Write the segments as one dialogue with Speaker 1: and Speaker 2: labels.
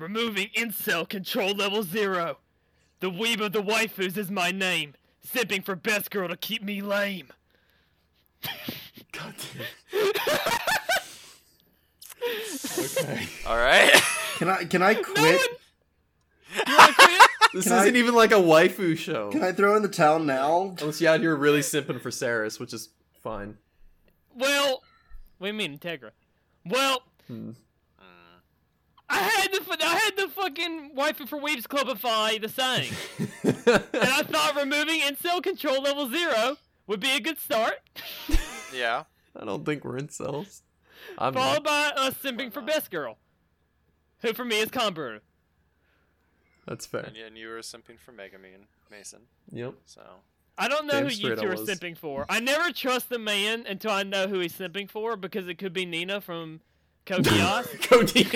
Speaker 1: Removing incel control level zero. The weeb of the waifus is my name. Sipping for best girl to keep me lame.
Speaker 2: God damn. okay.
Speaker 3: All right.
Speaker 2: Can I can I quit?
Speaker 1: You wanna quit?
Speaker 4: This
Speaker 2: Can I-
Speaker 4: isn't even like a waifu show.
Speaker 2: Can I throw in the towel now?
Speaker 4: Unless yeah, you're really simping for Saris, which is fine.
Speaker 1: well, what do you mean, Integra? Well,
Speaker 4: Hmm.
Speaker 3: Mm,
Speaker 1: I had the fu- I had the fucking waifu for weebs clubify the saying, and I thought removing incel control level zero would be a good start,
Speaker 3: Yeah.
Speaker 4: I don't think we're incels. I'm
Speaker 1: followed
Speaker 4: not.
Speaker 1: by us simping for best girl, who for me is Combo.
Speaker 4: That's fair.
Speaker 3: And, and you were simping for Megamine Mason,
Speaker 4: Yep.
Speaker 3: so
Speaker 1: I don't know
Speaker 4: Damn
Speaker 1: who you
Speaker 4: straight I
Speaker 1: two are
Speaker 4: was.
Speaker 1: simping for. I never trust the man until I know who he's simping for because it could be Nina from Kokios.
Speaker 4: Cody.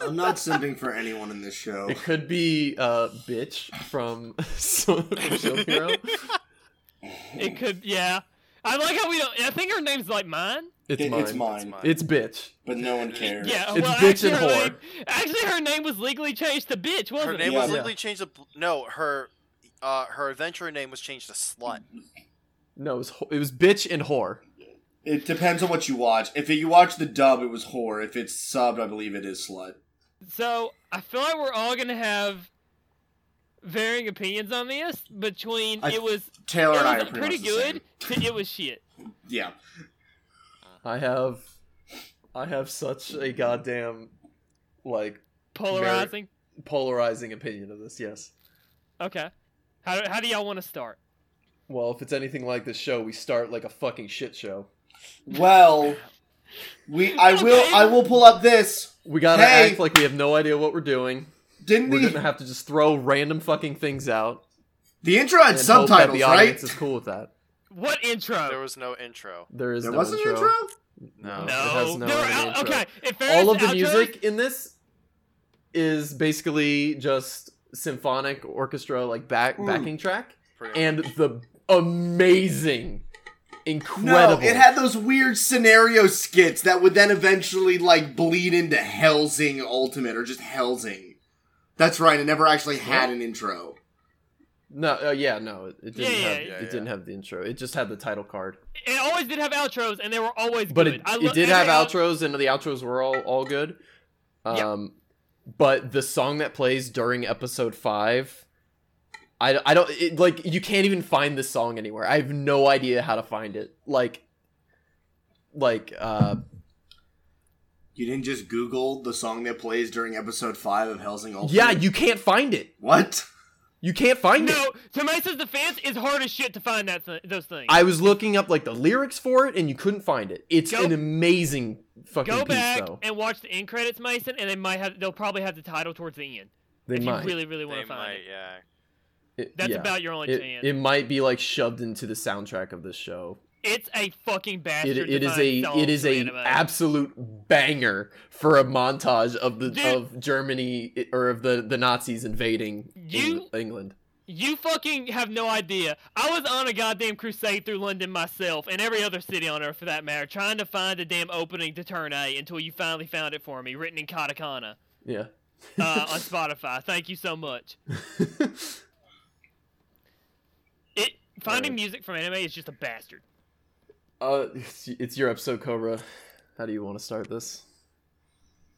Speaker 2: I'm not simping for anyone in this show.
Speaker 4: it could be uh bitch from from Shield Hero.
Speaker 1: it could, yeah. I like how we don't. I think her name's like mine.
Speaker 4: It's
Speaker 2: It-
Speaker 4: mine.
Speaker 2: it's mine,
Speaker 3: mine.
Speaker 4: It's bitch.
Speaker 2: but no one cares.
Speaker 1: Yeah,
Speaker 4: It's
Speaker 1: well,
Speaker 4: bitch
Speaker 1: actually,
Speaker 4: and
Speaker 1: her
Speaker 4: whore.
Speaker 1: Name, actually, her name was legally changed to bitch, wasn't
Speaker 3: her name
Speaker 1: it?
Speaker 3: was
Speaker 2: Yeah.
Speaker 3: legally changed to bl- no her. Uh, her adventurer name was changed to Slut.
Speaker 4: No, it was wh- it was bitch and whore.
Speaker 2: It depends on what you watch. If you watch the dub, it was whore. If it's subbed, I believe it is slut.
Speaker 1: So I feel like we're all gonna have varying opinions on this. Between
Speaker 2: I-
Speaker 1: it was
Speaker 2: Taylor
Speaker 1: it
Speaker 2: and I
Speaker 1: was
Speaker 2: are pretty,
Speaker 1: pretty
Speaker 2: much the
Speaker 1: good to it was shit.
Speaker 2: same. Yeah.
Speaker 4: I have I have such a goddamn like
Speaker 1: Polarizing.
Speaker 4: polarizing opinion of this, yes.
Speaker 1: Okay. How how do y'all want to start?
Speaker 4: Well, if it's anything like this show, we start like a fucking shit show.
Speaker 2: Well, we. I
Speaker 1: Okay.
Speaker 2: will. I will pull up this.
Speaker 4: We gotta
Speaker 2: Hey!
Speaker 4: act like we have no idea what we're doing.
Speaker 2: Didn't
Speaker 4: We're
Speaker 2: we?
Speaker 4: gonna have to just throw random fucking things out
Speaker 2: The intro had
Speaker 4: and hope that
Speaker 2: subtitles,
Speaker 4: the audience
Speaker 2: right?
Speaker 4: is cool with that.
Speaker 1: What
Speaker 3: There
Speaker 1: intro?
Speaker 3: was no intro.
Speaker 4: There is
Speaker 2: There
Speaker 4: no
Speaker 2: wasn't
Speaker 4: intro.
Speaker 2: an intro.
Speaker 3: No.
Speaker 1: No.
Speaker 4: No. Oh, it has no
Speaker 1: there
Speaker 4: other
Speaker 1: al-
Speaker 4: intro.
Speaker 1: okay. If there is
Speaker 4: All of the
Speaker 1: outros-
Speaker 4: music in this is basically just symphonic orchestra like back
Speaker 2: Mm.
Speaker 4: backing track
Speaker 3: Pretty
Speaker 4: and the amazing
Speaker 2: No,
Speaker 4: incredible
Speaker 2: it had those weird scenario skits that would then eventually like bleed into Helsing Ultimate or just Helsing. That's right. It never actually had an intro.
Speaker 4: No, uh, yeah, no, it, it didn't
Speaker 1: Yeah,
Speaker 4: have
Speaker 1: yeah,
Speaker 3: yeah.
Speaker 4: it didn't have the intro. It just had the title card.
Speaker 1: It always did have outros, and they were always
Speaker 4: But
Speaker 1: good.
Speaker 4: it,
Speaker 1: I lo-
Speaker 4: it did have
Speaker 1: every out-
Speaker 4: outros and the outros were all all good.
Speaker 1: Yep.
Speaker 4: Um but the song that plays during episode 5 I, I don't it, like you can't even find this song anywhere. I have no idea how to find it. Like like uh
Speaker 2: You didn't just Google the song that plays during episode five of Helsing Ultimate.
Speaker 4: yeah, you can't find it.
Speaker 2: what?
Speaker 4: You can't find it.
Speaker 1: No, to Mesa's defense, it's hard as shit to find that th- those things.
Speaker 4: I was looking up like the lyrics for it and you couldn't find it. It's
Speaker 1: Go-
Speaker 4: an amazing fucking
Speaker 1: Go
Speaker 4: piece
Speaker 1: back
Speaker 4: though.
Speaker 1: and watch the end credits, Mason, and they might have. They'll probably have the title towards the end.
Speaker 4: They
Speaker 1: if
Speaker 4: might.
Speaker 1: you really, really
Speaker 3: They
Speaker 1: want to find
Speaker 3: might,
Speaker 1: it.
Speaker 3: yeah.
Speaker 4: It-
Speaker 1: That's
Speaker 4: yeah.
Speaker 1: about your only
Speaker 4: it,
Speaker 1: chance.
Speaker 4: it might be like shoved into the soundtrack of this show.
Speaker 1: it's a fucking
Speaker 4: It,
Speaker 1: bastard.
Speaker 4: it is
Speaker 1: defined
Speaker 4: a
Speaker 1: song
Speaker 4: it is
Speaker 1: for
Speaker 4: a
Speaker 1: anime.
Speaker 4: absolute banger for a montage of the
Speaker 1: Dude.
Speaker 4: of Germany i- or of the the Nazis invading Eng-
Speaker 1: You-
Speaker 4: England.
Speaker 1: You fucking have no idea. I was on a goddamn crusade through London myself, and every other city on earth for that matter, trying to find a damn opening to Turn A until you finally found it for me, written in katakana
Speaker 4: Yeah.
Speaker 1: uh, on Spotify. Thank you so much. It finding
Speaker 4: Alright.
Speaker 1: music from anime is just a bastard.
Speaker 4: uh, it's, it's your episode, Cobra. How do you want to start this?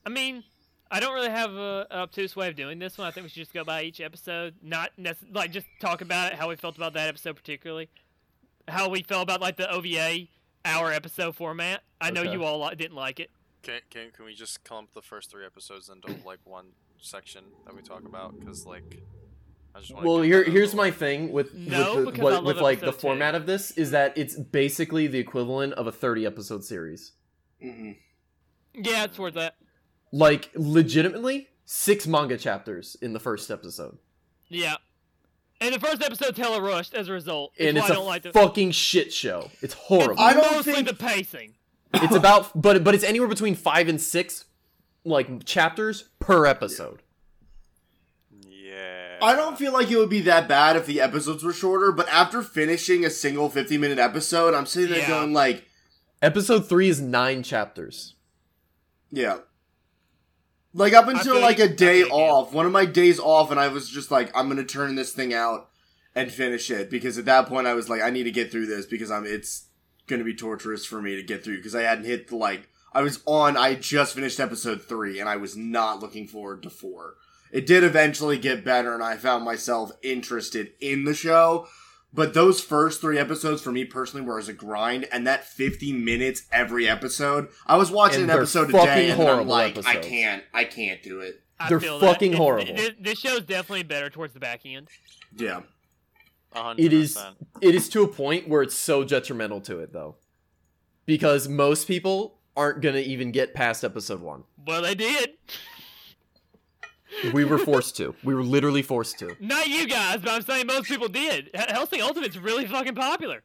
Speaker 1: I mean, I don't really have a, an obtuse way of doing this one. I think we should just go by each episode, not nec- like just talk about it, how we felt about that episode particularly, how we felt about like the OVA hour episode format. I know
Speaker 4: Okay.
Speaker 1: you all li- didn't like it.
Speaker 3: Can, can can we just clump the first three episodes into like one section that we talk about? Because like, I just want.
Speaker 4: Well, here, here's my thing with
Speaker 1: Oh, No,
Speaker 4: with,
Speaker 1: because
Speaker 4: the,
Speaker 1: I
Speaker 4: what,
Speaker 1: love
Speaker 4: with like the
Speaker 1: episode two.
Speaker 4: format of this is that it's basically the equivalent of a 30 episode series.
Speaker 2: Mhm.
Speaker 1: Yeah, it's worth that.
Speaker 4: like legitimately six manga chapters in the first episode
Speaker 1: Yeah. And the first episode's hella rushed as a result.
Speaker 4: and
Speaker 1: That's why
Speaker 4: it's a
Speaker 1: I don't like the
Speaker 4: fucking shit show it's horrible
Speaker 2: I don't
Speaker 1: mostly
Speaker 2: think-
Speaker 1: the pacing.
Speaker 4: it's about but but it's anywhere between five and six like chapters per episode
Speaker 3: Yeah.
Speaker 2: I don't feel like it would be that bad if the episodes were shorter, but after finishing a single 50 minute episode, I'm sitting there
Speaker 1: Yeah.
Speaker 2: going, like,
Speaker 4: episode three is nine chapters
Speaker 2: yeah. Like up
Speaker 1: I
Speaker 2: until
Speaker 1: feel
Speaker 2: like
Speaker 1: you.
Speaker 2: a day
Speaker 1: I feel you.
Speaker 2: off, one of my days off, and I was just like, I'm gonna turn this thing out and finish it because at that point I was like, I need to get through this because I'm it's gonna be torturous for me to get through because I hadn't hit the, like I was on. I just finished episode three, and I was not looking forward to four. It did eventually get better, and I found myself interested in the show. But those first three episodes for me personally were as a grind, and that 50 minutes every episode, I was watching
Speaker 4: And
Speaker 2: an
Speaker 4: they're
Speaker 2: episode a
Speaker 4: fucking
Speaker 2: day, and I'm
Speaker 4: horrible
Speaker 2: like, I
Speaker 4: episodes.
Speaker 2: can't, I can't do it.
Speaker 1: I
Speaker 4: They're
Speaker 1: feel
Speaker 4: fucking
Speaker 1: that. It-
Speaker 4: horrible.
Speaker 1: This, this show's definitely better towards the back end.
Speaker 2: Yeah,
Speaker 3: A hundred
Speaker 4: It is
Speaker 3: percent.
Speaker 4: it is to a point where it's so detrimental to it though. Because most people aren't gonna even get past episode one.
Speaker 1: Well, they did.
Speaker 4: We were forced to. We were literally forced to.
Speaker 1: Not you guys, but I'm saying most people did. Hel- Hellsing Ultimate's really fucking popular.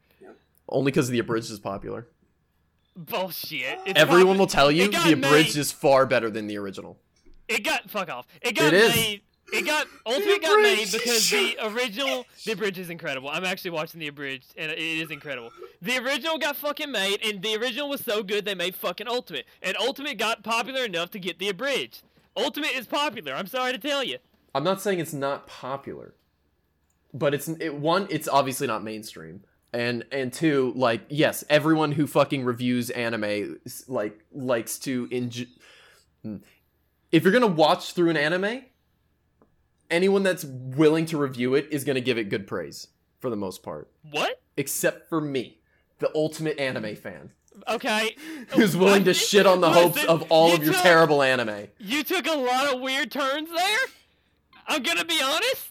Speaker 4: Only because the abridged is popular.
Speaker 1: Bullshit. It's
Speaker 4: Everyone
Speaker 1: popu-
Speaker 4: will tell you
Speaker 1: It got
Speaker 4: the abridged
Speaker 1: made-
Speaker 4: is far better than the original.
Speaker 1: It got fuck off. It got
Speaker 4: It is.
Speaker 1: made. It got ultimate got made
Speaker 2: Abridged
Speaker 1: because
Speaker 2: is-
Speaker 1: the original the abridged is incredible. I'm actually watching the abridged and it is incredible. The original got fucking made and the original was so good they made fucking ultimate and ultimate got popular enough to get the abridged. Ultimate is popular. I'm sorry to tell you.
Speaker 4: I'm not saying it's not popular, but it's it, one. It's obviously not mainstream, and and two, like yes, everyone who fucking reviews anime s- like likes to enjoy. If you're gonna watch through an anime, anyone that's willing to review it is gonna give it good praise for the most part,
Speaker 1: What?
Speaker 4: except for me, the ultimate anime fan,
Speaker 1: Okay.
Speaker 4: who's willing to
Speaker 1: Oh, What?
Speaker 4: shit on the hopes
Speaker 1: Listen,
Speaker 4: of all
Speaker 1: you
Speaker 4: of your
Speaker 1: took-
Speaker 4: terrible anime.
Speaker 1: You took a lot of weird turns there. I'm gonna be honest.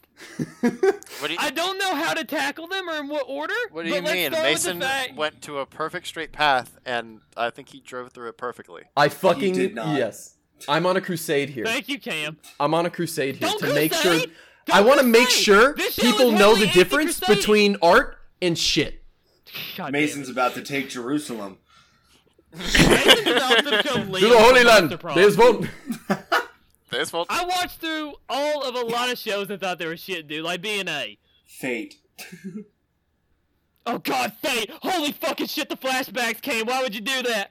Speaker 3: What do you,
Speaker 1: I don't know how to tackle them or in what order.
Speaker 3: what do
Speaker 1: but
Speaker 3: you
Speaker 1: let's
Speaker 3: mean?
Speaker 1: start with the
Speaker 3: Mason
Speaker 1: fact-
Speaker 3: went to a perfect straight path, and I think he drove through it perfectly.
Speaker 4: I fucking
Speaker 2: did not.
Speaker 4: yes. I'm on a crusade here.
Speaker 1: Thank you, Cam.
Speaker 4: I'm on a crusade here
Speaker 1: Don't
Speaker 4: to make sure.
Speaker 1: crusade!
Speaker 4: I
Speaker 1: Don't
Speaker 4: want to make
Speaker 1: crusade!
Speaker 4: sure
Speaker 1: This show
Speaker 4: people
Speaker 1: is
Speaker 4: know
Speaker 1: heavily
Speaker 4: the difference
Speaker 1: anti-crusading.
Speaker 4: between art and shit.
Speaker 1: God damn it.
Speaker 2: Mason's about to take Jerusalem.
Speaker 1: Mason's about to become
Speaker 4: To
Speaker 1: Leo
Speaker 4: the
Speaker 1: from
Speaker 4: Holy Land,
Speaker 1: Monster Prom.
Speaker 4: there's one.
Speaker 3: This won't.
Speaker 1: I watched through all of a lot of shows and thought they were shit, dude. Like B and A.
Speaker 2: Fate.
Speaker 1: Oh God, Fate! Holy fucking shit! The flashbacks came. Why would you do that?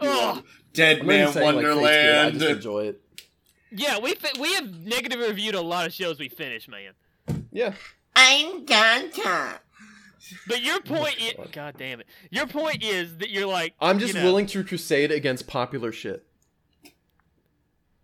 Speaker 1: Ugh.
Speaker 2: Dead
Speaker 4: I'm not even
Speaker 2: Man
Speaker 4: saying, like, fate's good, I
Speaker 2: Wonderland.
Speaker 4: just enjoy it.
Speaker 1: Yeah, we fi- we have negative reviewed a lot of shows we finished, man.
Speaker 4: Yeah.
Speaker 2: I'm Ganta.
Speaker 1: But your point, i-
Speaker 4: Oh God.
Speaker 1: God damn it! Your point is that you're like
Speaker 4: I'm just
Speaker 1: you know,
Speaker 4: willing to crusade against popular shit.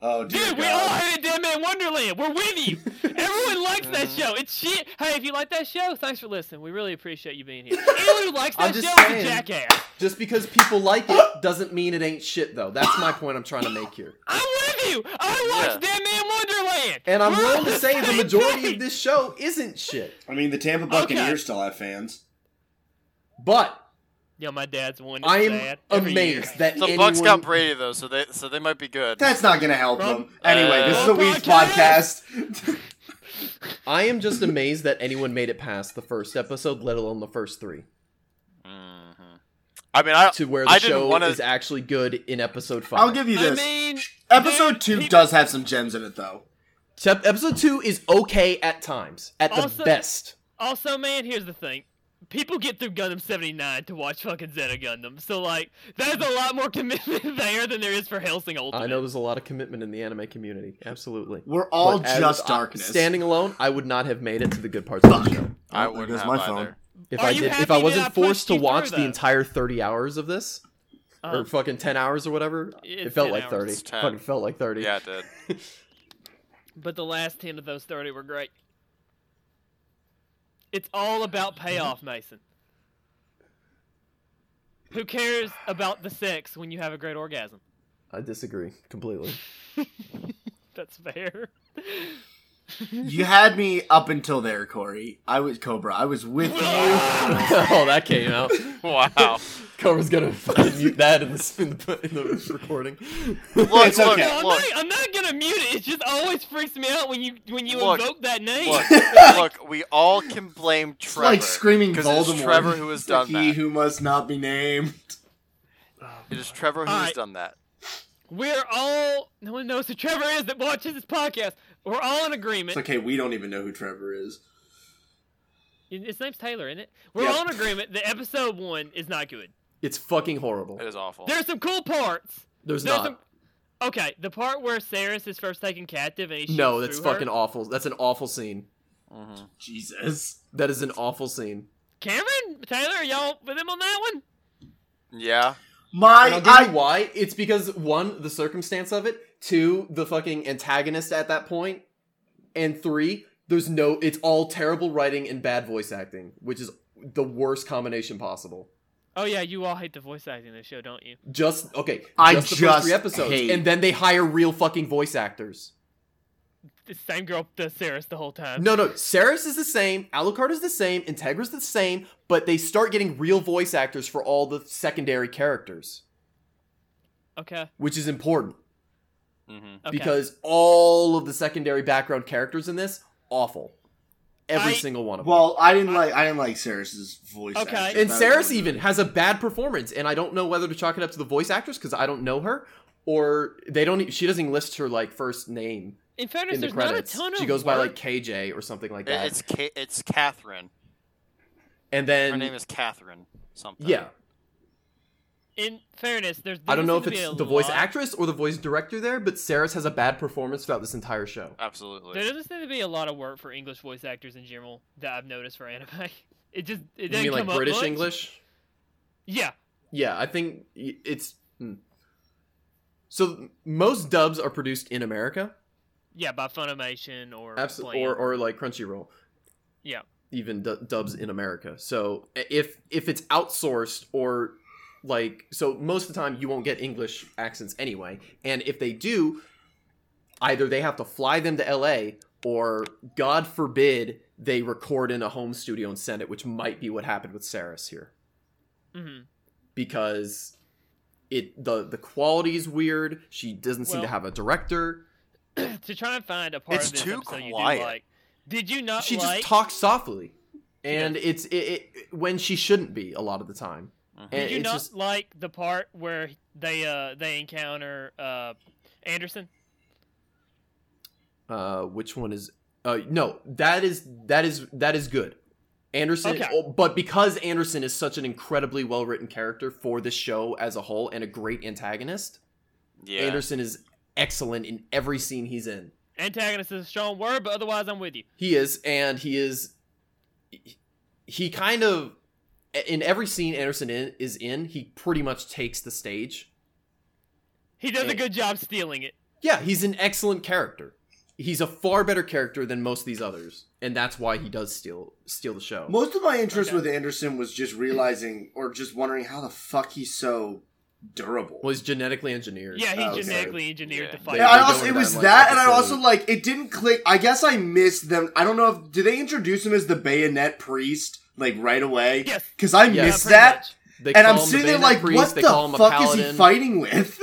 Speaker 2: Oh dear
Speaker 1: Dude,
Speaker 2: God.
Speaker 1: we all hated Dead Man Wonderland. We're with you. Everyone likes that show. It's shit. Hey, if you like that show, thanks for listening. We really appreciate you being here. Anyone who likes
Speaker 4: I'm
Speaker 1: that
Speaker 4: just
Speaker 1: show is
Speaker 4: saying.
Speaker 1: a jackass.
Speaker 4: Just because people like it doesn't mean it ain't shit, though. That's my point I'm trying to make here.
Speaker 1: I'm with you. I watched
Speaker 3: Yeah.
Speaker 1: Dead Man Wonderland.
Speaker 4: And I'm
Speaker 1: We're
Speaker 4: willing
Speaker 1: on
Speaker 4: to say the
Speaker 1: same
Speaker 4: majority
Speaker 1: page.
Speaker 4: of this show isn't shit.
Speaker 2: I mean, the
Speaker 4: Oh,
Speaker 2: Tampa
Speaker 1: Okay.
Speaker 2: Buccaneers still have fans.
Speaker 4: But
Speaker 1: Yo, my dad's one. that's
Speaker 4: I am
Speaker 1: sad. Every year.
Speaker 4: amazed that
Speaker 3: The
Speaker 4: anyone...
Speaker 3: Bucks got Brady though, so they so they might be good.
Speaker 2: That's not gonna help
Speaker 1: Well,
Speaker 2: them. Anyway, this is a
Speaker 1: well,
Speaker 2: weeds
Speaker 1: podcast.
Speaker 2: podcast.
Speaker 4: I am just amazed that anyone made it past the first episode, let alone the first three.
Speaker 3: Mhm. I mean, I
Speaker 4: to where the
Speaker 3: I didn't
Speaker 4: show
Speaker 3: wanna-
Speaker 4: is actually good in episode 5
Speaker 2: I'll give you
Speaker 1: I
Speaker 2: this.
Speaker 1: mean,
Speaker 2: Episode
Speaker 1: dude,
Speaker 2: two
Speaker 1: he-
Speaker 2: does have some gems in it, though.
Speaker 4: Except episode two is okay at times, at the
Speaker 1: Also-
Speaker 4: best.
Speaker 1: Also, man, here's the thing. People get through Gundam 79 to watch fucking Zeta Gundam. So, like, there's a lot more commitment there than there is for Hellsing Ultimate.
Speaker 4: I know there's a lot of commitment in the anime community. Absolutely.
Speaker 2: We're all
Speaker 4: But as
Speaker 2: just
Speaker 4: I-
Speaker 2: darkness.
Speaker 4: standing alone, I would not have made it to the good parts of the show
Speaker 3: I
Speaker 2: Oh, there
Speaker 3: wouldn't
Speaker 2: goes
Speaker 3: have
Speaker 2: my
Speaker 3: either.
Speaker 2: phone.
Speaker 4: if
Speaker 1: Are
Speaker 4: I
Speaker 1: you
Speaker 4: did. If
Speaker 1: happy
Speaker 4: I
Speaker 1: that
Speaker 4: wasn't
Speaker 1: I
Speaker 4: forced
Speaker 1: pushed
Speaker 4: to
Speaker 1: you through
Speaker 4: watch the
Speaker 1: that?
Speaker 4: entire 30 hours of this or
Speaker 3: Uh,
Speaker 1: Um,
Speaker 4: fucking 10 hours or whatever,
Speaker 1: It's
Speaker 4: it felt
Speaker 1: 10
Speaker 4: like
Speaker 1: hours.
Speaker 4: 30.
Speaker 3: It's 10.
Speaker 4: Fucking felt like 30.
Speaker 3: Yeah, it did.
Speaker 1: But the last 10 of those 30 were great. It's all about payoff, Mason. Who cares about the sex when you have a great orgasm?
Speaker 4: I disagree completely.
Speaker 1: That's fair.
Speaker 2: You had me up until there, Corey. I was Cobra. I was with you.
Speaker 4: oh, that came out.
Speaker 3: Wow.
Speaker 4: Cobra's gonna fucking mute that in the, in the, in the recording.
Speaker 3: Look,
Speaker 2: It's
Speaker 3: look,
Speaker 2: okay.
Speaker 1: No, I'm,
Speaker 3: look,
Speaker 1: not, I'm not gonna mute it. It just always freaks me out when you when you
Speaker 3: Look,
Speaker 1: invoke that name.
Speaker 3: look, look. We all can blame Trevor.
Speaker 2: like screaming
Speaker 3: 'cause
Speaker 2: Voldemort.
Speaker 3: It's Trevor who has done
Speaker 2: he
Speaker 3: that.
Speaker 2: who must not be named.
Speaker 3: It is Trevor who has
Speaker 1: Alright.
Speaker 3: done that.
Speaker 1: We're all no one knows who Trevor is that watches this podcast. We're all in
Speaker 2: It's
Speaker 1: agreement.
Speaker 2: okay. We don't even know who Trevor is.
Speaker 1: His name's Taylor, isn't it? We're
Speaker 2: Yeah.
Speaker 1: all in agreement that episode one is not good.
Speaker 4: It's fucking horrible.
Speaker 3: It is awful.
Speaker 1: There's some cool parts.
Speaker 4: There's
Speaker 1: There's
Speaker 4: not.
Speaker 1: some- Okay, the part where Saris is first taken captive and he shoots
Speaker 4: No, that's
Speaker 1: through her.
Speaker 4: fucking awful. That's an awful scene.
Speaker 3: Mm-hmm.
Speaker 2: Jesus.
Speaker 4: That is an awful scene.
Speaker 1: Cameron Taylor, are y'all with him on that one?
Speaker 3: Yeah.
Speaker 4: And
Speaker 2: My
Speaker 4: I'll give you
Speaker 2: I
Speaker 4: why. It's because one, the circumstance of it. Two, the fucking antagonist at that point, and three, there's no. It's all terrible writing and bad voice acting, which is the worst combination possible.
Speaker 1: Oh yeah, you all hate the voice acting in the show, don't you?
Speaker 4: Just okay.
Speaker 2: I
Speaker 4: just the
Speaker 2: just
Speaker 4: first three episodes,
Speaker 2: hate-
Speaker 4: and then they hire real fucking voice actors.
Speaker 1: The same girl does Saris the whole time.
Speaker 4: No, no. Saris is the same. Alucard is the same. Integra's the same. But they start getting real voice actors for all the secondary characters,
Speaker 1: Okay.
Speaker 4: which is important
Speaker 3: Mm-hmm.
Speaker 1: okay.
Speaker 4: because all of the secondary background characters in this awful, every
Speaker 1: I-
Speaker 4: single one of them.
Speaker 2: well, I didn't like I didn't like Saris's voice.
Speaker 1: Okay.
Speaker 2: actor.
Speaker 4: and
Speaker 2: That
Speaker 4: Saris
Speaker 2: was-
Speaker 4: even has a bad performance, and I don't know whether to chalk it up to the voice actress because I don't know her, or they don't. e- She doesn't list her like first name
Speaker 1: in fairness,
Speaker 4: in the
Speaker 1: there's
Speaker 4: credits.
Speaker 1: not a ton of
Speaker 4: She goes by
Speaker 1: work-
Speaker 4: like KJ or something like that.
Speaker 3: It's Ca- it's Catherine.
Speaker 4: and
Speaker 3: Her
Speaker 4: then
Speaker 3: name is Catherine something.
Speaker 4: yeah,
Speaker 1: in fairness, there's
Speaker 4: I don't know if
Speaker 1: there doesn't
Speaker 4: it's
Speaker 1: seem to
Speaker 4: the
Speaker 1: be a
Speaker 4: voice
Speaker 1: lot-
Speaker 4: actress or the voice director there, but Saris has a bad performance throughout this entire show.
Speaker 1: Uh, There
Speaker 3: Absolutely.
Speaker 1: doesn't seem to be a lot of work for English voice actors in general that I've noticed for anime. It just it
Speaker 4: you
Speaker 1: doesn't
Speaker 4: mean like
Speaker 1: come up
Speaker 4: British
Speaker 1: much.
Speaker 4: English?
Speaker 1: Yeah.
Speaker 4: Yeah, I think y- it's. Hmm. So most dubs are produced in America,
Speaker 1: Yeah, by Funimation or
Speaker 4: absolutely,
Speaker 1: Blam.
Speaker 4: or, or like Crunchyroll.
Speaker 1: Yeah.
Speaker 4: even d- dubs in America. So i- if if it's outsourced or like so most of the time you won't get English accents anyway. And if they do, either they have to fly them to LA or god forbid they record in a home studio and send it, which might be what happened with Saris here
Speaker 1: Mhm.
Speaker 4: because it the the quality's weird. She doesn't seem to
Speaker 1: Well-
Speaker 4: have a director.
Speaker 1: to try and find a part
Speaker 3: It's
Speaker 1: of this
Speaker 3: too
Speaker 1: episode you
Speaker 3: quiet.
Speaker 1: do like. Did you not
Speaker 4: She just
Speaker 1: like?
Speaker 4: talks softly. And it's it, it when she shouldn't be a lot of the time.
Speaker 3: Mhm.
Speaker 4: And
Speaker 1: Mm-hmm. Did you
Speaker 4: it's
Speaker 1: not
Speaker 4: just-
Speaker 1: like the part where they uh they encounter uh Anderson?
Speaker 4: uh which one is uh no that is that is that is good anderson
Speaker 1: Okay.
Speaker 4: oh, but because anderson is such an incredibly well written character for the show as a whole and a great antagonist
Speaker 3: Yeah.
Speaker 4: anderson is excellent in every scene he's in
Speaker 1: Antagonist is a strong word, but otherwise I'm with you.
Speaker 4: he is and he is he kind of in every scene anderson in, is in he pretty much takes the stage
Speaker 1: He does
Speaker 4: Yeah.
Speaker 1: a good job stealing it.
Speaker 4: yeah he's an excellent character he's a far better character than most of these others and that's why he does steal steal the show
Speaker 2: Most of my interest
Speaker 1: Okay.
Speaker 2: with Anderson was just realizing or just wondering how the fuck he's so durable.
Speaker 4: was genetically engineered.
Speaker 1: Yeah, he
Speaker 2: Oh, okay.
Speaker 1: genetically engineered the
Speaker 3: Yeah.
Speaker 1: fight.
Speaker 2: And I
Speaker 4: They
Speaker 2: also
Speaker 4: go
Speaker 2: it
Speaker 4: into
Speaker 2: was
Speaker 4: that,
Speaker 2: that,
Speaker 4: like,
Speaker 2: and I
Speaker 4: episode.
Speaker 2: also like it didn't click. I guess I missed them. I don't know if did they introduce him as the bayonet priest like right away?
Speaker 1: Yes.
Speaker 2: because I
Speaker 4: Yeah,
Speaker 2: missed
Speaker 1: pretty
Speaker 2: that,
Speaker 1: much.
Speaker 4: They
Speaker 2: and
Speaker 4: call
Speaker 2: I'm
Speaker 4: him the
Speaker 2: sitting there
Speaker 4: Bayonet
Speaker 2: like,
Speaker 4: Priest,
Speaker 2: what
Speaker 4: they
Speaker 2: the
Speaker 4: call him a
Speaker 2: fuck is he
Speaker 4: paladin.
Speaker 2: fighting with?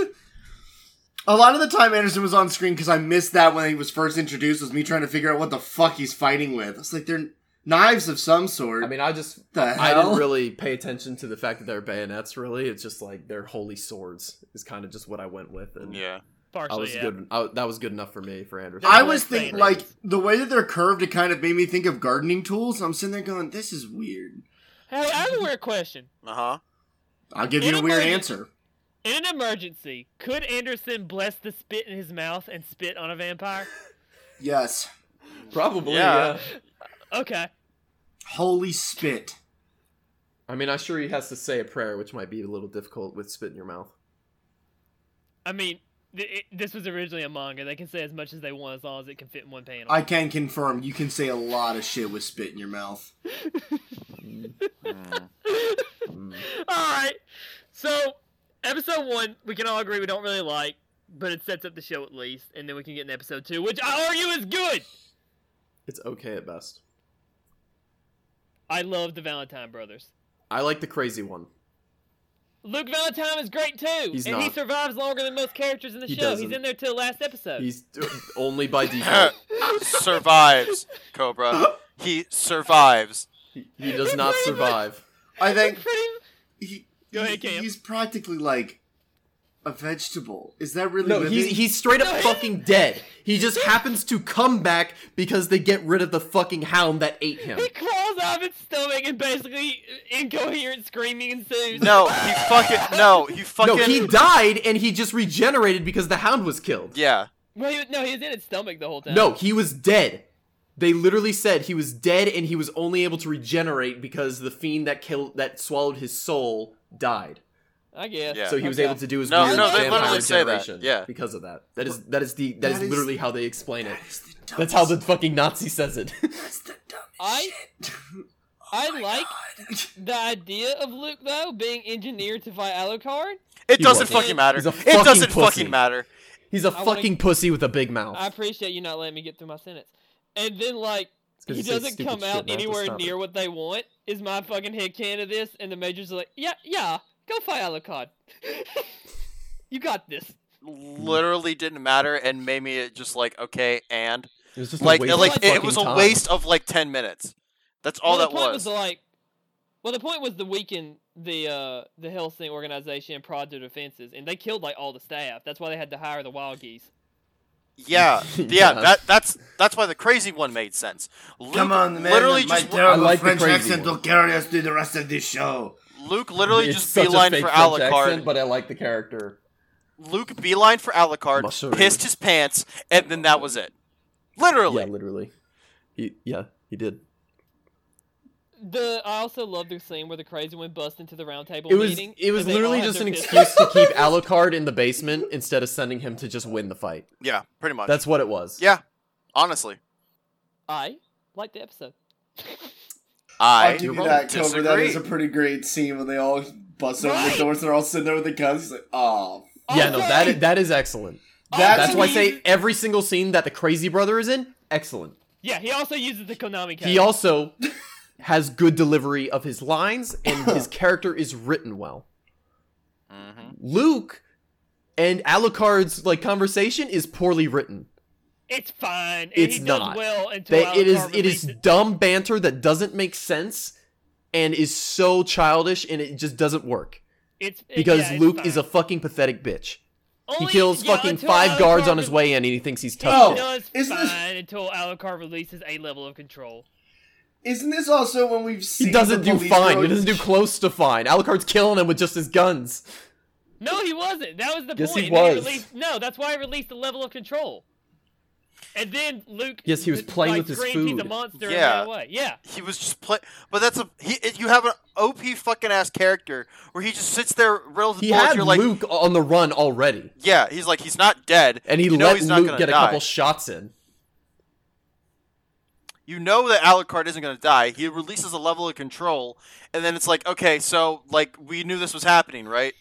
Speaker 2: A lot of the time Anderson was on screen because I missed that when he was first introduced. Was me trying to figure out what the fuck he's fighting with. It's like they're knives of some sort.
Speaker 4: I mean, I just
Speaker 2: the hell?
Speaker 4: I didn't really pay attention to the fact that they're bayonets. Really, it's just like they're holy swords is kind of just what I went with, and
Speaker 3: Yeah.
Speaker 4: I
Speaker 1: Partially,
Speaker 4: was
Speaker 1: yeah.
Speaker 4: good. I, that was good enough for me for Anderson.
Speaker 2: I
Speaker 1: Yeah,
Speaker 2: was
Speaker 1: like
Speaker 2: thinking,
Speaker 1: bayonets.
Speaker 2: like, the way that they're curved, it kind of made me think of gardening tools. I'm sitting there going, this is weird.
Speaker 1: Hey, I have a weird question.
Speaker 3: Uh huh.
Speaker 2: I'll give you a
Speaker 1: Anybody-
Speaker 2: weird answer.
Speaker 1: In an emergency, could Anderson bless the spit in his mouth and spit on a vampire?
Speaker 2: Yes.
Speaker 4: probably. Yeah.
Speaker 3: Yeah.
Speaker 1: Okay.
Speaker 2: Holy spit.
Speaker 4: I mean, I'm sure he has to say a prayer, which might be a little difficult with spit in your mouth.
Speaker 1: I mean, th- it, this was originally a manga. They can say as much as they want as long as it can fit in one panel.
Speaker 2: I can confirm you can say a lot of shit with spit in your mouth.
Speaker 3: Mm.
Speaker 4: Mm.
Speaker 1: All right. So, episode one, we can all agree we don't really like, but it sets up the show at least, and then we can get in episode two, which I argue is good.
Speaker 4: It's okay at best.
Speaker 1: I love the Valentine brothers.
Speaker 4: I like the crazy one.
Speaker 1: Luke Valentine is great too,
Speaker 4: He's
Speaker 1: and he
Speaker 4: not.
Speaker 1: survives longer than most characters in the
Speaker 4: He
Speaker 1: show.
Speaker 4: doesn't.
Speaker 1: He's in there till the last episode.
Speaker 4: He's only by default.
Speaker 3: survives, Cobra. He survives.
Speaker 4: He he does not survive.
Speaker 2: I think
Speaker 1: Pretty-
Speaker 2: he,
Speaker 1: Go ahead,
Speaker 2: he-
Speaker 1: Cam.
Speaker 2: he's practically like a vegetable? Is that really
Speaker 4: No,
Speaker 2: living?
Speaker 4: he's, he's straight up fucking dead. He just happens to come back because they get rid of the fucking hound that ate him.
Speaker 1: He crawls out of its stomach and basically incoherent screaming ensues.
Speaker 5: No, he fucking no, he fucking
Speaker 4: No, he died and he just regenerated because the hound was killed.
Speaker 5: yeah.
Speaker 1: Well, he, no, he was in its stomach the whole time.
Speaker 4: No, he was dead. They literally said he was dead and he was only able to regenerate because the fiend that killed that swallowed his soul died.
Speaker 1: I guess.
Speaker 5: Yeah.
Speaker 4: So he was
Speaker 1: Okay.
Speaker 4: able to do his
Speaker 5: No,
Speaker 4: weird
Speaker 1: no, they
Speaker 4: vampire
Speaker 1: literally
Speaker 5: say that,
Speaker 4: regeneration
Speaker 5: yeah.
Speaker 4: because of that. That is that is the that is,
Speaker 2: That is-
Speaker 4: literally how they explain it.
Speaker 2: That is the
Speaker 4: That's how the
Speaker 2: dumbest-
Speaker 4: fucking Nazi says it.
Speaker 2: That's the dumbest
Speaker 1: I-
Speaker 2: shit.
Speaker 1: I
Speaker 2: my
Speaker 1: like
Speaker 2: God.
Speaker 1: the idea of Luke though being engineered to fight Alucard.
Speaker 5: It
Speaker 4: He
Speaker 5: doesn't
Speaker 4: was.
Speaker 5: fucking matter.
Speaker 4: He's a
Speaker 5: it doesn't
Speaker 4: fucking pussy.
Speaker 5: fucking matter.
Speaker 4: He's a
Speaker 1: I wanna-
Speaker 4: fucking pussy with a big mouth.
Speaker 1: I appreciate you not letting me get through my sentence. And then like
Speaker 4: 'Cause
Speaker 1: he
Speaker 4: says
Speaker 1: doesn't
Speaker 4: stupid
Speaker 1: come
Speaker 4: shit,
Speaker 1: out
Speaker 4: and I have to
Speaker 1: anywhere
Speaker 4: stop it.
Speaker 1: near what they want. Is my fucking headcan of this? And the majors are like, yeah, yeah, go fight Alucard. you got this.
Speaker 4: Hmm.
Speaker 5: Literally didn't matter, and made me it just like okay, and
Speaker 4: It was just
Speaker 5: like
Speaker 4: a
Speaker 5: it-
Speaker 4: waste
Speaker 5: like
Speaker 4: of
Speaker 5: it
Speaker 4: fucking
Speaker 5: was a
Speaker 4: time.
Speaker 5: waste of like ten minutes. That's all
Speaker 1: well,
Speaker 5: that
Speaker 1: the point
Speaker 5: was.
Speaker 1: like, well, the point was to weaken the uh the Hellsing organization and project defenses, and they killed like all the staff. That's why they had to hire the wild geese.
Speaker 5: Yeah, yeah,
Speaker 4: Yeah.
Speaker 5: That that's that's why the crazy one made sense. Luke
Speaker 2: Come on, man.
Speaker 5: Literally
Speaker 2: my
Speaker 5: just
Speaker 4: I
Speaker 2: terrible
Speaker 4: like the
Speaker 2: French
Speaker 4: crazy
Speaker 2: accent
Speaker 4: one.
Speaker 2: will carry us through the rest of this show.
Speaker 5: Luke literally
Speaker 4: It's
Speaker 5: just
Speaker 4: such a
Speaker 5: beeline
Speaker 4: fake
Speaker 5: for
Speaker 4: French
Speaker 5: Alucard.
Speaker 4: accent, but I like the character.
Speaker 5: Luke beeline for Alucard,
Speaker 4: Muscle.
Speaker 5: pissed his pants, and then that was it. Literally.
Speaker 4: Yeah, literally. He yeah, he did.
Speaker 1: The I also love the scene where the crazy one busts into the round table
Speaker 4: It was
Speaker 1: meeting.
Speaker 4: it was
Speaker 1: and they all
Speaker 4: literally
Speaker 1: have
Speaker 4: just
Speaker 1: their
Speaker 4: an
Speaker 1: fists-
Speaker 4: excuse to keep Alucard in the basement instead of sending him to just win the fight.
Speaker 5: Yeah, pretty much.
Speaker 4: That's what it was.
Speaker 5: Yeah. Honestly,
Speaker 1: I like the episode.
Speaker 2: I'll
Speaker 5: I
Speaker 2: give you
Speaker 5: won't
Speaker 2: that, Cobra.
Speaker 5: disagree.
Speaker 2: That is a pretty great scene when they all bust open
Speaker 1: Right.
Speaker 2: the doors and they're all sitting there with the guns. He's like, oh.
Speaker 4: Yeah, no, that
Speaker 1: Okay.
Speaker 4: is, that is excellent.
Speaker 1: Oh,
Speaker 2: That's
Speaker 4: That's why I
Speaker 1: he
Speaker 4: say
Speaker 1: uses-
Speaker 4: every single scene that the crazy brother is in, excellent.
Speaker 1: Yeah, he also uses the Konami code.
Speaker 4: He also has good delivery of his lines and his character is written well.
Speaker 5: Mhm.
Speaker 4: Luke and Alucard's like conversation is poorly written.
Speaker 1: it's fine. and
Speaker 4: It's
Speaker 1: he
Speaker 4: not.
Speaker 1: Does well until
Speaker 4: They, it is
Speaker 1: Alucard
Speaker 4: it is
Speaker 1: releases-
Speaker 4: dumb banter that doesn't make sense and is so childish and it just doesn't work
Speaker 1: It's it-
Speaker 4: because
Speaker 1: yeah, it's
Speaker 4: Luke
Speaker 1: fine.
Speaker 4: is a fucking pathetic bitch.
Speaker 1: Only-
Speaker 4: he kills
Speaker 1: yeah,
Speaker 4: fucking
Speaker 1: until
Speaker 4: five guards on his
Speaker 1: Alucard
Speaker 4: way in and he thinks he's
Speaker 1: releases-
Speaker 4: tough.
Speaker 1: He
Speaker 4: shit.
Speaker 1: does
Speaker 2: Isn't this-
Speaker 1: fine until Alucard releases a level of control.
Speaker 2: Isn't this also when we've seen
Speaker 4: He doesn't
Speaker 2: the
Speaker 4: do
Speaker 2: police
Speaker 4: fine. He
Speaker 2: road-
Speaker 4: doesn't do close to fine. Alucard's killing him with just his guns.
Speaker 1: No, he wasn't. That was the
Speaker 4: Yes, he
Speaker 1: point. and then
Speaker 4: was.
Speaker 1: released- no, that's why he released the level of control. And then Luke.
Speaker 4: Yes, he was
Speaker 1: th-
Speaker 4: playing
Speaker 1: like,
Speaker 4: with his
Speaker 1: screamed He's a
Speaker 4: food.
Speaker 1: monster.
Speaker 5: Yeah.
Speaker 1: And ran away. Yeah.
Speaker 5: He was just play, but that's a he. it- You have an OP fucking ass character where he just sits there, rails the
Speaker 4: He
Speaker 5: bullets.
Speaker 4: had
Speaker 5: You're like,
Speaker 4: Luke on the run already,
Speaker 5: yeah, he's like he's not dead,
Speaker 4: and he
Speaker 5: you know
Speaker 4: let
Speaker 5: he's not
Speaker 4: Luke
Speaker 5: gonna
Speaker 4: get a
Speaker 5: die.
Speaker 4: couple shots in.
Speaker 5: you know that Alucard isn't going to die. He releases a level of control, and then it's like, okay, so like we knew this was happening, right?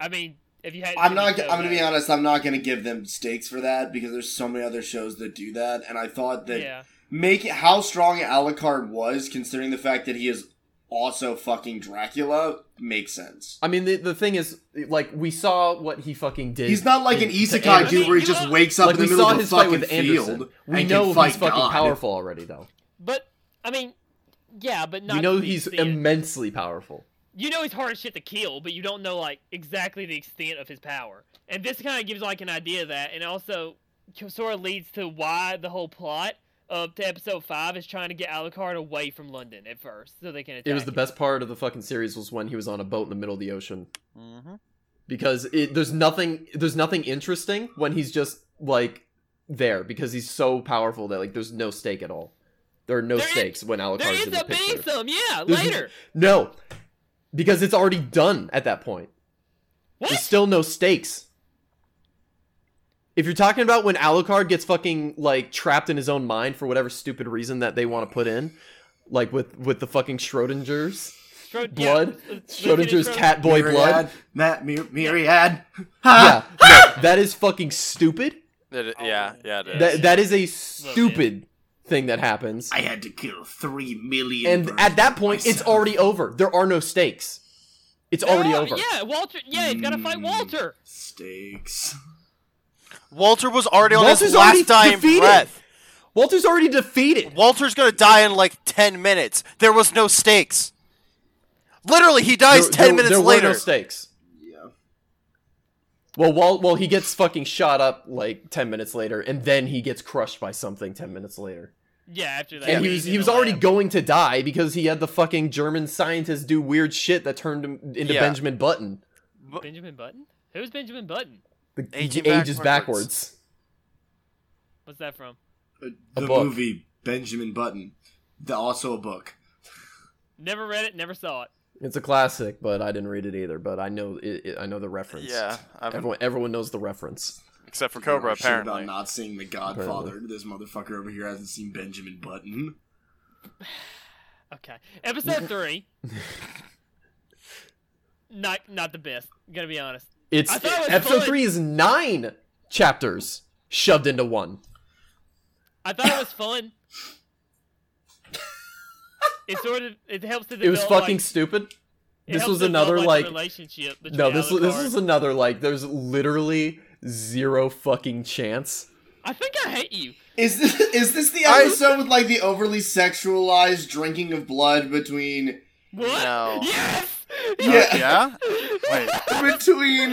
Speaker 1: I mean, if you had.
Speaker 2: I'm not.
Speaker 1: so
Speaker 2: I'm gonna be
Speaker 1: bad.
Speaker 2: honest. I'm not gonna give them stakes for that because there's so many other shows that do that. And I thought that
Speaker 1: Yeah.
Speaker 2: make it how strong Alucard was, considering the fact that he is also fucking Dracula, makes sense.
Speaker 4: I mean, the, the thing is, like, we saw what he fucking did.
Speaker 2: He's not like
Speaker 4: to-
Speaker 2: an
Speaker 4: to
Speaker 2: isekai
Speaker 4: Anderson.
Speaker 2: dude where he
Speaker 1: you
Speaker 2: just
Speaker 1: know-
Speaker 2: wakes up
Speaker 4: Like
Speaker 2: in the
Speaker 4: we
Speaker 2: middle
Speaker 4: saw
Speaker 2: of the
Speaker 4: his fight
Speaker 2: fucking
Speaker 4: with Anderson.
Speaker 2: field.
Speaker 4: We
Speaker 2: and can
Speaker 4: know he's
Speaker 2: fight
Speaker 4: fucking
Speaker 2: God.
Speaker 4: powerful already, though.
Speaker 1: But, I mean, yeah, but not.
Speaker 4: we know
Speaker 1: to the
Speaker 4: he's
Speaker 1: extent-
Speaker 4: immensely powerful.
Speaker 1: you know he's hard as shit to kill, but you don't know like exactly the extent of his power. And this kind of gives like an idea of that, and also sort of leads to why the whole plot of to episode five is trying to get Alucard away from London at first, so they can attack.
Speaker 4: It was the
Speaker 1: him.
Speaker 4: best part of the fucking series was when he was on a boat in the middle of the ocean
Speaker 5: Mm-hmm.
Speaker 4: because it, there's nothing there's nothing interesting when he's just like there because he's so powerful that like there's no stake at all. There are no
Speaker 1: There is-
Speaker 4: stakes when Alucard's
Speaker 1: There
Speaker 4: in
Speaker 1: ends
Speaker 4: the
Speaker 1: up being
Speaker 4: picture.
Speaker 1: some, yeah,
Speaker 4: There's-
Speaker 1: later.
Speaker 4: No, because it's already done at that point.
Speaker 1: What?
Speaker 4: There's still no stakes. If you're talking about when Alucard gets fucking like trapped in his own mind for whatever stupid reason that they want to put in, like with with the fucking Schrodinger's
Speaker 1: Schro- yeah,
Speaker 4: blood,
Speaker 1: let's- let's get into
Speaker 4: Schrodinger's
Speaker 1: Schro-
Speaker 4: cat boy
Speaker 2: Myriad,
Speaker 4: blood.
Speaker 2: Matt Myr- Myriad.
Speaker 4: Yeah, no, that is fucking stupid.
Speaker 5: yeah, yeah, it is.
Speaker 4: That that is a stupid thing that happens.
Speaker 2: I had to kill three million.
Speaker 4: And
Speaker 2: birds
Speaker 4: at that
Speaker 2: with
Speaker 4: point,
Speaker 2: my
Speaker 4: it's
Speaker 2: son.
Speaker 4: already over. There are no stakes. It's
Speaker 1: There
Speaker 4: already
Speaker 1: are-
Speaker 4: over.
Speaker 1: Yeah, Walter. Yeah, he's gotta fight
Speaker 2: Mm.
Speaker 1: Walter.
Speaker 2: stakes.
Speaker 5: Walter was already on his
Speaker 4: Walter's already
Speaker 5: last dying
Speaker 4: defeated.
Speaker 5: breath.
Speaker 4: Walter's already defeated.
Speaker 5: Walter's gonna die in like ten minutes. There was no stakes. Literally, he
Speaker 4: There-
Speaker 5: dies ten
Speaker 4: there-
Speaker 5: minutes
Speaker 4: there were
Speaker 5: later.
Speaker 4: no stakes.
Speaker 2: Yeah.
Speaker 4: Well, while well he gets fucking shot up like ten minutes later, and then he gets crushed by something ten minutes later.
Speaker 1: Yeah, after that.
Speaker 4: And he
Speaker 1: he's
Speaker 4: was
Speaker 1: in
Speaker 4: he was
Speaker 1: the
Speaker 4: already
Speaker 1: lab.
Speaker 4: going to die because he had the fucking German scientist do weird shit that turned him into
Speaker 3: Yeah.
Speaker 4: Benjamin Button.
Speaker 1: Benjamin Button? Who's Benjamin Button?
Speaker 4: The
Speaker 3: Aging
Speaker 4: the age is
Speaker 3: backwards.
Speaker 4: backwards.
Speaker 1: What's that from?
Speaker 2: Uh,
Speaker 4: A
Speaker 2: the
Speaker 4: book.
Speaker 2: movie Benjamin Button, the, also a book.
Speaker 1: Never read it, never saw it.
Speaker 4: It's a classic, but I didn't read it either. But I know it, it, I know the reference.
Speaker 3: Yeah, I haven't-
Speaker 4: everyone everyone knows the reference.
Speaker 3: except for
Speaker 2: I don't know
Speaker 3: Cobra,
Speaker 2: shit
Speaker 3: apparently.
Speaker 2: about not seeing The Godfather. This motherfucker over here hasn't seen Benjamin Button.
Speaker 1: Okay. Episode three. not not the best, gonna be honest.
Speaker 4: It's
Speaker 1: I thought it was
Speaker 4: episode
Speaker 1: fun.
Speaker 4: three is nine chapters shoved into one.
Speaker 1: I thought it was fun. it sort of it helps to
Speaker 4: It was
Speaker 1: develop,
Speaker 4: fucking
Speaker 1: like-
Speaker 4: stupid.
Speaker 1: it
Speaker 4: this
Speaker 1: helps
Speaker 4: was
Speaker 1: to develop,
Speaker 4: another,
Speaker 1: the
Speaker 4: like-
Speaker 1: relationship between
Speaker 4: No, this
Speaker 1: Alucard.
Speaker 4: this is another like. There's literally zero fucking chance.
Speaker 1: I think I hate you.
Speaker 2: Is this is this the
Speaker 3: I-
Speaker 2: episode with like the overly sexualized drinking of blood between
Speaker 1: What?
Speaker 3: No.
Speaker 1: Yes.
Speaker 3: Oh,
Speaker 2: Yeah.
Speaker 3: yeah? Wait.
Speaker 2: between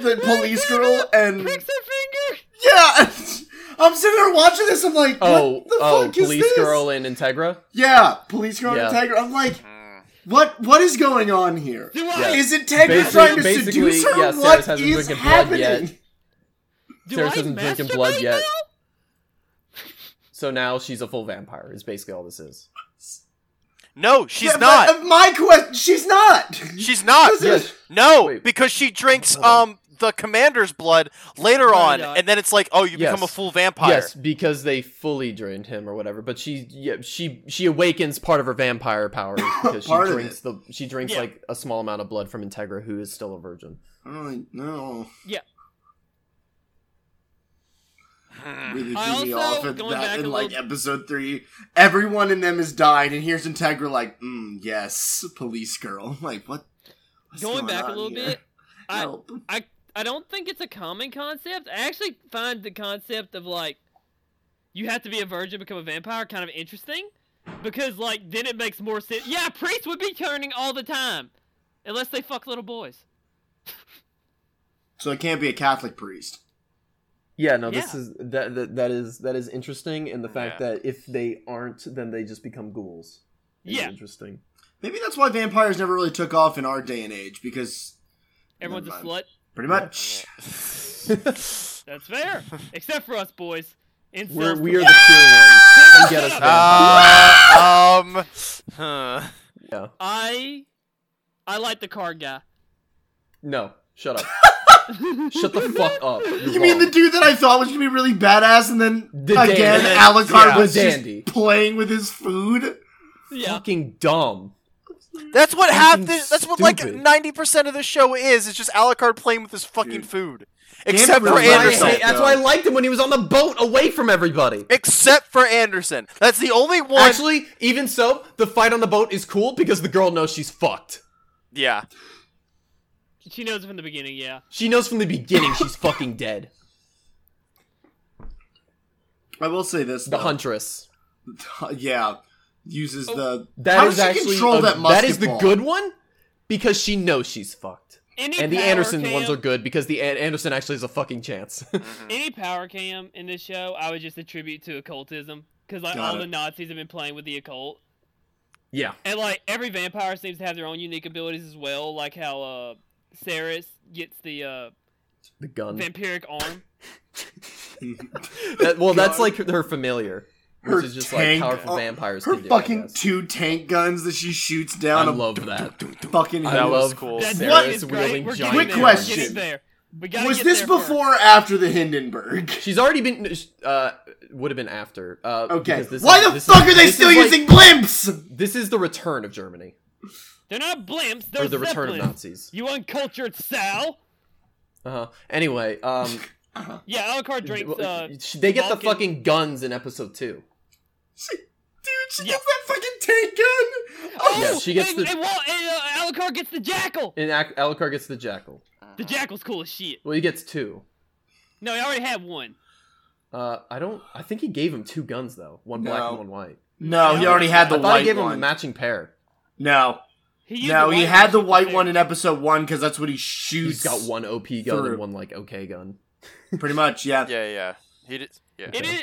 Speaker 2: the police girl
Speaker 4: Um,
Speaker 2: and
Speaker 1: Pricks her finger.
Speaker 2: yeah? I'm sitting there watching this. I'm like, what
Speaker 4: Oh,
Speaker 2: the
Speaker 4: oh,
Speaker 2: fuck is
Speaker 4: police
Speaker 2: this?
Speaker 4: girl in Integra.
Speaker 2: Yeah, police girl and
Speaker 4: Yeah.
Speaker 2: Tiger. I'm like,
Speaker 3: Mm.
Speaker 2: what what is going on here?
Speaker 1: Do I
Speaker 4: Yeah.
Speaker 2: Is it Tiger
Speaker 4: Basi-
Speaker 2: trying to
Speaker 4: basically,
Speaker 2: seduce her?
Speaker 4: yeah, Sarah's
Speaker 2: what
Speaker 4: hasn't
Speaker 2: is
Speaker 4: drinking blood
Speaker 2: happening?
Speaker 4: yet.
Speaker 1: do
Speaker 4: Sarah's
Speaker 1: I
Speaker 4: isn't drinking
Speaker 1: masturbate
Speaker 4: blood yet.
Speaker 1: now?
Speaker 4: So now she's a full vampire. Is basically all this is.
Speaker 3: No, she's
Speaker 2: Yeah,
Speaker 3: not.
Speaker 2: But, uh, my question. She's not.
Speaker 3: She's not.
Speaker 2: This is-
Speaker 4: Yes.
Speaker 3: No,
Speaker 4: Wait.
Speaker 3: because she drinks
Speaker 4: Hold on.
Speaker 3: um the commander's blood later on,
Speaker 1: no, I-
Speaker 3: and then it's like, oh, you become a
Speaker 4: Yes.
Speaker 3: full vampire.
Speaker 4: Yes, because they fully drained him or whatever. But she, yeah, she, she awakens part of her vampire powers because she
Speaker 2: Part of
Speaker 4: drinks the she drinks
Speaker 1: Yeah.
Speaker 4: like a small amount of blood from Integra, who is still a virgin.
Speaker 2: I don't really know.
Speaker 1: Yeah.
Speaker 3: Mm.
Speaker 2: Really
Speaker 1: I
Speaker 2: threw me
Speaker 1: also,
Speaker 2: off at
Speaker 1: going back
Speaker 2: that
Speaker 1: a
Speaker 2: in like
Speaker 1: little-
Speaker 2: episode three. Everyone in them has died, and here's Integra like, mm, yes, police girl. I'm like, what? what's
Speaker 1: Going back a
Speaker 2: on
Speaker 1: little
Speaker 2: here?
Speaker 1: bit, I-
Speaker 2: Help.
Speaker 1: I I don't think it's a common concept. I actually find the concept of like you have to be a virgin to become a vampire kind of interesting because like then it makes more sense. Yeah, priests would be turning all the time unless they fuck little boys.
Speaker 2: So it can't be a Catholic priest.
Speaker 4: Yeah, no, this
Speaker 1: Yeah.
Speaker 4: is that, that that is that is interesting, and the fact
Speaker 3: Yeah.
Speaker 4: that if they aren't, then they just become ghouls. is
Speaker 1: Yeah.
Speaker 4: interesting.
Speaker 2: Maybe that's why vampires never really took off in our day and age because
Speaker 1: Everyone's a
Speaker 2: Never
Speaker 1: slut.
Speaker 2: mind. pretty much
Speaker 1: That's fair, except for us boys. Incels
Speaker 4: We're
Speaker 1: to
Speaker 4: we are
Speaker 1: the-
Speaker 4: the pure ones. Come get us,
Speaker 3: Uh, um.
Speaker 4: vampire.
Speaker 3: huh.
Speaker 4: yeah.
Speaker 1: I I like the card guy.
Speaker 4: No, shut up. shut the fuck up. You're
Speaker 2: You mean
Speaker 4: wrong.
Speaker 2: the dude that I thought was gonna be really badass, and then
Speaker 4: The
Speaker 2: again,
Speaker 4: dandy.
Speaker 2: Alucard
Speaker 4: Yeah.
Speaker 2: was
Speaker 4: The
Speaker 2: just
Speaker 4: dandy.
Speaker 2: playing with his food?
Speaker 1: Yeah.
Speaker 4: fucking dumb?
Speaker 3: That's what half. The,
Speaker 4: Fucking
Speaker 3: that's what like
Speaker 4: stupid.
Speaker 3: ninety percent of the show is. It's just Alucard playing with his fucking
Speaker 2: Dude.
Speaker 3: food,
Speaker 2: Damn
Speaker 3: except
Speaker 2: it,
Speaker 3: for
Speaker 2: Will Rogers.
Speaker 3: Anderson.
Speaker 2: Hey,
Speaker 4: that's why I liked him when he was on the boat, away from everybody.
Speaker 3: Except for Anderson. That's the only one.
Speaker 4: Actually, even so, the fight on the boat is cool because the girl knows she's fucked.
Speaker 3: yeah.
Speaker 1: She knows from the beginning. Yeah.
Speaker 4: She knows from the beginning she's fucking dead.
Speaker 2: I will say this:
Speaker 4: The
Speaker 2: though.
Speaker 4: huntress.
Speaker 2: yeah, uses
Speaker 1: Oh.
Speaker 2: the
Speaker 4: That
Speaker 2: how
Speaker 4: is
Speaker 2: does she
Speaker 4: actually
Speaker 2: control
Speaker 4: a-
Speaker 2: that musket
Speaker 4: that is the
Speaker 2: ball?
Speaker 4: good one because she knows she's fucked.
Speaker 1: Any
Speaker 4: And the
Speaker 1: power
Speaker 4: Anderson
Speaker 1: cam-
Speaker 4: ones are good because the An- Anderson actually has a fucking chance.
Speaker 1: Any power cam in this show, I would just attribute to occultism because like
Speaker 2: Got
Speaker 1: all
Speaker 2: it.
Speaker 1: the Nazis have been playing with the occult,
Speaker 4: yeah.
Speaker 1: and like every vampire seems to have their own unique abilities as well. Like how uh, Ceres gets the uh,
Speaker 4: The gun.
Speaker 1: vampiric arm.
Speaker 4: That- well, that's
Speaker 2: God.
Speaker 4: like her, her familiar, which
Speaker 2: Her
Speaker 4: is just
Speaker 2: tank-
Speaker 4: like powerful
Speaker 2: uh,
Speaker 4: vampires
Speaker 2: Her
Speaker 4: can do. I,
Speaker 2: fucking
Speaker 4: guess.
Speaker 2: two tank guns that she shoots
Speaker 4: I
Speaker 2: down. a
Speaker 4: love that.
Speaker 2: fucking.
Speaker 4: I
Speaker 3: That
Speaker 2: hill.
Speaker 3: was
Speaker 4: love
Speaker 3: cool.
Speaker 1: That's
Speaker 4: Ceres
Speaker 2: What?
Speaker 1: is
Speaker 4: wielding
Speaker 1: great. We're
Speaker 4: giant
Speaker 1: getting
Speaker 2: Quick
Speaker 1: there.
Speaker 4: arms.
Speaker 1: We're
Speaker 2: question.
Speaker 1: getting there. We gotta
Speaker 2: was
Speaker 1: get
Speaker 2: this
Speaker 1: there first.
Speaker 2: before or after the Hindenburg?
Speaker 4: She's already been. Uh, would have been after. Uh,
Speaker 2: Okay.
Speaker 4: because this
Speaker 2: Why
Speaker 4: is-
Speaker 2: the
Speaker 4: this
Speaker 2: fuck
Speaker 4: is-
Speaker 2: are they
Speaker 4: this
Speaker 2: still
Speaker 4: is like-
Speaker 2: using blimps?
Speaker 4: this is the return of Germany,
Speaker 1: They're not blimps. They're
Speaker 4: or the return of
Speaker 1: Zeppelins.
Speaker 4: Nazis.
Speaker 1: You uncultured Sal.
Speaker 4: Uh-huh. Anyway, um,
Speaker 1: Yeah, Alucard drinks.
Speaker 4: well,
Speaker 1: Uh,
Speaker 4: sh- they get the
Speaker 1: Vulcan-
Speaker 4: fucking guns in episode two.
Speaker 2: She- Dude, she
Speaker 1: Yeah.
Speaker 2: gets that fucking tank gun. Oh,
Speaker 4: yeah, she gets
Speaker 1: and,
Speaker 4: the-
Speaker 1: and, Wal- and, uh, Alucard gets the jackal.
Speaker 4: And Ac- Alucard gets the jackal.
Speaker 1: The jackal's cool as shit.
Speaker 4: Well, he gets two.
Speaker 1: No, he already had one.
Speaker 4: Uh, I don't. I think he gave him two guns though, one black
Speaker 2: No.
Speaker 4: and one white.
Speaker 2: no, he already had the
Speaker 4: I thought he
Speaker 2: white
Speaker 4: gave him a
Speaker 2: one.
Speaker 4: matching pair.
Speaker 2: no,
Speaker 1: He used
Speaker 2: No,
Speaker 1: the
Speaker 2: he
Speaker 1: white
Speaker 2: had the
Speaker 1: one,
Speaker 2: white
Speaker 1: too.
Speaker 2: one in episode one because that's what he
Speaker 4: He's
Speaker 2: shoots.
Speaker 4: got one OP gun
Speaker 2: through.
Speaker 4: and one like OK gun.
Speaker 2: Pretty much, yeah.
Speaker 3: Yeah, yeah. He did. Yeah.
Speaker 1: It is.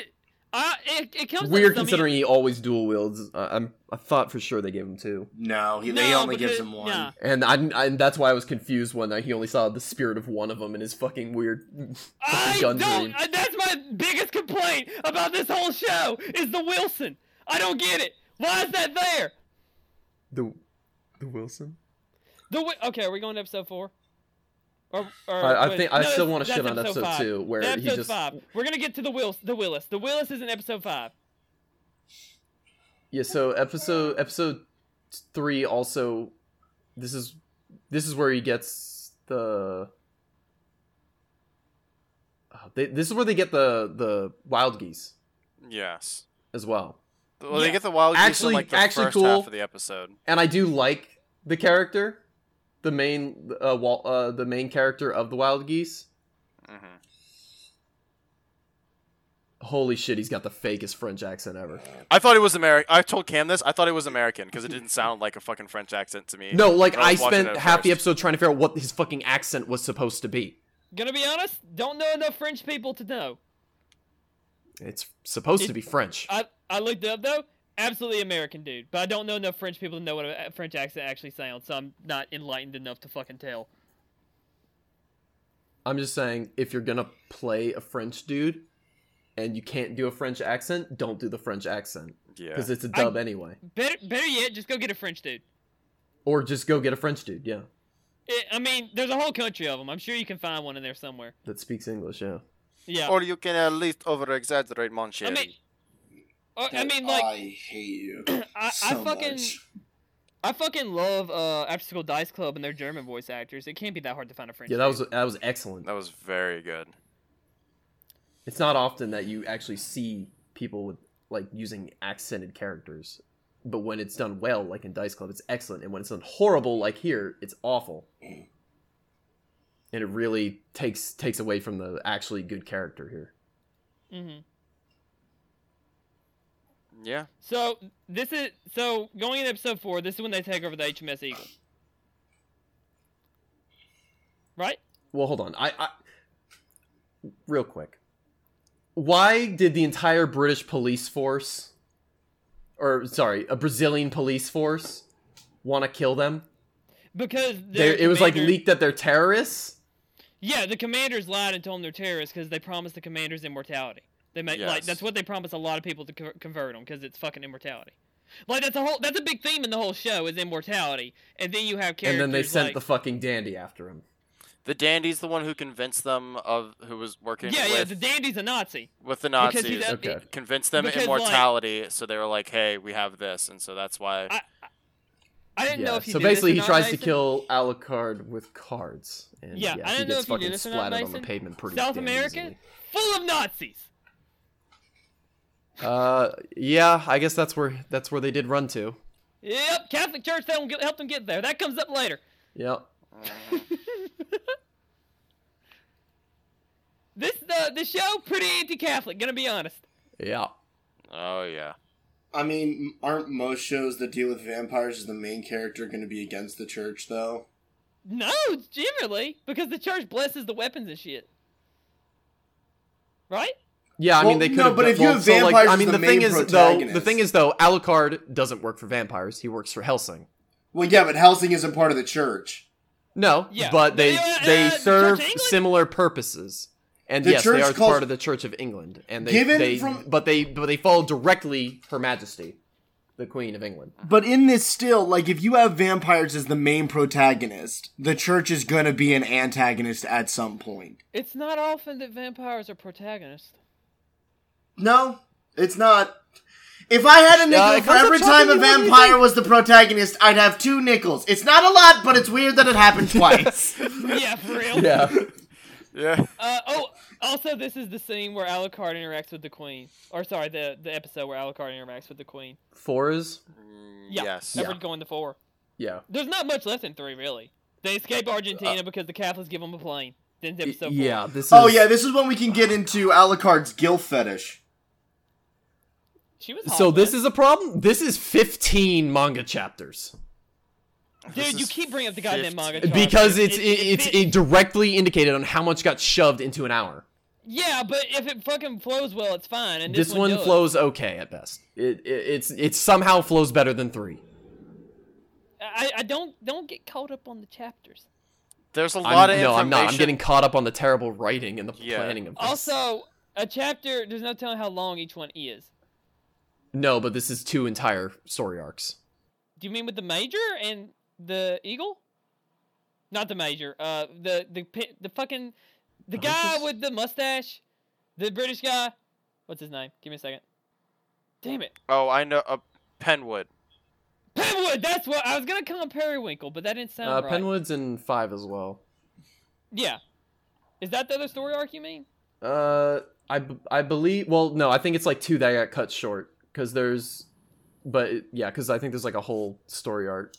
Speaker 1: Uh, it, it comes
Speaker 4: Weird
Speaker 1: to some-
Speaker 4: considering he always dual wields. Uh, I'm I thought for sure they gave him two,
Speaker 2: No, he,
Speaker 1: No,
Speaker 2: they only
Speaker 1: because-
Speaker 2: gives him one.
Speaker 1: nah.
Speaker 4: and I, didn't- I- and that's why I was confused when I, he only saw the spirit of one of them in his fucking weird.
Speaker 1: I
Speaker 4: Fucking gun
Speaker 1: don't.
Speaker 4: dream.
Speaker 1: uh, That's my biggest complaint about this whole show is the Wilson. I don't get it. Why is that there?
Speaker 4: The, the Wilson.
Speaker 1: The wi- okay, are we going to episode four? Or, or
Speaker 4: I, I
Speaker 1: wait,
Speaker 4: think I
Speaker 1: no,
Speaker 4: still
Speaker 1: that's-
Speaker 4: want to
Speaker 1: that's
Speaker 4: shit on episode
Speaker 1: five.
Speaker 4: two where
Speaker 1: That's
Speaker 4: he
Speaker 1: episode
Speaker 4: just
Speaker 1: five. We're gonna get to the Willis. The Willis. The Willis is in episode five.
Speaker 4: Yeah, so episode episode three also this is this is where he gets the Oh, they, this is where they get the the wild geese
Speaker 3: Yes.
Speaker 4: as well.
Speaker 3: Well,
Speaker 1: Yeah.
Speaker 3: they get the wild geese in
Speaker 4: Actually-
Speaker 3: like the
Speaker 4: actually
Speaker 3: first
Speaker 4: cool.
Speaker 3: half of the episode.
Speaker 4: And I do like the character, the main uh, wall, uh the main character of the wild geese.
Speaker 3: hmm
Speaker 4: Holy shit, he's got the fakest French accent ever.
Speaker 3: I thought it was American. I told Cam this. I thought it was American because it didn't sound like a fucking French accent to me.
Speaker 4: No, like
Speaker 3: when I
Speaker 4: I
Speaker 3: was watching
Speaker 4: spent
Speaker 3: it at
Speaker 4: half the
Speaker 3: first.
Speaker 4: episode trying to figure out what his fucking accent was supposed to be.
Speaker 1: Gonna be honest, don't know enough French people to know.
Speaker 4: It's supposed
Speaker 1: It-
Speaker 4: to be French.
Speaker 1: I I looked it up though. Absolutely American dude, but I don't know enough French people to know what a a French accent actually sounds, so I'm not enlightened enough to fucking tell.
Speaker 4: I'm just saying, if you're gonna play a French dude and you can't do a French accent, don't do the French accent
Speaker 3: Yeah.
Speaker 4: because it's a dub anyway.
Speaker 1: Better better yet, just go get a French dude.
Speaker 4: Or just go get a French dude, yeah,
Speaker 1: I I mean, there's a whole country of them. I'm sure you can find one in there somewhere.
Speaker 4: that speaks English, yeah.
Speaker 1: Yeah.
Speaker 3: Or you can at least over exaggerate, mon
Speaker 1: I
Speaker 3: chéri.
Speaker 1: mean, or- I mean, like,
Speaker 2: I hate you.
Speaker 1: I, I fucking, I fucking love uh, After School Dice Club and their German voice actors. It can't be that hard to find a French.
Speaker 4: Yeah, that was
Speaker 1: dude.
Speaker 4: that was excellent.
Speaker 3: That was very good.
Speaker 4: It's not often that you actually see people with like using accented characters, but when it's done well, like in Dice Club, it's excellent, and when it's done horrible, like here, it's awful. And it really takes takes away from the actually good character here.
Speaker 1: Mhm.
Speaker 3: Yeah.
Speaker 1: So this is so going into episode four. This is when they take over the HMS Eagle. Right?
Speaker 4: Well, hold on. I, I real quick. Why did the entire British police force, or sorry, a Brazilian police force, want to kill them?
Speaker 1: Because
Speaker 4: They,
Speaker 1: their
Speaker 4: it was like
Speaker 1: commander-
Speaker 4: leaked that they're terrorists.
Speaker 1: Yeah, the commanders lied and told them they're terrorists because they promised the commanders immortality. They made like
Speaker 3: Yes.
Speaker 1: that's what they promised a lot of people to co- convert them because it's fucking immortality. Like that's a whole that's a big theme in the whole show is immortality, and then you have characters
Speaker 4: and then they sent
Speaker 1: like,
Speaker 4: the fucking dandy after him.
Speaker 3: The dandy's the one who convinced them of who was working
Speaker 1: yeah
Speaker 3: with,
Speaker 1: yeah the dandy's a Nazi.
Speaker 3: with the
Speaker 1: because
Speaker 3: Nazis.
Speaker 1: he's a-
Speaker 4: Okay.
Speaker 3: Convinced them
Speaker 1: because, like-
Speaker 3: immortality, so they were like, "Hey, we have this," and so that's why.
Speaker 1: I, I- I didn't know
Speaker 4: Yeah.
Speaker 1: if he
Speaker 4: So
Speaker 1: did this
Speaker 4: basically,
Speaker 1: or
Speaker 4: he
Speaker 1: not,
Speaker 4: tries to
Speaker 1: Mason.
Speaker 4: kill Alucard with cards. And
Speaker 1: Yeah,
Speaker 4: yeah,
Speaker 1: I
Speaker 4: he
Speaker 1: didn't know
Speaker 4: gets
Speaker 1: if you knew
Speaker 4: fucking
Speaker 1: this or not,
Speaker 4: splattered on the
Speaker 1: Mason.
Speaker 4: pavement pretty
Speaker 1: South
Speaker 4: damn
Speaker 1: America
Speaker 4: easily.
Speaker 1: full of Nazis.
Speaker 4: Uh, yeah, I guess that's where that's where they did run to.
Speaker 1: Yep, Catholic Church they don't get, help them get there. That comes up later.
Speaker 4: Yep.
Speaker 1: This the the show pretty anti-Catholic. Gonna be honest.
Speaker 4: Yeah.
Speaker 3: oh yeah.
Speaker 2: I mean, aren't most shows that deal with vampires is the main character going to be against the church though?
Speaker 1: No, generally because the church blesses the weapons and shit. Right?
Speaker 4: Yeah, I
Speaker 2: Well,
Speaker 4: mean they could.
Speaker 2: no,
Speaker 4: have
Speaker 2: but
Speaker 4: done-
Speaker 2: if you
Speaker 4: well,
Speaker 2: have
Speaker 4: so, like,
Speaker 2: vampires
Speaker 4: I
Speaker 2: as
Speaker 4: mean
Speaker 2: the
Speaker 4: the, thing
Speaker 2: main
Speaker 4: is though,
Speaker 2: protagonist-
Speaker 4: the thing is though, Alucard doesn't work for vampires. He works for Helsing.
Speaker 2: Well, yeah, but Helsing isn't part of the church.
Speaker 4: No,
Speaker 1: Yeah.
Speaker 4: but they
Speaker 1: Uh, uh,
Speaker 4: they
Speaker 1: the Church of
Speaker 4: serve
Speaker 1: England?
Speaker 4: similar purposes. And
Speaker 2: The
Speaker 4: yes, they
Speaker 2: church
Speaker 4: are
Speaker 2: calls-
Speaker 4: part of the Church of England, and they,
Speaker 2: Given
Speaker 4: they
Speaker 2: from-
Speaker 4: but they but they follow directly Her Majesty, the Queen of England.
Speaker 2: But in this, still, like, if you have vampires as the main protagonist, the church is going to be an antagonist at some point.
Speaker 1: It's not often that vampires are protagonists.
Speaker 2: No, it's not. If I had a nickel
Speaker 4: Yeah, it
Speaker 2: for
Speaker 4: comes up
Speaker 2: every time a
Speaker 4: something you wouldn't
Speaker 2: vampire
Speaker 4: think.
Speaker 2: was the protagonist, I'd have two nickels. It's not a lot, but it's weird that it happened twice.
Speaker 1: yeah, for real.
Speaker 4: Yeah,
Speaker 3: Yeah.
Speaker 1: Uh, oh, also, this is the scene where Alucard interacts with the queen. Or, sorry, the, the episode where Alucard interacts with the queen.
Speaker 4: fours.
Speaker 3: Mm,
Speaker 1: Yeah,
Speaker 3: Yes.
Speaker 1: That would go into four.
Speaker 4: Yeah,
Speaker 1: There's not much less than three, really. They escape Argentina because the Catholics give them a plane. Then it's episode four.
Speaker 4: Uh, yeah. This is
Speaker 2: oh, yeah, this is when we can get into Alucard's gill fetish.
Speaker 1: She was
Speaker 4: So
Speaker 1: hot,
Speaker 4: this
Speaker 1: man.
Speaker 4: is a problem. This is fifteen manga chapters.
Speaker 3: This
Speaker 1: Dude, you
Speaker 3: is
Speaker 1: keep bringing up the goddamn
Speaker 3: 50.
Speaker 1: manga. Charlie.
Speaker 4: because it's
Speaker 1: It-
Speaker 4: it,
Speaker 1: it
Speaker 4: it's
Speaker 1: fit-
Speaker 4: it directly indicated on how much got shoved into an hour.
Speaker 1: yeah, but if it fucking flows well, it's fine. And
Speaker 4: This, one,
Speaker 1: does.
Speaker 4: flows okay at best. It, it it's it somehow flows better than three.
Speaker 1: I, I don't don't get caught up on the chapters.
Speaker 3: There's a lot
Speaker 4: I'm,
Speaker 3: of
Speaker 4: no, I'm
Speaker 3: information.
Speaker 4: not. I'm getting caught up on the terrible writing and the
Speaker 3: Yeah.
Speaker 4: planning of this.
Speaker 1: Also, a chapter there's no telling how long each one is.
Speaker 4: no, but this is two entire story arcs.
Speaker 1: Do you mean with the major and the eagle? Not the major. Uh, the the pi- the fucking the
Speaker 4: I
Speaker 1: guy
Speaker 4: just-
Speaker 1: with the mustache, the British guy. What's his name? Give me a second. Damn it,
Speaker 3: Oh, I know. Uh, Penwood.
Speaker 1: Penwood. That's what I was gonna call him Periwinkle, but that didn't sound
Speaker 4: Uh,
Speaker 1: right.
Speaker 4: Penwood's in five as well.
Speaker 1: Yeah, is that the other story arc you mean?
Speaker 4: Uh, I b- I believe. Well, no, I think it's like two that got cut short because there's, but it- yeah, because I think there's like a whole story arc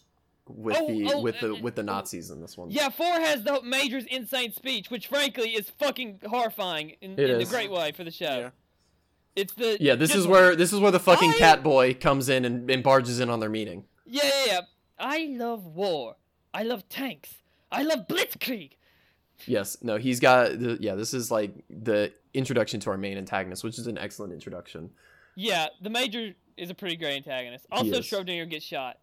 Speaker 4: with
Speaker 1: Oh,
Speaker 4: the
Speaker 1: oh,
Speaker 4: with the
Speaker 1: uh,
Speaker 4: with the
Speaker 1: uh,
Speaker 4: Nazis in this one.
Speaker 1: Yeah, four has the major's insane speech, which frankly is fucking horrifying in,
Speaker 4: It
Speaker 1: in
Speaker 4: is.
Speaker 1: a great way for the show.
Speaker 3: Yeah.
Speaker 1: It's the
Speaker 4: Yeah, this
Speaker 1: just-
Speaker 4: is where this is where the fucking
Speaker 1: I-
Speaker 4: cat boy comes in and, and barges in on their meeting.
Speaker 1: Yeah, yeah, yeah. I love war. I love tanks. I love blitzkrieg.
Speaker 4: Yes, no, he's got the yeah. This is like the introduction to our main antagonist, which is an excellent introduction.
Speaker 1: Yeah, the major is a pretty great antagonist. Also,
Speaker 4: is.
Speaker 1: Schrodinger gets shot.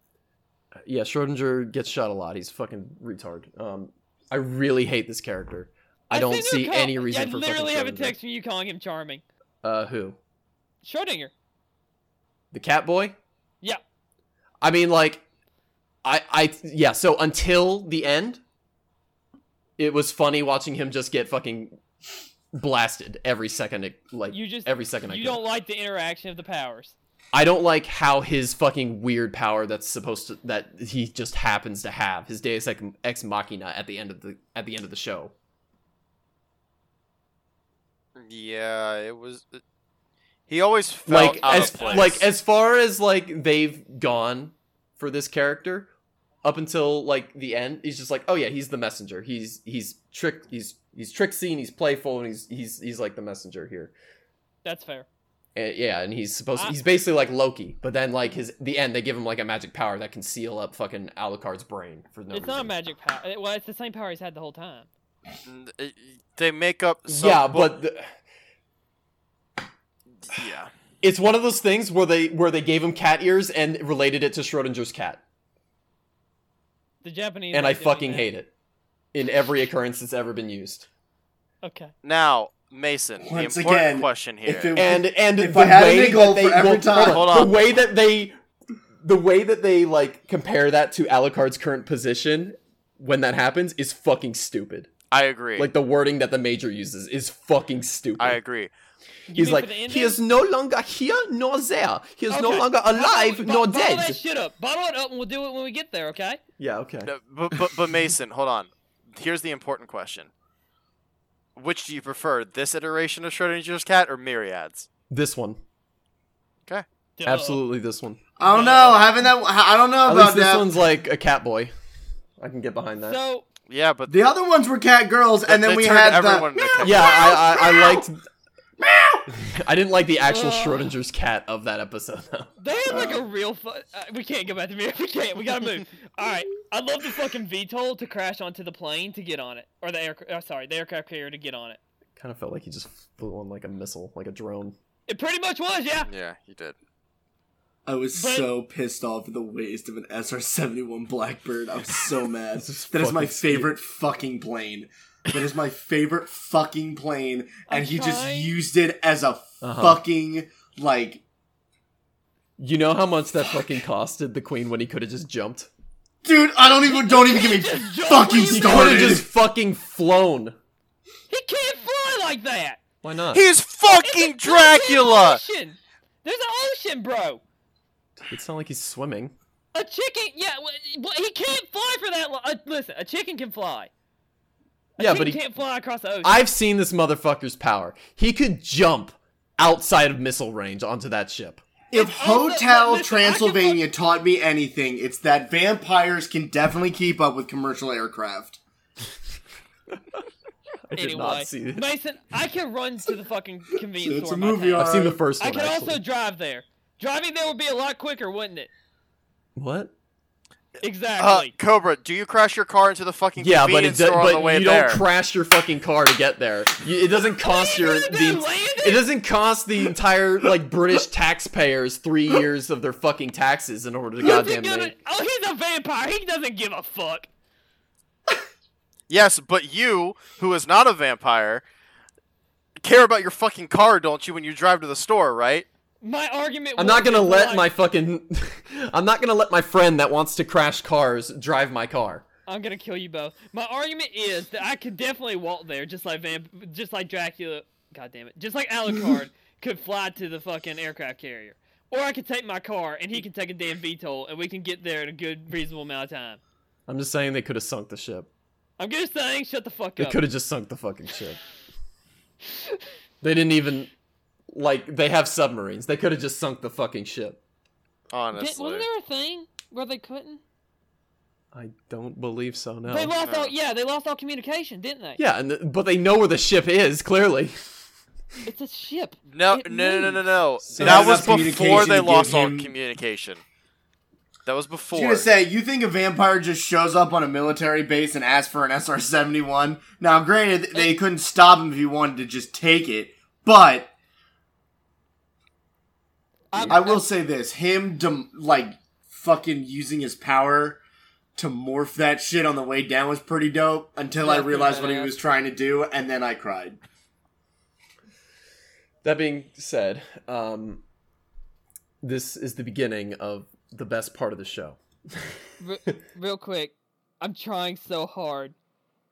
Speaker 4: Yeah, Schrodinger gets shot a lot. He's fucking retard. Um, I really hate this character. I, don't
Speaker 1: think they're
Speaker 4: see
Speaker 1: call-
Speaker 4: any reason
Speaker 1: I
Speaker 4: for
Speaker 1: literally
Speaker 4: fucking
Speaker 1: have a
Speaker 4: Schrodinger.
Speaker 1: text from you calling him charming.
Speaker 4: Uh, who?
Speaker 1: Schrodinger.
Speaker 4: The cat boy?
Speaker 1: Yeah.
Speaker 4: I mean, like, I, I, yeah. So until the end, it was funny watching him just get fucking blasted every second. it- Like,
Speaker 1: You just
Speaker 4: every second I
Speaker 1: you
Speaker 4: could.
Speaker 1: don't like the interaction of the powers.
Speaker 4: I don't like how his fucking weird power that's supposed to that he just happens to have his Deus Ex- Ex Machina at the end of the at the end of the show.
Speaker 3: Yeah, it was. It, he always felt
Speaker 4: like
Speaker 3: out
Speaker 4: as
Speaker 3: of place.
Speaker 4: like as far as like they've gone for this character up until like the end he's just like oh yeah he's the messenger he's he's trick he's he's tricksy and he's playful and he's he's he's like the messenger here
Speaker 1: That's fair.
Speaker 4: and, yeah and he's supposed
Speaker 1: I-
Speaker 3: Ah.
Speaker 4: he's basically like loki but then like his the end they give him like a magic power that can seal up fucking alucard's brain for no
Speaker 1: it's not a
Speaker 4: reason.
Speaker 1: magic power. Well, it's the same power he's had the whole time.
Speaker 3: N- it- they make up. Some
Speaker 4: yeah
Speaker 3: bu-
Speaker 4: but the,
Speaker 3: yeah,
Speaker 4: it's one of those things where they where they gave him cat ears and related it to schrodinger's cat
Speaker 1: The Japanese.
Speaker 4: and I fucking hate it in every occurrence it's ever been used.
Speaker 1: Okay.
Speaker 3: now Mason. The
Speaker 2: Once
Speaker 3: important
Speaker 2: again,
Speaker 3: question here.
Speaker 2: If it,
Speaker 4: And and
Speaker 2: If
Speaker 4: the
Speaker 2: I had an
Speaker 4: way
Speaker 2: end goal
Speaker 4: that they
Speaker 2: for every
Speaker 4: well,
Speaker 2: time-
Speaker 4: hold on,
Speaker 3: Hold on.
Speaker 4: the way that they the way that they like compare that to Alucard's current position when that happens is fucking stupid.
Speaker 3: I agree.
Speaker 4: Like the wording that the major uses is fucking stupid.
Speaker 3: I agree.
Speaker 1: You
Speaker 4: He's
Speaker 1: mean
Speaker 4: like
Speaker 1: for the
Speaker 4: he
Speaker 1: ending?
Speaker 4: is no longer here nor there. He is no
Speaker 1: Okay.
Speaker 4: longer alive
Speaker 1: Bottle-
Speaker 4: nor
Speaker 1: bo-
Speaker 4: dead.
Speaker 1: Bottle that shit up. Bottle it up, and we'll do it when we get there. Okay.
Speaker 4: yeah, okay.
Speaker 3: No, but, but but Mason, hold on. Here's the important question. Which do you prefer, this iteration of Schrodinger's cat or Myriads?
Speaker 4: This one.
Speaker 1: Duh.
Speaker 4: Absolutely this one.
Speaker 2: I don't know. Having that, I don't know
Speaker 4: At
Speaker 2: about
Speaker 4: least this
Speaker 2: that.
Speaker 4: one's like a cat boy. I can get behind that.
Speaker 1: So
Speaker 3: Yeah, but
Speaker 2: the other ones were cat girls, and
Speaker 3: they
Speaker 2: then we
Speaker 3: turned
Speaker 2: had
Speaker 3: everyone
Speaker 2: the.
Speaker 3: into cat-
Speaker 4: yeah, I, I, I liked. I didn't like the actual
Speaker 1: Ugh.
Speaker 4: Schrodinger's cat of that episode though.
Speaker 1: They had like a real fu- uh, we can't go back to mirror. We can't. We gotta move. All right. I love the fucking VTOL to crash onto the plane to get on it, or the aircraft. Uh, sorry, the aircraft carrier to get on it.
Speaker 4: Kind of felt like he just flew on like a missile, like a drone.
Speaker 1: It pretty much was, yeah.
Speaker 3: Yeah, he did.
Speaker 2: I was
Speaker 1: But-
Speaker 2: so pissed off at the waste of an SR seventy one Blackbird. I was so mad.
Speaker 4: This is
Speaker 2: that is my
Speaker 4: fucking stupid.
Speaker 2: favorite fucking plane. That is my favorite fucking plane,
Speaker 1: I'm
Speaker 2: and he just
Speaker 1: trying.
Speaker 2: used it as a
Speaker 4: Uh-huh.
Speaker 2: fucking like.
Speaker 4: You know how much that fucking costed the queen when he could have just jumped.
Speaker 2: Dude, I don't even don't even get me
Speaker 1: Just jump
Speaker 2: fucking
Speaker 1: where you
Speaker 4: He could have
Speaker 2: started.
Speaker 4: just fucking flown.
Speaker 1: He can't fly like that.
Speaker 4: Why not?
Speaker 3: He's
Speaker 1: It's a
Speaker 3: fucking Dracula!
Speaker 1: goddamn Ocean. There's an ocean, bro.
Speaker 4: It's not like he's swimming.
Speaker 1: A chicken, yeah. wh- wh- He can't fly for that. Lo- uh, listen, a chicken can fly. A
Speaker 4: Yeah,
Speaker 1: chicken
Speaker 4: but he-
Speaker 1: can't fly across the ocean.
Speaker 4: I've seen this motherfucker's power. He could jump outside of missile range onto that ship.
Speaker 2: If
Speaker 1: It's also-
Speaker 2: Hotel
Speaker 1: listen, I can
Speaker 2: Transylvania taught me anything, it's that vampires can definitely keep up with commercial aircraft.
Speaker 4: I did
Speaker 1: anyway,
Speaker 4: not see this.
Speaker 1: Mason, I can run to the fucking convenience
Speaker 2: It's a
Speaker 1: store.
Speaker 2: movie,
Speaker 1: myself.
Speaker 4: I've seen the
Speaker 2: Alright.
Speaker 4: first
Speaker 1: I
Speaker 4: one.
Speaker 1: could
Speaker 4: actually.
Speaker 1: also drive there. Driving there would be a lot quicker, wouldn't it?
Speaker 4: What?
Speaker 3: Uh,
Speaker 1: Exactly.
Speaker 3: Cobra, do you crash your car into the fucking
Speaker 4: Yeah, but it
Speaker 3: convenience
Speaker 4: does,
Speaker 3: store on the
Speaker 4: but
Speaker 3: way
Speaker 4: you
Speaker 3: there?
Speaker 4: don't crash your fucking car to get there. You, it doesn't cost your
Speaker 1: gonna
Speaker 4: the
Speaker 1: do, land
Speaker 4: it doesn't cost the entire like British taxpayers three years of their fucking taxes in order to
Speaker 1: What's he
Speaker 4: goddamn
Speaker 1: gonna-
Speaker 4: make.
Speaker 1: Oh, he's a vampire. He doesn't give a fuck.
Speaker 3: yes, but you, who is not a vampire, care about your fucking car, don't you, when you drive to the store, right?
Speaker 1: My argument.
Speaker 4: I'm not
Speaker 1: was
Speaker 4: gonna
Speaker 1: his
Speaker 4: let
Speaker 1: life-
Speaker 4: my fucking I'm not gonna let my friend that wants to crash cars drive my car.
Speaker 1: I'm gonna kill you both. My argument is that I could definitely walk there, just like vamp, just like Dracula. God damn it, just like Alucard could fly to the fucking aircraft carrier, or I could take my car and he can take a damn VTOL, and we can get there in a good reasonable amount of time.
Speaker 4: I'm just saying they could have sunk the ship.
Speaker 1: I'm just saying, shut the fuck
Speaker 4: They
Speaker 1: up.
Speaker 4: could have just sunk the fucking ship. they didn't even like they have submarines. They could have just sunk the fucking ship.
Speaker 3: Honestly.
Speaker 1: Did, wasn't there a thing where they couldn't?
Speaker 4: I don't believe so. No.
Speaker 1: they lost
Speaker 3: no.
Speaker 1: all. Yeah, they lost all communication, didn't they?
Speaker 4: Yeah, and th- but they know where the ship is clearly.
Speaker 1: It's a ship.
Speaker 3: No,
Speaker 1: It
Speaker 3: no, no, no, no,
Speaker 1: moved.
Speaker 3: no.
Speaker 2: So
Speaker 3: that was
Speaker 2: there's enough
Speaker 3: before
Speaker 2: communication
Speaker 3: they
Speaker 2: to give
Speaker 3: lost all
Speaker 2: him-
Speaker 3: communication. That was
Speaker 2: I
Speaker 3: before.
Speaker 2: was gonna say, you think a vampire just shows up on a military base and asks for an SR seventy one? Now, granted, they couldn't stop him if he wanted to just take it, but
Speaker 1: I'm-
Speaker 2: I will say this: him dem- like fucking using his power to morph that shit on the way down was pretty dope. Until I
Speaker 1: That's pretty
Speaker 2: realized what he
Speaker 1: badass.
Speaker 2: was trying to do, and then I cried.
Speaker 4: That being said, um, this is the beginning of the best part of the show.
Speaker 1: Re- real quick, I'm trying so hard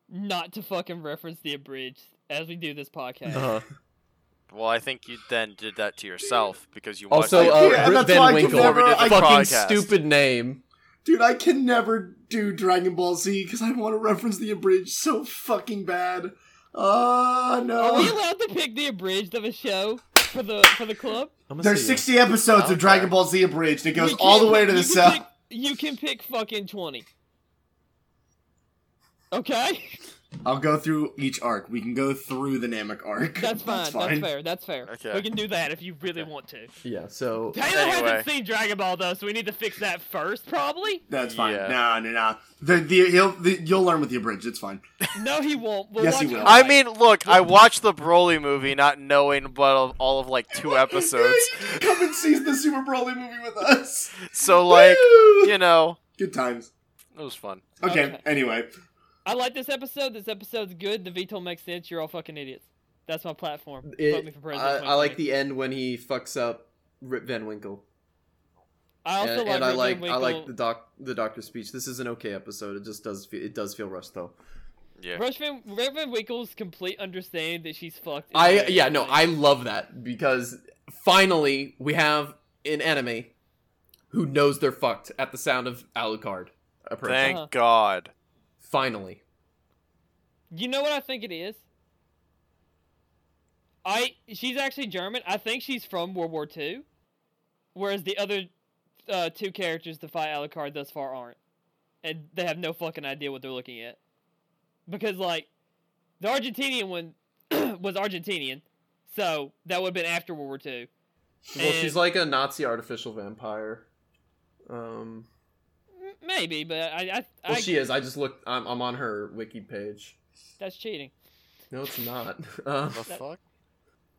Speaker 1: not to fucking reference the abridged as we do this podcast.
Speaker 4: Uh-huh.
Speaker 3: Well, I think you then did that to yourself because you watched
Speaker 4: Also,
Speaker 3: the-
Speaker 4: uh,
Speaker 2: Yeah,
Speaker 4: Rip
Speaker 2: that's why I
Speaker 4: Van
Speaker 2: could
Speaker 4: Winkle,
Speaker 2: never-
Speaker 4: fucking
Speaker 2: I-
Speaker 3: Podcast.
Speaker 4: stupid name.
Speaker 2: Dude, I can never do Dragon Ball Z because I want to reference the abridged so fucking bad. Oh
Speaker 1: Are we
Speaker 2: no!
Speaker 1: allowed to pick the abridged of a show for the for the club?
Speaker 4: I'm gonna
Speaker 2: There's
Speaker 4: see you.
Speaker 2: 60 episodes
Speaker 3: Okay.
Speaker 2: of Dragon Ball Z abridged. It goes
Speaker 1: We
Speaker 2: all the
Speaker 1: can't
Speaker 2: way
Speaker 1: pick-
Speaker 2: to the
Speaker 1: you can
Speaker 2: south.
Speaker 1: pick- You can pick fucking twenty. Okay,
Speaker 2: I'll go through each arc. We can go through the Namek arc.
Speaker 1: that's fine. That's, fair. That's fair.
Speaker 3: Okay.
Speaker 1: We can do that if you really want to.
Speaker 4: Yeah. So
Speaker 1: Taylor
Speaker 3: Anyway.
Speaker 1: hasn't seen Dragon Ball though, so we need to fix that first, probably.
Speaker 2: That's fine.
Speaker 3: Yeah.
Speaker 2: No, no, no. The, the, he'll, the, you'll learn with the abridged. It's fine.
Speaker 1: No, he won't. We'll
Speaker 2: Yes,
Speaker 1: watch
Speaker 2: he
Speaker 1: it
Speaker 2: will.
Speaker 3: I
Speaker 1: live.
Speaker 3: mean, look, I watched the Broly movie not knowing but of all of like two episodes.
Speaker 2: Come and see the Super Broly movie with us.
Speaker 3: So like,
Speaker 2: Woo!
Speaker 3: you know,
Speaker 2: Good times.
Speaker 3: it was fun.
Speaker 2: Okay,
Speaker 1: Okay.
Speaker 2: anyway.
Speaker 1: I like this episode. This episode's good. The VTOL makes sense. You're all fucking idiots. That's my platform. Vote me
Speaker 4: it,
Speaker 1: for
Speaker 4: I,
Speaker 1: president.
Speaker 4: I like
Speaker 1: 2020.
Speaker 4: the end when he fucks up Rip Van Winkle,
Speaker 1: I also
Speaker 4: and,
Speaker 1: like.
Speaker 4: and I like
Speaker 1: Winkle.
Speaker 4: I like the doc the doctor's speech. This is an okay episode. It just does feel, it does feel rushed though.
Speaker 3: Yeah.
Speaker 1: Rushman, Reverend Winkle's complete understanding that she's fucked. is
Speaker 4: I
Speaker 1: really
Speaker 4: yeah no
Speaker 1: funny.
Speaker 4: I love that because finally we have an enemy who knows they're fucked at the sound of Alucard. approaching.
Speaker 3: Thank
Speaker 1: Uh-huh.
Speaker 3: God.
Speaker 4: Finally,
Speaker 1: You know what I think it is? I she's actually German. I think she's from World War II, whereas the other uh, two characters to fight Alucard thus far aren't, and they have no fucking idea what they're looking at, because like the Argentinian one was Argentinian, so that would have been after World War II.
Speaker 4: well she's
Speaker 1: And-
Speaker 4: like a Nazi artificial vampire. Um,
Speaker 1: M- Maybe, but I I,
Speaker 4: well
Speaker 1: I
Speaker 4: she is. I just looked. I'm, I'm on her wiki page.
Speaker 1: that's cheating.
Speaker 4: No, it's not. Uh,
Speaker 3: The fuck?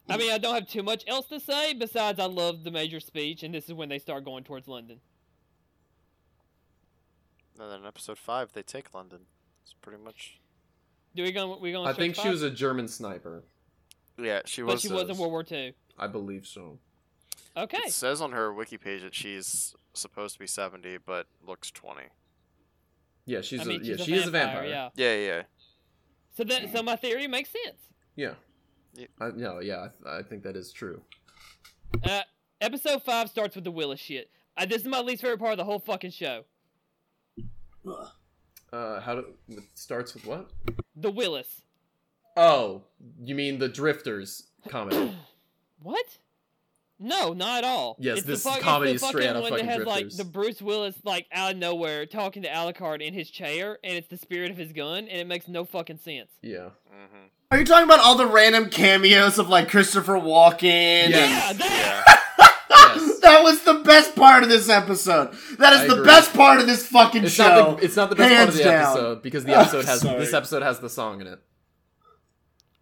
Speaker 1: I mean, I don't have too much else to say besides I love the major speech, and this is when they start going towards London.
Speaker 3: And then in episode five, they take London. It's pretty much.
Speaker 1: Do we going? We going?
Speaker 4: I think she was a German sniper.
Speaker 3: Yeah, she was.
Speaker 1: But she was in World War II.
Speaker 4: I believe so.
Speaker 1: Okay.
Speaker 3: It says on her wiki page that she's supposed to be seventy, but looks twenty.
Speaker 4: Yeah, she's
Speaker 1: I mean,
Speaker 4: a yeah she is a vampire.
Speaker 1: Yeah.
Speaker 3: Yeah, yeah.
Speaker 1: So that so my theory makes sense.
Speaker 4: yeah.
Speaker 3: Yeah.
Speaker 4: I, no, yeah, I, I think that is true.
Speaker 1: Uh, episode five starts with the Willis shit. Uh, this is my least favorite part of the whole fucking show.
Speaker 2: Ugh.
Speaker 4: Uh, how do it starts with what?
Speaker 1: The Willis.
Speaker 4: Oh, you mean the drifters comedy?
Speaker 1: What? No, not at all.
Speaker 4: Yes,
Speaker 1: It's the
Speaker 4: this
Speaker 1: fuck- it's
Speaker 4: comedy
Speaker 1: the
Speaker 4: is straight outta
Speaker 1: one
Speaker 4: fucking
Speaker 1: that has like
Speaker 4: Drifters.
Speaker 1: the Bruce Willis like out of nowhere talking to Alucard in his chair, and it's the spirit of his gun, and it makes no fucking sense.
Speaker 4: yeah.
Speaker 3: Mm-hmm.
Speaker 2: Are you talking about all the random cameos of like Christopher Walken?
Speaker 4: Yes.
Speaker 1: Yeah, that.
Speaker 3: Yeah.
Speaker 4: Yes.
Speaker 2: That was the best part of this episode. That is
Speaker 4: I
Speaker 2: the
Speaker 4: agree.
Speaker 2: best part of this fucking
Speaker 4: It's
Speaker 2: show.
Speaker 4: not the it's not the best part of
Speaker 2: Hands
Speaker 4: the
Speaker 2: down.
Speaker 4: episode because the
Speaker 2: Ah,
Speaker 4: episode has
Speaker 2: sorry.
Speaker 4: this episode has the song in it.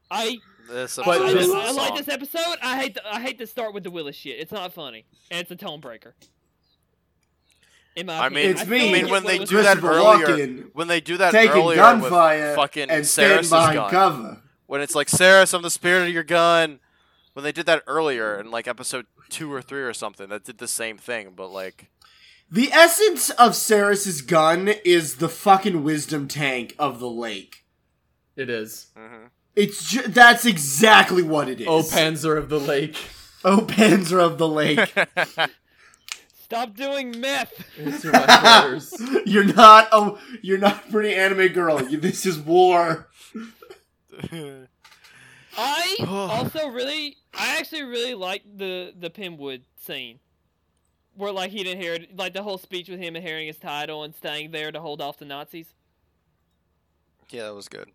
Speaker 1: I
Speaker 5: This
Speaker 1: I,
Speaker 4: But
Speaker 1: I-
Speaker 5: episode
Speaker 4: this-
Speaker 5: is
Speaker 1: I
Speaker 5: a
Speaker 1: like
Speaker 5: song.
Speaker 1: this episode. I hate the, I hate to start with the Willis shit. It's not funny, and it's a tone breaker. In my
Speaker 5: I
Speaker 1: opinion.
Speaker 5: mean-
Speaker 2: It's
Speaker 1: still
Speaker 2: me.
Speaker 1: don't
Speaker 2: I mean,
Speaker 1: get
Speaker 5: when
Speaker 1: what
Speaker 5: they
Speaker 1: was-
Speaker 5: do that
Speaker 2: Christopher
Speaker 5: earlier-
Speaker 2: Walken
Speaker 5: when they do that
Speaker 2: taking
Speaker 5: earlier
Speaker 2: gunfire
Speaker 5: with fucking
Speaker 2: and
Speaker 5: Saris's
Speaker 2: stand behind
Speaker 5: gun.
Speaker 2: cover.
Speaker 5: when it's like Saris, I'm the spirit of your gun. When they did that earlier in like episode two or three or something, that did the same thing, but like
Speaker 2: The essence of Saris's gun is the fucking wisdom tank of the lake.
Speaker 4: It is.
Speaker 3: Mm-hmm.
Speaker 5: mhm.
Speaker 2: It's ju- that's exactly what it is.
Speaker 4: Oh Panzer of the Lake.
Speaker 2: Oh, Panzer of the lake.
Speaker 1: Stop doing meth.
Speaker 4: It's your letters.
Speaker 2: you're not oh, you're not a pretty anime girl. You, this is war.
Speaker 1: I also really, I actually really like the the Pinwood scene, where like he didn't hear it, like the whole speech with him and hearing his title and staying there to hold off the Nazis.
Speaker 5: yeah, that was good.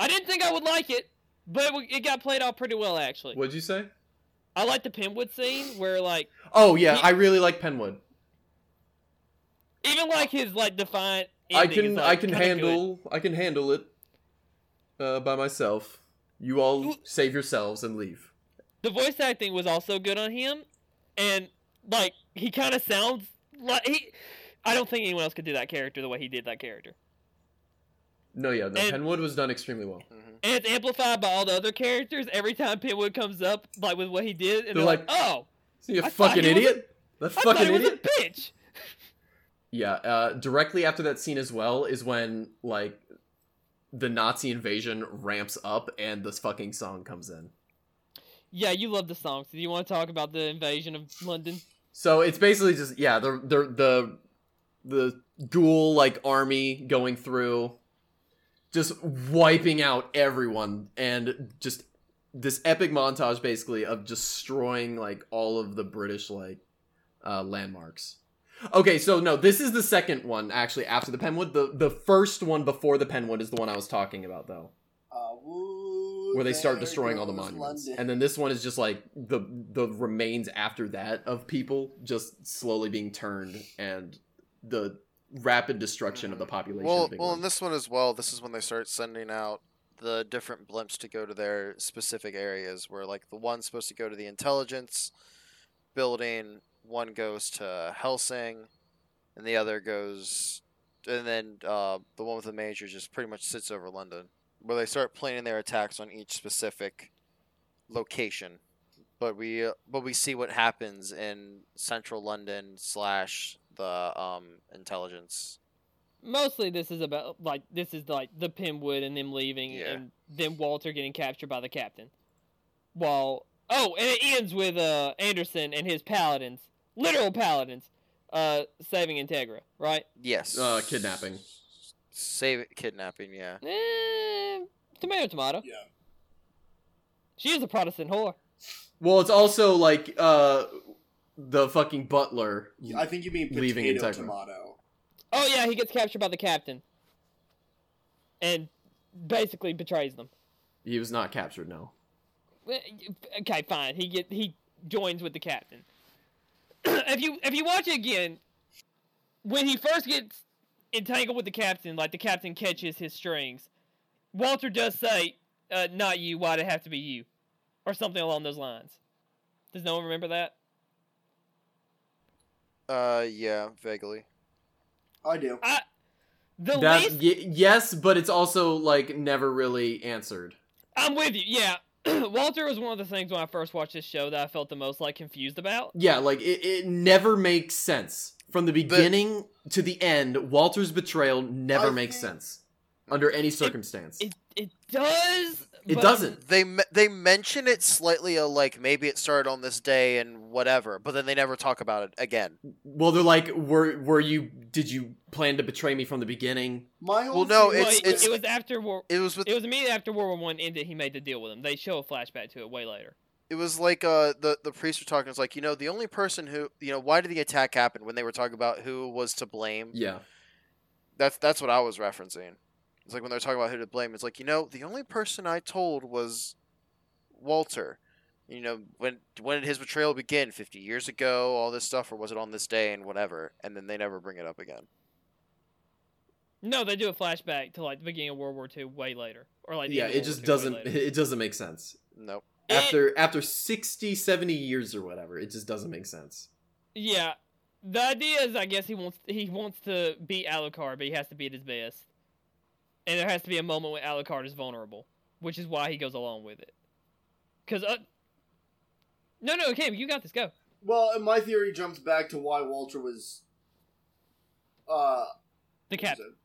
Speaker 1: I didn't think I would like it, but it, wa- it got played out pretty well actually.
Speaker 4: What'd you say?
Speaker 1: I like the Pinwood scene where like
Speaker 4: Oh yeah,
Speaker 1: He-
Speaker 4: I really like Penwood.
Speaker 1: even like his like defiant.
Speaker 4: Uh, I
Speaker 1: ending is,
Speaker 4: can
Speaker 1: like,
Speaker 4: I can
Speaker 1: kinda good.
Speaker 4: handle I can handle it uh, by myself. You all
Speaker 1: Ooh.
Speaker 4: save yourselves and leave.
Speaker 1: the voice acting was also good on him, and like he kind of sounds like he. I don't think anyone else could do that character the way he did that character,
Speaker 4: No, yeah, no.
Speaker 1: And-
Speaker 4: Penwood was done extremely well.
Speaker 3: Mm-hmm.
Speaker 1: and it's amplified by all the other characters. Every time Pinwood comes up, like with what he did, and they're
Speaker 4: They're
Speaker 1: like,
Speaker 4: like,
Speaker 1: "Oh,
Speaker 4: So you
Speaker 1: I thought
Speaker 4: fucking
Speaker 1: he was a-
Speaker 4: idiot. That
Speaker 1: I thought
Speaker 4: fucking
Speaker 1: he was
Speaker 4: idiot.
Speaker 1: a bitch."
Speaker 4: Yeah. Uh, directly after that scene as well is when like the Nazi invasion ramps up and this fucking song comes in.
Speaker 1: Yeah, you love the song. So do you want to talk about the invasion of London?
Speaker 4: So it's basically just yeah, the the the the ghoul like army going through just wiping out everyone and just this epic montage basically of destroying like all of the British like uh landmarks. Okay, so no, this is the second one actually after the Penwood. The the first one before the Penwood is the one I was talking about though Uh, where they start destroying all the monuments. And then this one is just like the the remains after that of people just slowly being turned and the rapid destruction
Speaker 2: Mm-hmm.
Speaker 4: of the population.
Speaker 5: Well,
Speaker 4: of England.
Speaker 5: well, in this one as well, this is when they start sending out the different blimps to go to their specific areas. Where like the one's supposed to go to the intelligence building, one goes to Helsing, and the other goes, and then uh, the one with the major just pretty much sits over London, where they start planning their attacks on each specific location. But we uh, but we see what happens in central London slash the um, intelligence
Speaker 1: Mostly, this is about like this is like the Pinwood and them leaving,
Speaker 5: Yeah.
Speaker 1: and then Walter getting captured by the captain. While oh, and it ends with uh Anderson and his paladins, literal paladins, uh saving Integra, right?
Speaker 5: Yes.
Speaker 4: Uh, kidnapping.
Speaker 5: Save it, kidnapping. Yeah.
Speaker 1: Eh, tomato, tomato.
Speaker 2: Yeah.
Speaker 1: She is a Protestant whore.
Speaker 4: Well, it's also like uh the fucking butler.
Speaker 2: I think you mean
Speaker 4: Leaving
Speaker 2: potato
Speaker 4: Integra.
Speaker 2: tomato.
Speaker 1: Oh yeah, he gets captured by the captain, and basically betrays them.
Speaker 4: He was not captured. No.
Speaker 1: Eh, Okay, fine. He get he joins with the captain. if you if you watch it again, when he first gets entangled with the captain, like the captain catches his strings, Walter does say, uh, "Not you. Why'd it have to be you?" or something along those lines. Does no one remember that?
Speaker 5: Uh, yeah, vaguely.
Speaker 2: I do.
Speaker 1: I the
Speaker 4: That-
Speaker 1: least
Speaker 4: y- yes, but it's also like never really answered.
Speaker 1: I'm with you. Yeah. Walter was one of the things when I first watched this show that I felt the most like confused about.
Speaker 4: Yeah, like it, it never makes sense. From the beginning to the end, Walter's betrayal never
Speaker 2: I
Speaker 4: makes
Speaker 2: think-
Speaker 4: sense under any circumstance.
Speaker 1: It it does.
Speaker 4: It
Speaker 1: but-
Speaker 4: doesn't.
Speaker 5: They me- they mention it slightly, uh, like maybe it started on this day and whatever, but then they never talk about it again.
Speaker 4: Well, they're like, were were you? Did you plan to betray me from the beginning?
Speaker 2: My
Speaker 5: Well,
Speaker 2: whole
Speaker 5: no,
Speaker 2: thing-
Speaker 1: Well,
Speaker 5: it's-
Speaker 1: it, it was after War.
Speaker 5: It was with
Speaker 1: It was immediately after World War One ended. He made the deal with him. They show a flashback to it way later.
Speaker 5: it was like uh the the priests were talking. It's like you know the only person who you know why did the attack happen when they were talking about who was to blame.
Speaker 4: Yeah,
Speaker 5: That's that's what I was referencing. It's like when they're talking about who to blame. It's like you know the only person I told was Walter,
Speaker 3: you know when when did his betrayal begin 50 years ago all this stuff or was it on this day and whatever and then they never bring it up again
Speaker 1: No, they do a flashback to like the beginning of World War II way later, or like the
Speaker 4: yeah,
Speaker 1: end of
Speaker 4: it
Speaker 1: World
Speaker 4: just
Speaker 1: War II way
Speaker 4: doesn't
Speaker 1: later.
Speaker 4: it doesn't make sense.
Speaker 3: nope
Speaker 1: It-
Speaker 4: After after 60, 70 years or whatever, it just doesn't make sense.
Speaker 1: Yeah, the idea is, I guess he wants he wants to beat Alucard, but he has to be at his best, and there has to be a moment when Alucard is vulnerable, which is why he goes along with it. Cause uh, no, no, Kim, you got this. Go.
Speaker 2: Well, and my theory jumps back to why Walter was. Uh,
Speaker 1: The
Speaker 2: what
Speaker 1: captain.
Speaker 2: was it?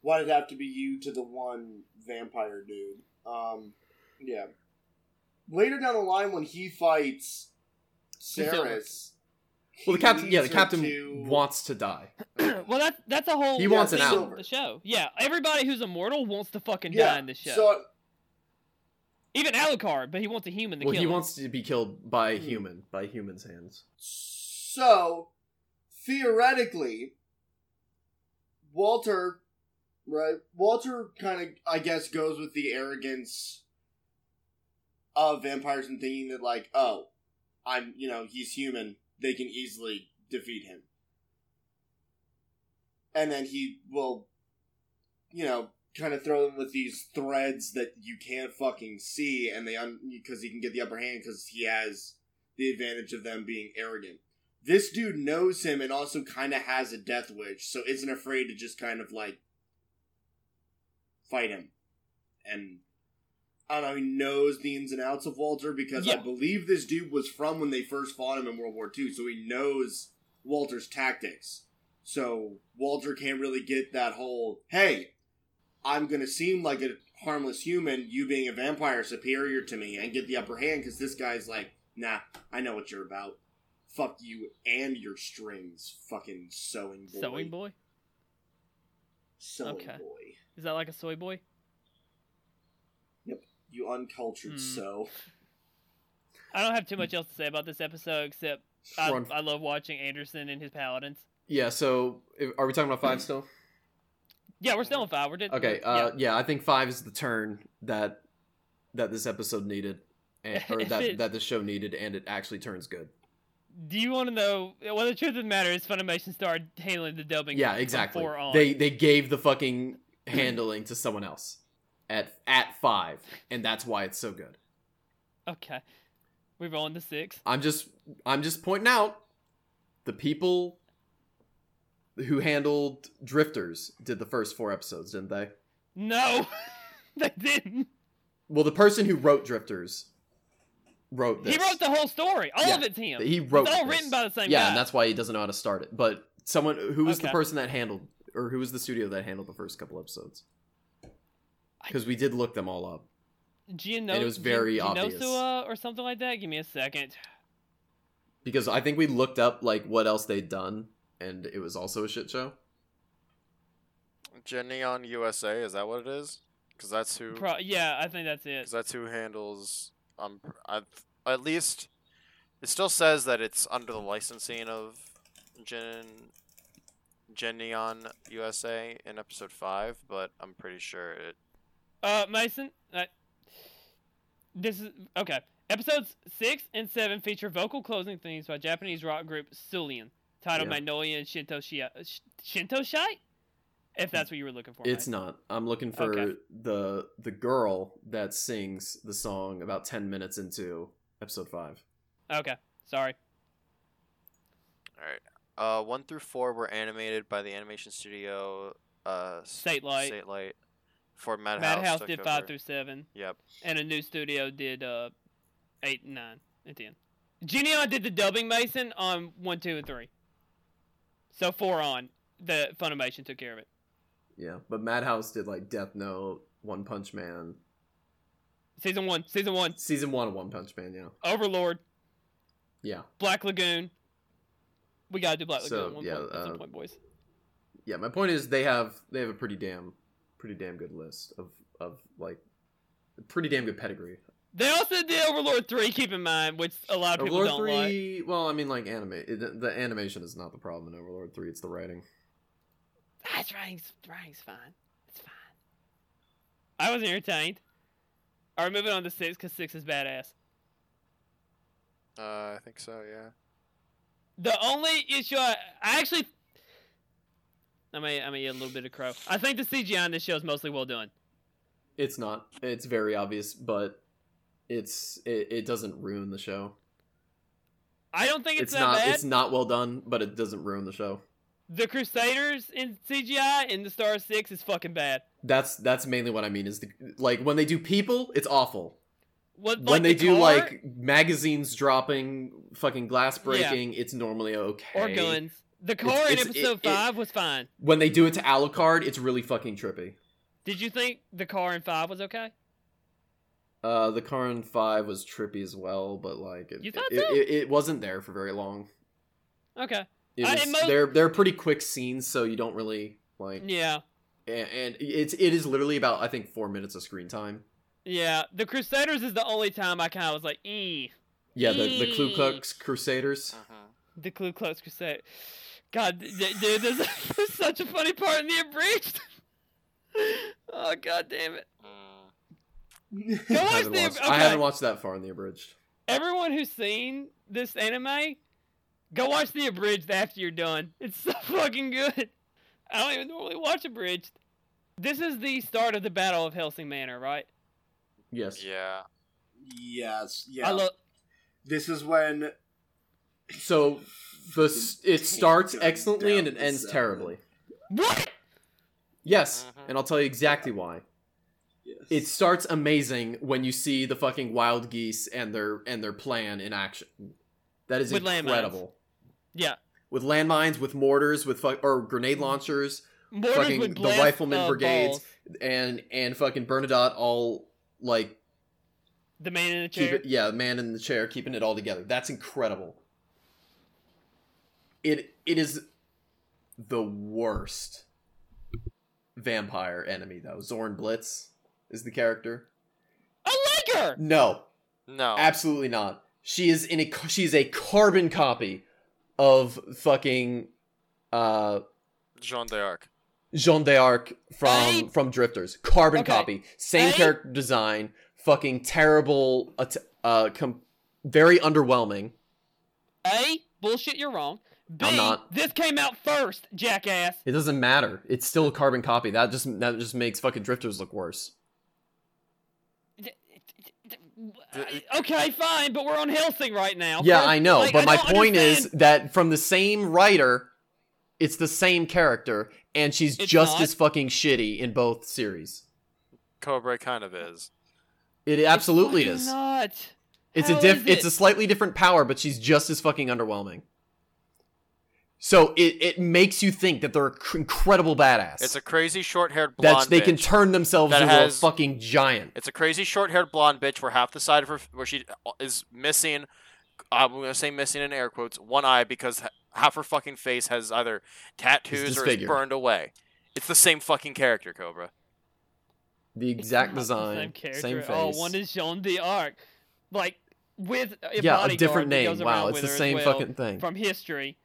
Speaker 2: Why did it have to be you to the one vampire dude? Um, yeah. Later down the line, when he fights Ceres.
Speaker 4: Well, the
Speaker 2: he
Speaker 4: captain,
Speaker 2: leads
Speaker 4: yeah, the
Speaker 2: her
Speaker 4: captain
Speaker 2: to-
Speaker 4: wants to die.
Speaker 1: well, that's that's a whole.
Speaker 4: He wants
Speaker 2: an
Speaker 1: thing
Speaker 2: out.
Speaker 1: of The show. Yeah, everybody who's immortal wants to fucking
Speaker 2: Yeah,
Speaker 1: die in this show.
Speaker 2: So
Speaker 1: Even Alucard, but he wants a human to
Speaker 4: Well,
Speaker 1: kill.
Speaker 4: he
Speaker 1: him.
Speaker 4: wants to be killed by a
Speaker 2: Hmm.
Speaker 4: human, by humans' hands.
Speaker 2: So, theoretically, Walter, right? Walter kind of, I guess, goes with the arrogance of vampires and thinking that, like, oh, I'm, you know, he's human. They can easily defeat him. And then he will, you know, kind of throw them with these threads that you can't fucking see, and they, because he can get the upper hand because he has the advantage of them being arrogant. This dude knows him and also kind of has a death wish, so isn't afraid to just kind of like fight him. And I don't know, he knows the ins and outs of Walter because I
Speaker 1: Yeah.
Speaker 2: believe this dude was from when they first fought him in World War II, so he knows Walter's tactics. So Walter can't really get that whole, hey, I'm going to seem like a harmless human, you being a vampire superior to me, and get the upper hand because this guy's like, nah, I know what you're about. Fuck you and your strings, fucking sewing boy.
Speaker 1: Sewing boy.
Speaker 2: Sewing
Speaker 1: Okay.
Speaker 2: boy.
Speaker 1: Is that like a soy boy?
Speaker 2: You uncultured
Speaker 1: Hmm.
Speaker 2: so.
Speaker 1: I don't have too much else to say about this episode except I,
Speaker 4: Run-
Speaker 1: I love watching Anderson and his paladins.
Speaker 4: Yeah, so if- are we talking about five still?
Speaker 1: Yeah, we're still in five. We're did.
Speaker 4: Okay, uh, yeah. I think five is the turn that that this episode needed, and, or
Speaker 1: If
Speaker 4: that
Speaker 1: it-
Speaker 4: that the show needed, and it actually turns good.
Speaker 1: Do you want to know? Well, the truth of the matter is, Funimation started handling the dubbing.
Speaker 4: yeah,
Speaker 1: from
Speaker 4: exactly.
Speaker 1: Four on.
Speaker 4: They they gave the fucking handling to someone else at at five, and that's why it's so good.
Speaker 1: Okay, we're rolling to six.
Speaker 4: I'm just I'm just pointing out the people who handled drifters did the first four episodes, didn't they?
Speaker 1: No, they didn't.
Speaker 4: Well, the person who wrote drifters wrote this.
Speaker 1: He wrote the whole story. All of
Speaker 4: Yeah,
Speaker 1: it's him.
Speaker 4: He wrote
Speaker 1: it's all
Speaker 4: this.
Speaker 1: written by the same
Speaker 4: yeah,
Speaker 1: guy.
Speaker 4: and that's why he doesn't know how to start it. But someone who was the
Speaker 1: Okay.
Speaker 4: person that handled, or who was the studio that handled the first couple episodes? Because we did look them all up.
Speaker 1: Gino-
Speaker 4: and it was very
Speaker 1: Gin-
Speaker 4: obvious.
Speaker 1: Ginosua or something like that. Give me a second.
Speaker 4: Because I think we looked up like what else they'd done, and it was also a shit show.
Speaker 3: Geneon USA is that what it is? Because that's who.
Speaker 1: Pro- yeah, I think that's
Speaker 3: Because
Speaker 1: it.
Speaker 3: that's who handles. Um, I at least it still says that it's under the licensing of Gen Geneon USA in episode five, but I'm pretty sure it.
Speaker 1: Uh, Mason. Uh, this is okay. Episodes six and seven feature vocal closing themes by Japanese rock group Sulian, titled
Speaker 4: Yeah.
Speaker 1: Magnolia and Shinto Shia, Sh- Shinto Shite. If that's what you were looking for,
Speaker 4: It's
Speaker 1: Mason.
Speaker 4: not. I'm looking for
Speaker 1: Okay.
Speaker 4: the the girl that sings the song about ten minutes into episode five.
Speaker 1: okay. Sorry.
Speaker 3: All right. Uh, one through four were animated by the animation studio. Uh, S-
Speaker 1: State Light.
Speaker 3: State Light. For Madhouse.
Speaker 1: Madhouse
Speaker 3: took
Speaker 1: did
Speaker 3: over.
Speaker 1: five through seven,
Speaker 3: Yep.
Speaker 1: and a new studio did uh eight, nine, and ten. Genion did the dubbing, Mason, on one, two, and three. So four on the Funimation took care of it.
Speaker 4: Yeah, but Madhouse did like Death Note, One Punch Man,
Speaker 1: Season one, season one,
Speaker 4: season one of One Punch Man. Yeah,
Speaker 1: Overlord.
Speaker 4: yeah,
Speaker 1: Black Lagoon. We gotta do Black Lagoon
Speaker 4: So,
Speaker 1: at, one
Speaker 4: yeah,
Speaker 1: point, at
Speaker 4: uh,
Speaker 1: some point, boys.
Speaker 4: yeah. My point is they have they have a pretty damn pretty damn good list of of like pretty damn good pedigree.
Speaker 1: They also did Overlord three. Keep in mind, which a lot of people
Speaker 4: Overlord
Speaker 1: don't like.
Speaker 4: three. Well, I mean like anime. It, the animation is not the problem in Overlord three. It's the writing.
Speaker 1: Ah, it's writing's, writing's fine. It's fine. I was entertained. All right, moving on to six because six is badass.
Speaker 3: Uh, I think so. Yeah.
Speaker 1: The only issue I, I actually, I may I may eat a little bit of crow. I think the CGI on this show is mostly well done.
Speaker 4: It's not. It's very obvious, but it's it, it doesn't ruin the show.
Speaker 1: I don't think it's,
Speaker 4: It's
Speaker 1: that
Speaker 4: not
Speaker 1: bad.
Speaker 4: it's not well done, but it doesn't ruin the show.
Speaker 1: The Crusaders in CGI and the Star Six is fucking bad.
Speaker 4: That's that's mainly what I mean is the like when they do people, it's awful.
Speaker 1: What, like
Speaker 4: when they
Speaker 1: the
Speaker 4: do
Speaker 1: car
Speaker 4: like magazines dropping, fucking glass breaking, it's normally okay.
Speaker 1: or guns. The
Speaker 4: It's-
Speaker 1: car in
Speaker 4: it's- it-
Speaker 1: episode
Speaker 4: it-
Speaker 1: five was fine.
Speaker 4: When they do it to Alucard, it's really fucking trippy.
Speaker 1: Did you think the car in five was okay?
Speaker 4: Uh, the Karn Five was trippy as well, but like it,
Speaker 1: You thought
Speaker 4: it,
Speaker 1: so?
Speaker 4: it, it wasn't there for very long.
Speaker 1: Okay.
Speaker 4: It
Speaker 1: I-
Speaker 4: was,
Speaker 1: and most-
Speaker 4: they're they're pretty quick scenes, so you don't really like.
Speaker 1: Yeah.
Speaker 4: And, and it's it is literally about I think four minutes of screen time.
Speaker 1: Yeah. The Crusaders is the only time I kind of was like, eh.
Speaker 4: Yeah, the the Ku
Speaker 1: Mm.
Speaker 4: Klux Crusaders.
Speaker 3: Mm-hmm.
Speaker 1: The Ku Klux Crusade. God, th- th- dude, there's, there's such a funny part in the abridged. oh god damn it!
Speaker 3: Mm.
Speaker 1: Go
Speaker 2: Oh,
Speaker 4: I
Speaker 1: watch
Speaker 4: haven't,
Speaker 1: the.
Speaker 4: watched,
Speaker 1: okay.
Speaker 4: I haven't watched that far in the abridged.
Speaker 1: Everyone who's seen this anime, go watch the abridged after you're done. It's so fucking good. I don't even normally watch abridged. This is the start of the Battle of Helsing Manor, right?
Speaker 4: Yes.
Speaker 3: Yeah.
Speaker 2: Yes, yeah.
Speaker 1: I love.
Speaker 2: this is when
Speaker 4: So the s- it starts
Speaker 2: Down
Speaker 4: excellently and it
Speaker 2: the
Speaker 4: ends
Speaker 2: seven. Uh-huh.
Speaker 4: terribly.
Speaker 1: What?
Speaker 4: Yes,
Speaker 3: Mhm.
Speaker 4: and I'll tell you exactly why.
Speaker 2: yes.
Speaker 4: It starts amazing when you see the fucking wild geese and their and their plan in action. That is
Speaker 1: With landmines.
Speaker 4: incredible.
Speaker 1: Yeah.
Speaker 4: With landmines, with mortars, with fu- or grenade launchers,
Speaker 1: Mortars
Speaker 4: Fucking
Speaker 1: with
Speaker 4: the
Speaker 1: blast,
Speaker 4: rifleman
Speaker 1: uh,
Speaker 4: brigades.
Speaker 1: balls.
Speaker 4: and and fucking Bernadotte all like
Speaker 1: The man in the
Speaker 4: keep
Speaker 1: chair.
Speaker 4: it, yeah, man in the chair keeping it all together. That's incredible. It it is the worst vampire enemy though. Zorn Blitz is the character.
Speaker 1: I like her.
Speaker 4: No,
Speaker 3: No.
Speaker 4: absolutely not. She is in a ca- she is a carbon copy of fucking uh
Speaker 3: Jean d'Arc.
Speaker 4: Jean d'Arc from
Speaker 1: I-
Speaker 4: from Drifters. Carbon
Speaker 1: Okay.
Speaker 4: copy, same
Speaker 1: I-
Speaker 4: character design, fucking terrible, att- uh, com- very underwhelming.
Speaker 1: A, bullshit, you're wrong. B,
Speaker 4: I'm not.
Speaker 1: this came out first, jackass.
Speaker 4: It doesn't matter. It's still a carbon copy. That just that just makes fucking Drifters look worse.
Speaker 3: D-
Speaker 1: Okay, fine, but we're on Helsing right now.
Speaker 4: Yeah,
Speaker 1: We're-
Speaker 4: I know,
Speaker 1: like,
Speaker 4: but
Speaker 1: I
Speaker 4: my
Speaker 1: don't
Speaker 4: point is
Speaker 1: understand.
Speaker 4: that from the same writer, it's the same character, and she's
Speaker 1: It's
Speaker 4: just
Speaker 1: not.
Speaker 4: as fucking shitty in both series.
Speaker 3: Cobra kind of is.
Speaker 4: It absolutely
Speaker 1: Fucking
Speaker 4: is.
Speaker 1: Not.
Speaker 4: It's
Speaker 1: How
Speaker 4: a diff.
Speaker 1: is
Speaker 4: It's
Speaker 1: it?
Speaker 4: a slightly different power, but she's just as fucking underwhelming. So it it makes you think that they're cr- incredible badass.
Speaker 3: It's a crazy short-haired blonde.
Speaker 4: that they can
Speaker 3: bitch.
Speaker 4: turn themselves
Speaker 3: that
Speaker 4: into
Speaker 3: has-
Speaker 4: a fucking giant.
Speaker 3: It's a crazy short-haired blonde bitch where half the side of her, where she is missing. I'm gonna say missing in air quotes, one eye because h- half her fucking face has either tattoos or is
Speaker 4: disfigured.
Speaker 3: burned away. It's the same fucking character, Cobra.
Speaker 4: The
Speaker 1: It's
Speaker 4: exact
Speaker 1: not the
Speaker 4: design, same,
Speaker 1: character
Speaker 4: face.
Speaker 1: at all. one is Jean d'Arc, like with a
Speaker 4: yeah, a
Speaker 1: bodyguard
Speaker 4: different
Speaker 1: that
Speaker 4: name.
Speaker 1: goes around
Speaker 4: Wow, it's
Speaker 1: with
Speaker 4: the
Speaker 1: her as
Speaker 4: same
Speaker 1: well
Speaker 4: fucking thing.
Speaker 1: from history.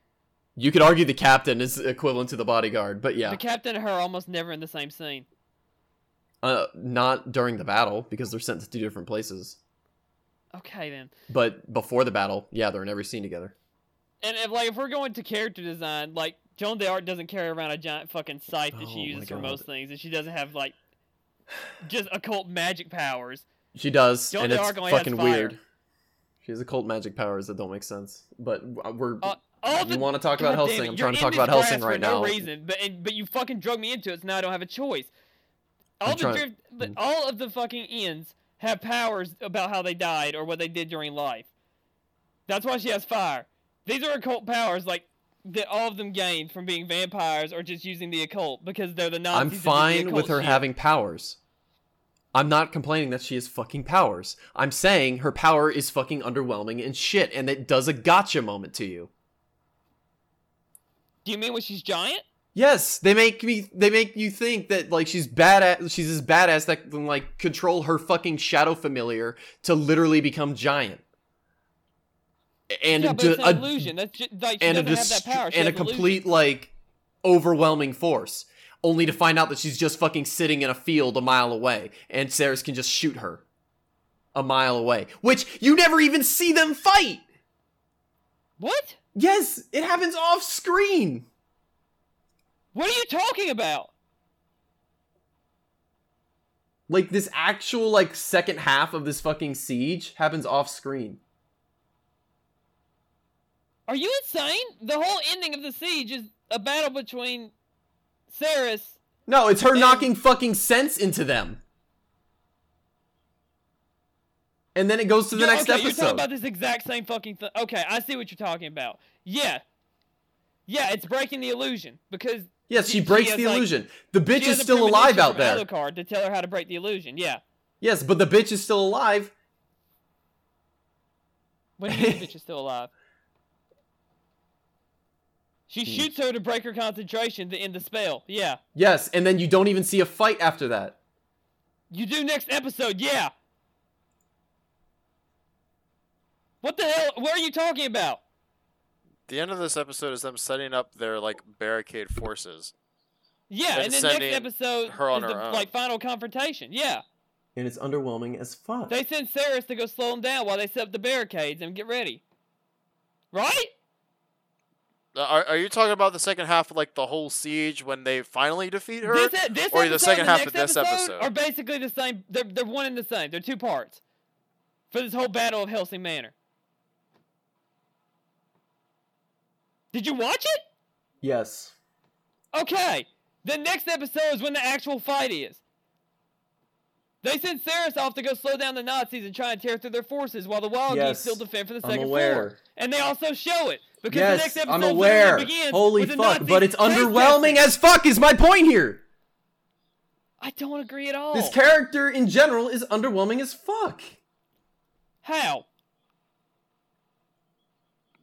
Speaker 4: You could argue the captain is equivalent to the bodyguard, but yeah,
Speaker 1: The captain and her are almost never in the same scene.
Speaker 4: uh, not during the battle because they're sent to two different places.
Speaker 1: Okay then.
Speaker 4: But before the battle, yeah, they're in every scene together.
Speaker 1: And if like if we're going to character design, like Joan D'Arc doesn't carry around a giant fucking scythe that
Speaker 4: Oh
Speaker 1: she
Speaker 4: my
Speaker 1: uses for
Speaker 4: God.
Speaker 1: most things, and she doesn't have like just occult magic powers.
Speaker 4: She does,
Speaker 1: Joan
Speaker 4: and
Speaker 1: of
Speaker 4: it's
Speaker 1: Arc only has
Speaker 4: fucking
Speaker 1: fire.
Speaker 4: weird. She has occult magic powers that don't make sense. But w- we're
Speaker 1: Uh, All
Speaker 4: you
Speaker 1: the
Speaker 4: want to talk about
Speaker 1: God damn
Speaker 4: Helsing?
Speaker 1: it,
Speaker 4: I'm
Speaker 1: you're
Speaker 4: trying to
Speaker 1: in
Speaker 4: talk
Speaker 1: this
Speaker 4: about Helsing
Speaker 1: grass for
Speaker 4: right
Speaker 1: no
Speaker 4: now.
Speaker 1: reason, but and, but you fucking drug me into it, so now I don't have a choice. All
Speaker 4: I'm
Speaker 1: the
Speaker 4: trying-
Speaker 1: drift, but
Speaker 4: Mm.
Speaker 1: all of the fucking ends have powers about how they died or what they did during life. That's why she has fire. These are occult powers, like that all of them gained from being vampires or just using the occult because they're the Nazis.
Speaker 4: I'm
Speaker 1: that did the
Speaker 4: fine with
Speaker 1: occult
Speaker 4: her
Speaker 1: shit.
Speaker 4: having powers. I'm not complaining that she has fucking powers. I'm saying her power is fucking underwhelming and shit, and it does a gotcha moment to you.
Speaker 1: Do you mean when she's giant?
Speaker 4: Yes, they make me. They make you think that like she's badass. She's as badass that can like control her fucking shadow familiar to literally become giant. And
Speaker 1: yeah, but
Speaker 4: ju-
Speaker 1: it's
Speaker 4: a-
Speaker 1: an illusion. That's just, like she
Speaker 4: and a
Speaker 1: doesn't have
Speaker 4: dist-
Speaker 1: that power. She
Speaker 4: and a
Speaker 1: has illusions.
Speaker 4: complete like overwhelming force only to find out that she's just fucking sitting in a field a mile away and Ceres can just shoot her a mile away which you never even see them fight
Speaker 1: What?
Speaker 4: Yes, it happens off screen.
Speaker 1: What are you talking about?
Speaker 4: Like this actual like second half of this fucking siege happens off screen.
Speaker 1: Are you insane? The whole ending of the siege is a battle between Ceres.
Speaker 4: No, it's her
Speaker 1: And-
Speaker 4: knocking fucking sense into them. And then it goes to the
Speaker 1: Yeah,
Speaker 4: next
Speaker 1: okay, You're talking
Speaker 4: episode.
Speaker 1: about this exact same fucking thing. Okay, I see what you're talking about. Yeah. Yeah, it's breaking the illusion because
Speaker 4: yes, she
Speaker 1: she- she
Speaker 4: breaks
Speaker 1: has,
Speaker 4: the
Speaker 1: like-
Speaker 4: illusion. The bitch
Speaker 1: she
Speaker 4: is
Speaker 1: has a
Speaker 4: still alive
Speaker 1: premonition
Speaker 4: out
Speaker 1: from
Speaker 4: there.
Speaker 1: Alucard to tell her how to break the illusion. Yeah.
Speaker 4: Yes, but the bitch is still alive.
Speaker 1: When the bitch is still alive. She
Speaker 4: Hmm.
Speaker 1: shoots her to break her concentration to end the spell. Yeah.
Speaker 4: Yes, and then you don't even see a fight after that.
Speaker 1: You do next episode, yeah. What the hell? What are you talking about?
Speaker 5: The end of this episode is them setting up their like barricade forces.
Speaker 1: Yeah,
Speaker 5: And
Speaker 1: and then next
Speaker 5: sending
Speaker 1: episode
Speaker 5: her on
Speaker 1: is
Speaker 5: her
Speaker 1: the,
Speaker 5: own.
Speaker 1: like final confrontation. Yeah,
Speaker 4: And it's underwhelming as fuck.
Speaker 1: they send Ceres to go slow them down while they set up the barricades and get ready. Right?
Speaker 5: Uh, Are, are you talking about the second half of like the whole siege when they finally defeat her?
Speaker 1: This, e- this
Speaker 5: or
Speaker 1: episode
Speaker 5: the second
Speaker 1: and
Speaker 5: half
Speaker 1: next
Speaker 5: of this episode?
Speaker 1: are basically the same. They're they're one and the same. They're two parts for this whole battle of Helsing Manor. Did you watch it?
Speaker 4: yes.
Speaker 1: Okay. The next episode is when the actual fight is. They send Ceres off to go slow down the Nazis and try and tear through their forces while the Wild
Speaker 4: Yes,
Speaker 1: Geese still defend for the
Speaker 4: I'm
Speaker 1: second
Speaker 4: aware.
Speaker 1: floor. And they also show it because the next
Speaker 4: Yes,
Speaker 1: episode
Speaker 4: I'm
Speaker 1: literally
Speaker 4: aware.
Speaker 1: begins
Speaker 4: Holy
Speaker 1: with the
Speaker 4: fuck,
Speaker 1: Nazis
Speaker 4: but it's
Speaker 1: taste
Speaker 4: underwhelming
Speaker 1: testing.
Speaker 4: as fuck is my point here.
Speaker 1: I don't agree at all.
Speaker 4: This character in general is underwhelming as fuck.
Speaker 1: How?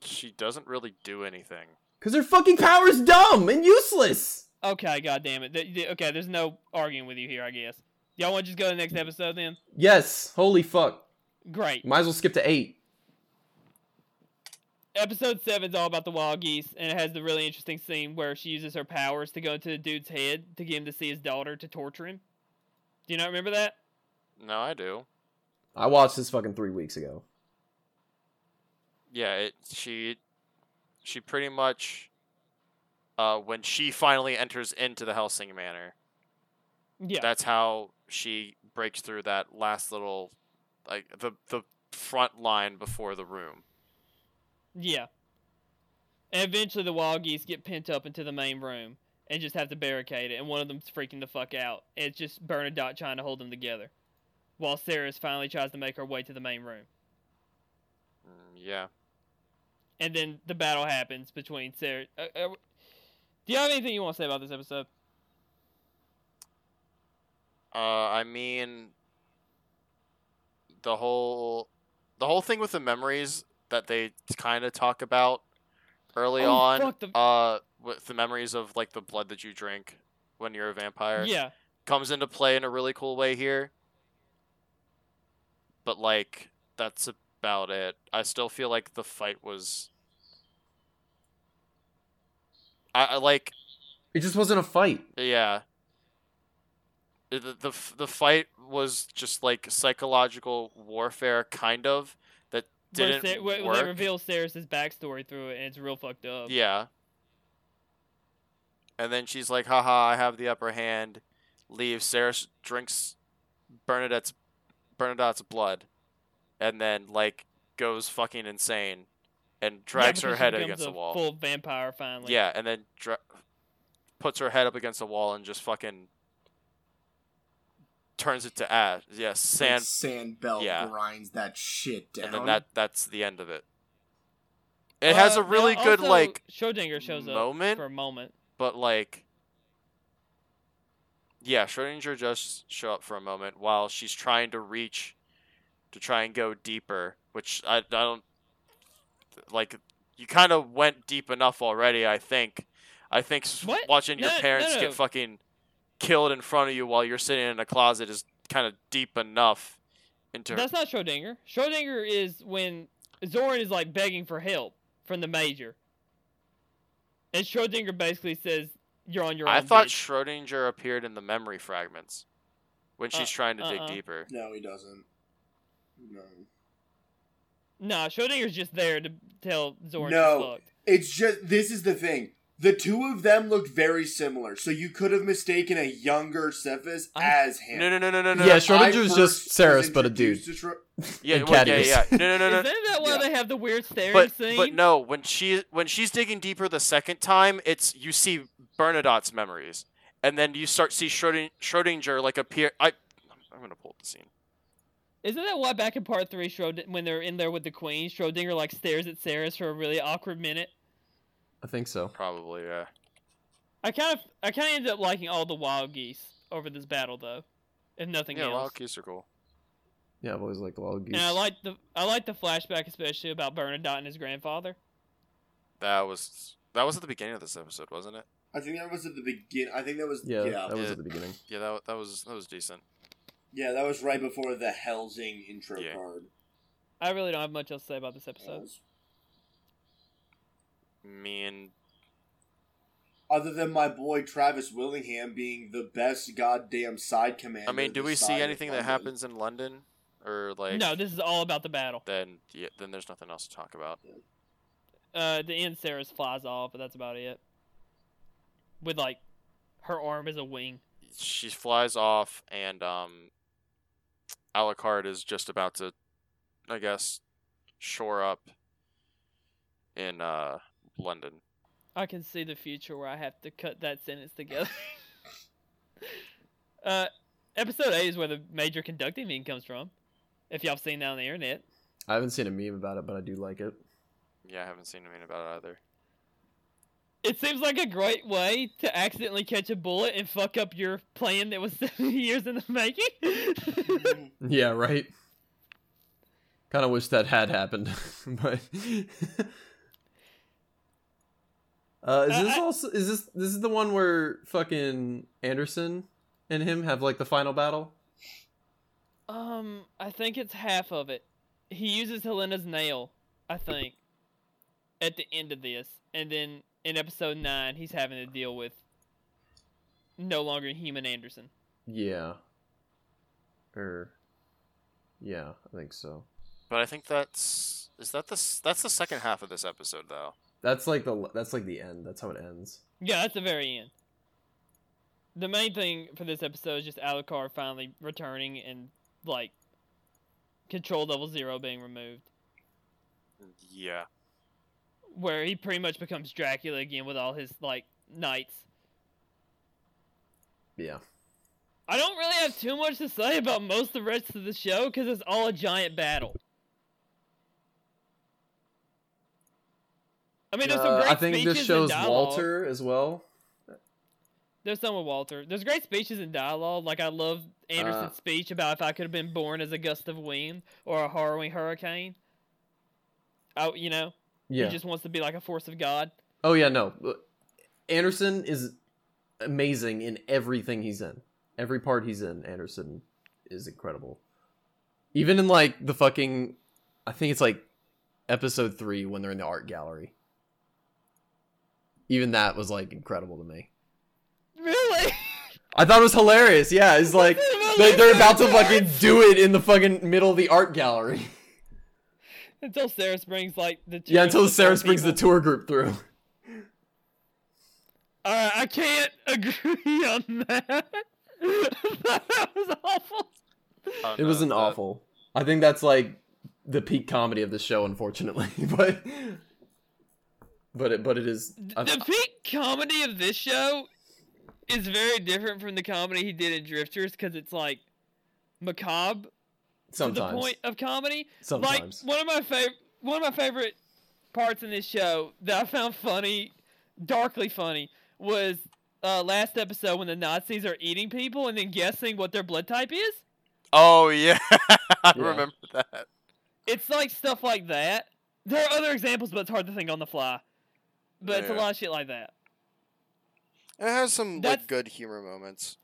Speaker 5: She doesn't really do anything.
Speaker 4: Cause her fucking power is dumb and useless.
Speaker 1: Okay, god damn it. Th- th- okay, there's no arguing with you here, I guess. Y'all want to just go to the next episode then?
Speaker 4: Yes, holy fuck.
Speaker 1: Great.
Speaker 4: Might as well skip to eight.
Speaker 1: episode seven's all about the wild geese, and it has the really interesting scene where she uses her powers to go into the dude's head to get him to see his daughter to torture him. Do you not remember that?
Speaker 5: No, I do.
Speaker 4: I watched this fucking three weeks ago.
Speaker 5: Yeah, it, she she pretty much uh, when she finally enters into the Helsing Manor,
Speaker 1: Yeah.
Speaker 5: that's how she breaks through that last little like the the front line before the room.
Speaker 1: yeah. And eventually the wild geese get pent up into the main room and just have to barricade it, and one of them's freaking the fuck out. And it's just Bernadotte trying to hold them together. While Ceres finally tries to make her way to the main room.
Speaker 5: Mm, Yeah.
Speaker 1: And then the battle happens between Ceres. Uh, uh, do you have anything you want to say about this episode?
Speaker 5: Uh, I mean, the whole the whole thing with the memories that they kind of talk about early
Speaker 1: Oh,
Speaker 5: on.
Speaker 1: fuck, the-
Speaker 5: Uh, with the memories of like the blood that you drink when you're a vampire
Speaker 1: Yeah.
Speaker 5: comes into play in a really cool way here. But like that's about it. I still feel like the fight was. I, I like
Speaker 4: It just wasn't a fight.
Speaker 5: yeah. The, the- the f- the fight was just like psychological warfare, kind of. That
Speaker 1: Where
Speaker 5: didn't
Speaker 1: Sa- where-
Speaker 5: work.
Speaker 1: They reveal Ceres' backstory through it, and it's real fucked up.
Speaker 5: Yeah. And then she's like, haha, I have the upper hand. Leaves. Sarah s- drinks Bernadette's Bernadette's blood. And then, like, goes fucking insane and drags her
Speaker 1: because she
Speaker 5: head
Speaker 1: becomes
Speaker 5: against
Speaker 1: a
Speaker 5: the wall.
Speaker 1: Full vampire finally.
Speaker 5: yeah, and then dra- puts her head up against the wall and just fucking turns it to ash. Yeah,
Speaker 2: Like,
Speaker 5: sand.
Speaker 2: sand belt
Speaker 5: yeah.
Speaker 2: grinds that shit down.
Speaker 5: and then that that's the end of it. It has
Speaker 1: Uh,
Speaker 5: a really
Speaker 1: now
Speaker 5: good,
Speaker 1: also,
Speaker 5: like,
Speaker 1: Schrodinger shows up
Speaker 5: moment,
Speaker 1: for a moment.
Speaker 5: but like yeah schrodinger just show up for a moment while she's trying to reach to try and go deeper which i, I don't like you kind of went deep enough already i think i think s-
Speaker 1: What?
Speaker 5: watching your
Speaker 1: No, no,
Speaker 5: parents
Speaker 1: no.
Speaker 5: get fucking killed in front of you while you're sitting in a closet is kind of deep enough into
Speaker 1: That's not Schrodinger. Schrodinger is when Zorin is like begging for help from the major, and Schrodinger basically says, "You're on your own."
Speaker 5: i thought
Speaker 1: bitch."
Speaker 5: schrodinger appeared in the memory fragments when
Speaker 1: Uh,
Speaker 5: she's trying to
Speaker 1: uh-uh.
Speaker 5: dig deeper
Speaker 2: no, he doesn't. No.
Speaker 1: Nah, Schrodinger's just there to tell Zorn
Speaker 2: No.
Speaker 1: he's fucked.
Speaker 2: It's just this is the thing. The two of them looked very similar, so you could have mistaken a younger Cephas
Speaker 1: I'm-
Speaker 2: as him.
Speaker 5: No, no, no, no, no, no.
Speaker 4: Yeah,
Speaker 2: I
Speaker 4: sure. Schrodinger's
Speaker 2: first
Speaker 4: just
Speaker 2: was
Speaker 4: Ceres, but a dude.
Speaker 2: introduced to Schro-
Speaker 5: Yeah,
Speaker 4: And
Speaker 5: well, yeah,
Speaker 4: Cadmus.
Speaker 5: yeah. No, no, no, no.
Speaker 1: Isn't that why
Speaker 2: Yeah.
Speaker 1: they have the weird staring
Speaker 5: But
Speaker 1: scene?
Speaker 5: but no, when she when she's digging deeper the second time, it's you see Bernadotte's memories, and then you start see Schroding, Schrodinger like appear. I I'm gonna pull up the scene.
Speaker 1: Isn't that why back in part three, Schrod- when they're in there with the queen, Schrodinger like stares at Ceres for a really awkward minute?
Speaker 4: I think so.
Speaker 5: Probably yeah.
Speaker 1: I kind of, I kind of ended up liking all the wild geese over this battle though, if nothing
Speaker 5: Yeah,
Speaker 1: else.
Speaker 5: wild geese are cool.
Speaker 4: Yeah, I've always liked wild geese.
Speaker 1: And I like the, I like the flashback especially about Bernadotte and his grandfather.
Speaker 5: That was that was at the beginning of this episode, wasn't it?
Speaker 2: I think that was at the begin. I think that was
Speaker 4: yeah,
Speaker 2: yeah,
Speaker 4: that was
Speaker 5: Yeah.
Speaker 4: at the beginning.
Speaker 5: Yeah, that wa- that was that was decent.
Speaker 2: Yeah, that was right before the Helsing intro
Speaker 5: Yeah.
Speaker 2: card.
Speaker 1: I really don't have much else to say about this episode.
Speaker 2: Hells.
Speaker 5: Me and
Speaker 2: Other than my boy Travis Willingham being the best goddamn side commander.
Speaker 5: I mean, do
Speaker 2: the
Speaker 5: we see
Speaker 2: side of
Speaker 5: anything that
Speaker 2: London.
Speaker 5: happens in London or like?
Speaker 1: no, this is all about the battle.
Speaker 5: Then yeah, then there's nothing else to talk about.
Speaker 1: Uh, at the end Ceres flies off, but that's about it. With like, her arm as a wing.
Speaker 5: She flies off, and um, Alucard is just about to, I guess, shore up in uh London.
Speaker 1: I can see the future where I have to cut that sentence together. uh, episode eight is where the major conducting meme comes from. If y'all have seen that on the internet,
Speaker 4: I haven't seen a meme about it, but I do like it.
Speaker 5: Yeah, I haven't seen anything about it either.
Speaker 1: it seems like a great way to accidentally catch a bullet and fuck up your plan that was seven years in the making.
Speaker 2: Mm-hmm.
Speaker 4: Yeah, right. Kind of wish that had happened, but. Uh, is this
Speaker 1: I-
Speaker 4: also is this this is the one where fucking Anderson and him have like the final battle?
Speaker 1: um, I think it's half of it. He uses Helena's nail, I think, at the end of this, and then in episode nine, he's having to deal with no longer human Anderson.
Speaker 4: Yeah. Or, yeah, I think so.
Speaker 5: But I think that's is that the s- that's the second half of this episode though.
Speaker 4: That's like the that's like the end. That's how it ends.
Speaker 1: Yeah, that's the very end. The main thing for this episode is just Alucard finally returning and like control level zero being removed,
Speaker 5: Yeah.
Speaker 1: where he pretty much becomes Dracula again with all his like knights.
Speaker 4: Yeah.
Speaker 1: I don't really have too much to say about most of the rest of the show because it's all a giant battle. I mean, there's some
Speaker 4: Uh,
Speaker 1: great
Speaker 4: I think
Speaker 1: speeches
Speaker 4: this
Speaker 1: and
Speaker 4: shows
Speaker 1: dialogue.
Speaker 4: Walter as well.
Speaker 1: There's some with Walter. There's great speeches and dialogue. Like I love Anderson's
Speaker 4: Uh,
Speaker 1: speech about if I could have been born as a gust of wind or a harrowing hurricane. Oh, you know,
Speaker 4: Yeah.
Speaker 1: he just wants to be like a force of God.
Speaker 4: Oh yeah, no. Anderson is amazing in everything he's in. Every part he's in, Anderson is incredible. Even in like the fucking I think it's like episode 3 when they're in the art gallery. Even that was like incredible to me.
Speaker 1: Really?
Speaker 4: I thought it was hilarious. Yeah, it's like they, they're about to fucking do it in the fucking middle of the art gallery.
Speaker 1: until Sarah brings like the two
Speaker 4: Yeah, until
Speaker 1: of the four
Speaker 4: Sarah brings the
Speaker 1: people.
Speaker 4: tour group through.
Speaker 1: All right, I can't agree on that. that was awful.
Speaker 5: Oh,
Speaker 4: It
Speaker 5: no,
Speaker 4: was an
Speaker 5: that-
Speaker 4: awful. I think that's like the peak comedy of the show, unfortunately. but but it but it is. I,
Speaker 1: The peak comedy of this show is very different from the comedy he did in Drifters because it's like macabre
Speaker 4: sometimes
Speaker 1: to the point of comedy.
Speaker 4: sometimes
Speaker 1: Like one of my favorite one of my favorite parts in this show that I found funny, darkly funny, was uh, last episode when the Nazis are eating people and then guessing what their blood type is.
Speaker 5: Oh yeah, I
Speaker 4: Yeah.
Speaker 5: remember that.
Speaker 1: It's like stuff like that. There are other examples, but it's hard to think on the fly. But it's a
Speaker 5: Yeah.
Speaker 1: lot of shit like that.
Speaker 3: It has some
Speaker 1: That's-
Speaker 3: like good humor moments,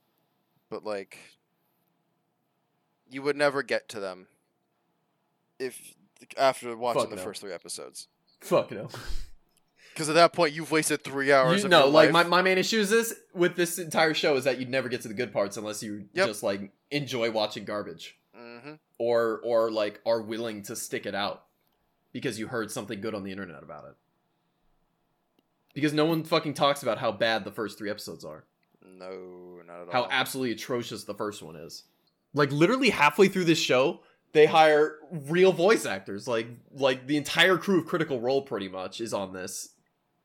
Speaker 3: but like you would never get to them if after watching
Speaker 4: Fuck
Speaker 3: the
Speaker 4: no.
Speaker 3: first three episodes.
Speaker 4: fuck no.
Speaker 3: Because at that point, you've wasted three hours.
Speaker 4: You,
Speaker 3: of
Speaker 4: no,
Speaker 3: your
Speaker 4: like my,
Speaker 3: life.
Speaker 4: my main issue is this with this entire show is that you'd never get to the good parts unless you
Speaker 3: Yep.
Speaker 4: just like enjoy watching garbage
Speaker 3: Mhm.
Speaker 4: or or like are willing to stick it out. because you heard something good on the internet about it. Because no one fucking talks about how bad the first three episodes are,
Speaker 3: No, not at
Speaker 4: how
Speaker 3: all.
Speaker 4: absolutely atrocious the first one is. Like literally halfway through this show, they hire real voice actors. Like like the entire crew of Critical Role pretty much is on this.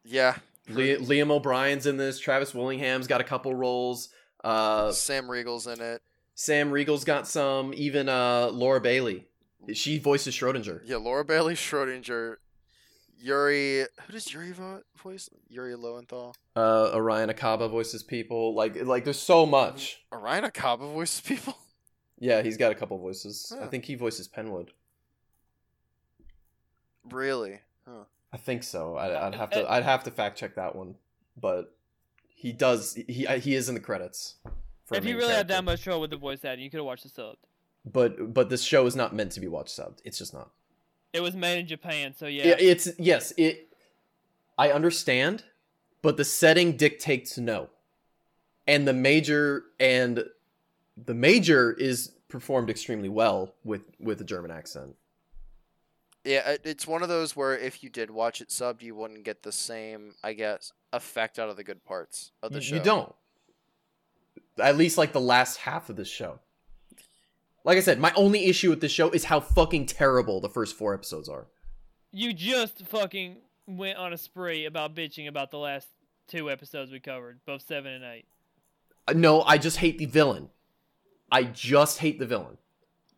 Speaker 3: yeah.
Speaker 4: Le- Liam O'Brien's in this. Travis Willingham's got a couple roles. Uh,
Speaker 3: Sam Riegel's in it.
Speaker 4: Sam Riegel's got some. Even uh, Laura Bailey, she voices Schrodinger.
Speaker 3: Yeah, Laura Bailey, Schrodinger, Yuri. Who does Yuri vo- voice? Yuri Lowenthal.
Speaker 4: Uh, Orion Akaba voices people. Like like there's so much.
Speaker 3: Orion Acaba voices people.
Speaker 4: Yeah, he's got a couple voices. I
Speaker 3: Huh.
Speaker 4: think he voices Penwood.
Speaker 3: Really? Huh.
Speaker 4: I think so.
Speaker 1: Uh,
Speaker 4: I, I'd have to I'd have to fact check that one, but he does. He he is in the credits. for
Speaker 1: if you
Speaker 4: main
Speaker 1: really had
Speaker 4: character.
Speaker 1: that much trouble with the voice acting, you could have watched the sub.
Speaker 4: But but this show is not meant to be watched subbed. It's just not.
Speaker 1: It was made in Japan, so yeah.
Speaker 4: Yeah. It's yes. It. I understand, but the setting dictates no, and the major and the major is performed extremely well with with a German accent.
Speaker 3: Yeah, it- it's one of those where if you did watch it subbed, you wouldn't get the same, I guess, effect out of the good parts of the
Speaker 4: you,
Speaker 3: show.
Speaker 4: you don't. At least like the last half of this show. Like I said, my only issue with this show is how fucking terrible the first four episodes are.
Speaker 1: You just fucking went on a spree about bitching about the last two episodes we covered, both seven and eight.
Speaker 4: Uh, No, I just hate the villain. I just hate the villain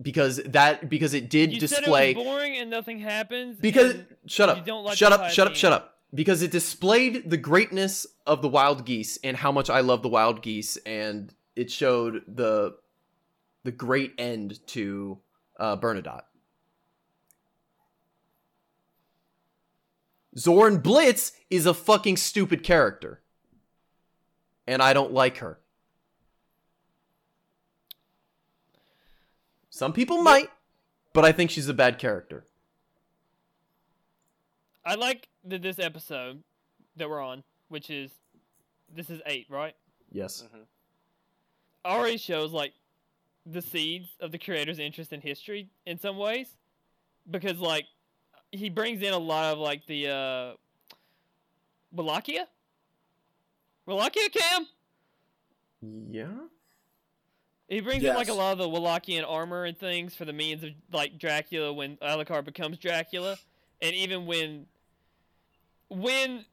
Speaker 4: because that because it did
Speaker 1: You
Speaker 4: display
Speaker 1: said it was boring and nothing happens.
Speaker 4: because
Speaker 1: and-
Speaker 4: shut up
Speaker 1: you don't like
Speaker 4: shut
Speaker 1: the
Speaker 4: up
Speaker 1: high
Speaker 4: shut up
Speaker 1: theme.
Speaker 4: shut up because it displayed the greatness of the wild geese and how much i love the wild geese and it showed the the great end to uh bernadotte zorn blitz is a fucking stupid character and i don't like her some people might but i think she's a bad character
Speaker 1: I like that this episode that we're on, which is this is eight, right?
Speaker 4: yes
Speaker 1: Already shows like the seeds of the creator's interest in history in some ways, because like he brings in a lot of like the uh Wallachia, Wallachia cam.
Speaker 4: Yeah.
Speaker 1: He brings in like a
Speaker 2: Yes.
Speaker 1: lot of the Wallachian armor and things for the means of like Dracula when Alucard becomes Dracula, and even when when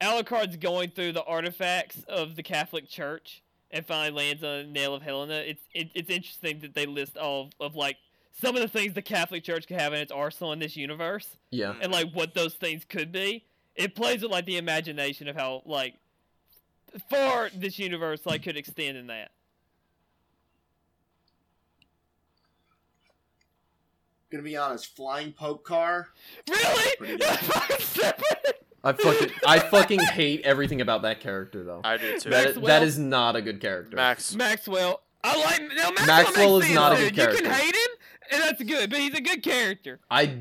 Speaker 1: Alucard's going through the artifacts of the Catholic Church and finally lands on the Nail of Helena. It's it, it's interesting that they list all of like some of the things the Catholic Church could have in its arsenal in this universe
Speaker 4: Yeah.
Speaker 1: and like what those things could be. It plays with like the imagination of how like far this universe like could extend in that.
Speaker 2: Gonna be honest, flying poke car.
Speaker 1: Really?
Speaker 2: Pretty
Speaker 4: I fucking I fucking hate everything about that character though.
Speaker 5: I do too.
Speaker 4: That is,
Speaker 1: Maxwell-
Speaker 4: that is not a good character.
Speaker 5: Max,
Speaker 1: Maxwell. I like now Maxwell,
Speaker 4: Maxwell
Speaker 1: makes sense,
Speaker 4: is not a
Speaker 1: dude.
Speaker 4: good
Speaker 1: You can
Speaker 4: character.
Speaker 1: hate him, and that's good, but he's a good character.
Speaker 4: I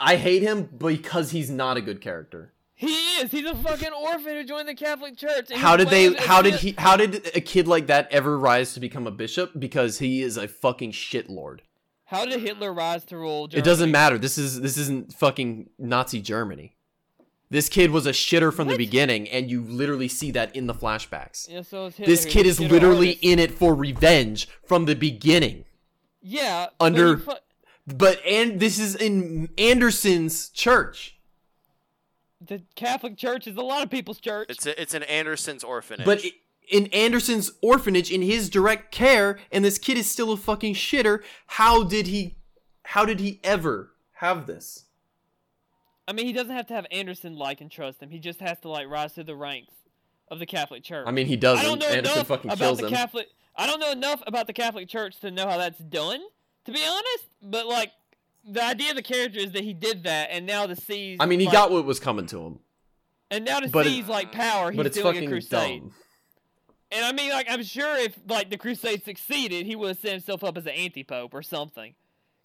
Speaker 4: I hate him because he's not a good character.
Speaker 1: He is. He's a fucking orphan who joined the Catholic Church. and
Speaker 4: How
Speaker 1: he
Speaker 4: did they
Speaker 1: played a
Speaker 4: how did
Speaker 1: shit-
Speaker 4: he how did a kid like that ever rise to become a bishop because he is a fucking shitlord.
Speaker 1: How did Hitler rise to rule? Germany?
Speaker 4: It doesn't matter. This is this isn't fucking Nazi Germany. This kid was a shitter from
Speaker 1: What?
Speaker 4: the beginning and you literally see that in the flashbacks.
Speaker 1: Yeah, so is Hitler.
Speaker 4: This
Speaker 1: He was
Speaker 4: kid
Speaker 1: a
Speaker 4: is
Speaker 1: shitter
Speaker 4: literally
Speaker 1: artist.
Speaker 4: in it for revenge from the beginning.
Speaker 1: Yeah.
Speaker 4: under-
Speaker 1: but he fu-
Speaker 4: But and this is in Anderson's church.
Speaker 1: the Catholic Church is a lot of people's church.
Speaker 5: it's a, it's an Anderson's orphanage.
Speaker 4: But i in Anderson's orphanage in his direct care and this kid is still a fucking shitter. How did he how did he ever have this?
Speaker 1: I mean, he doesn't have to have Anderson like and trust him. He just has to like rise through the ranks of the Catholic Church.
Speaker 4: I mean, he
Speaker 1: I don't
Speaker 4: doesn't.
Speaker 1: know
Speaker 4: Anderson
Speaker 1: enough
Speaker 4: fucking
Speaker 1: about
Speaker 4: kills
Speaker 1: the
Speaker 4: him.
Speaker 1: Catholic. I don't know enough about the Catholic Church to know how that's done, to be honest. But like, the idea of the character is that he did that, and now the seas.
Speaker 4: I mean, he
Speaker 1: like-
Speaker 4: got what was coming to him,
Speaker 1: and now the
Speaker 4: but it-
Speaker 1: seas like power. He's
Speaker 4: but it's
Speaker 1: doing
Speaker 4: fucking
Speaker 1: a crusade.
Speaker 4: dumb.
Speaker 1: And I mean, like, I'm sure if like the crusade succeeded, he would have set himself up as an anti-pope or something,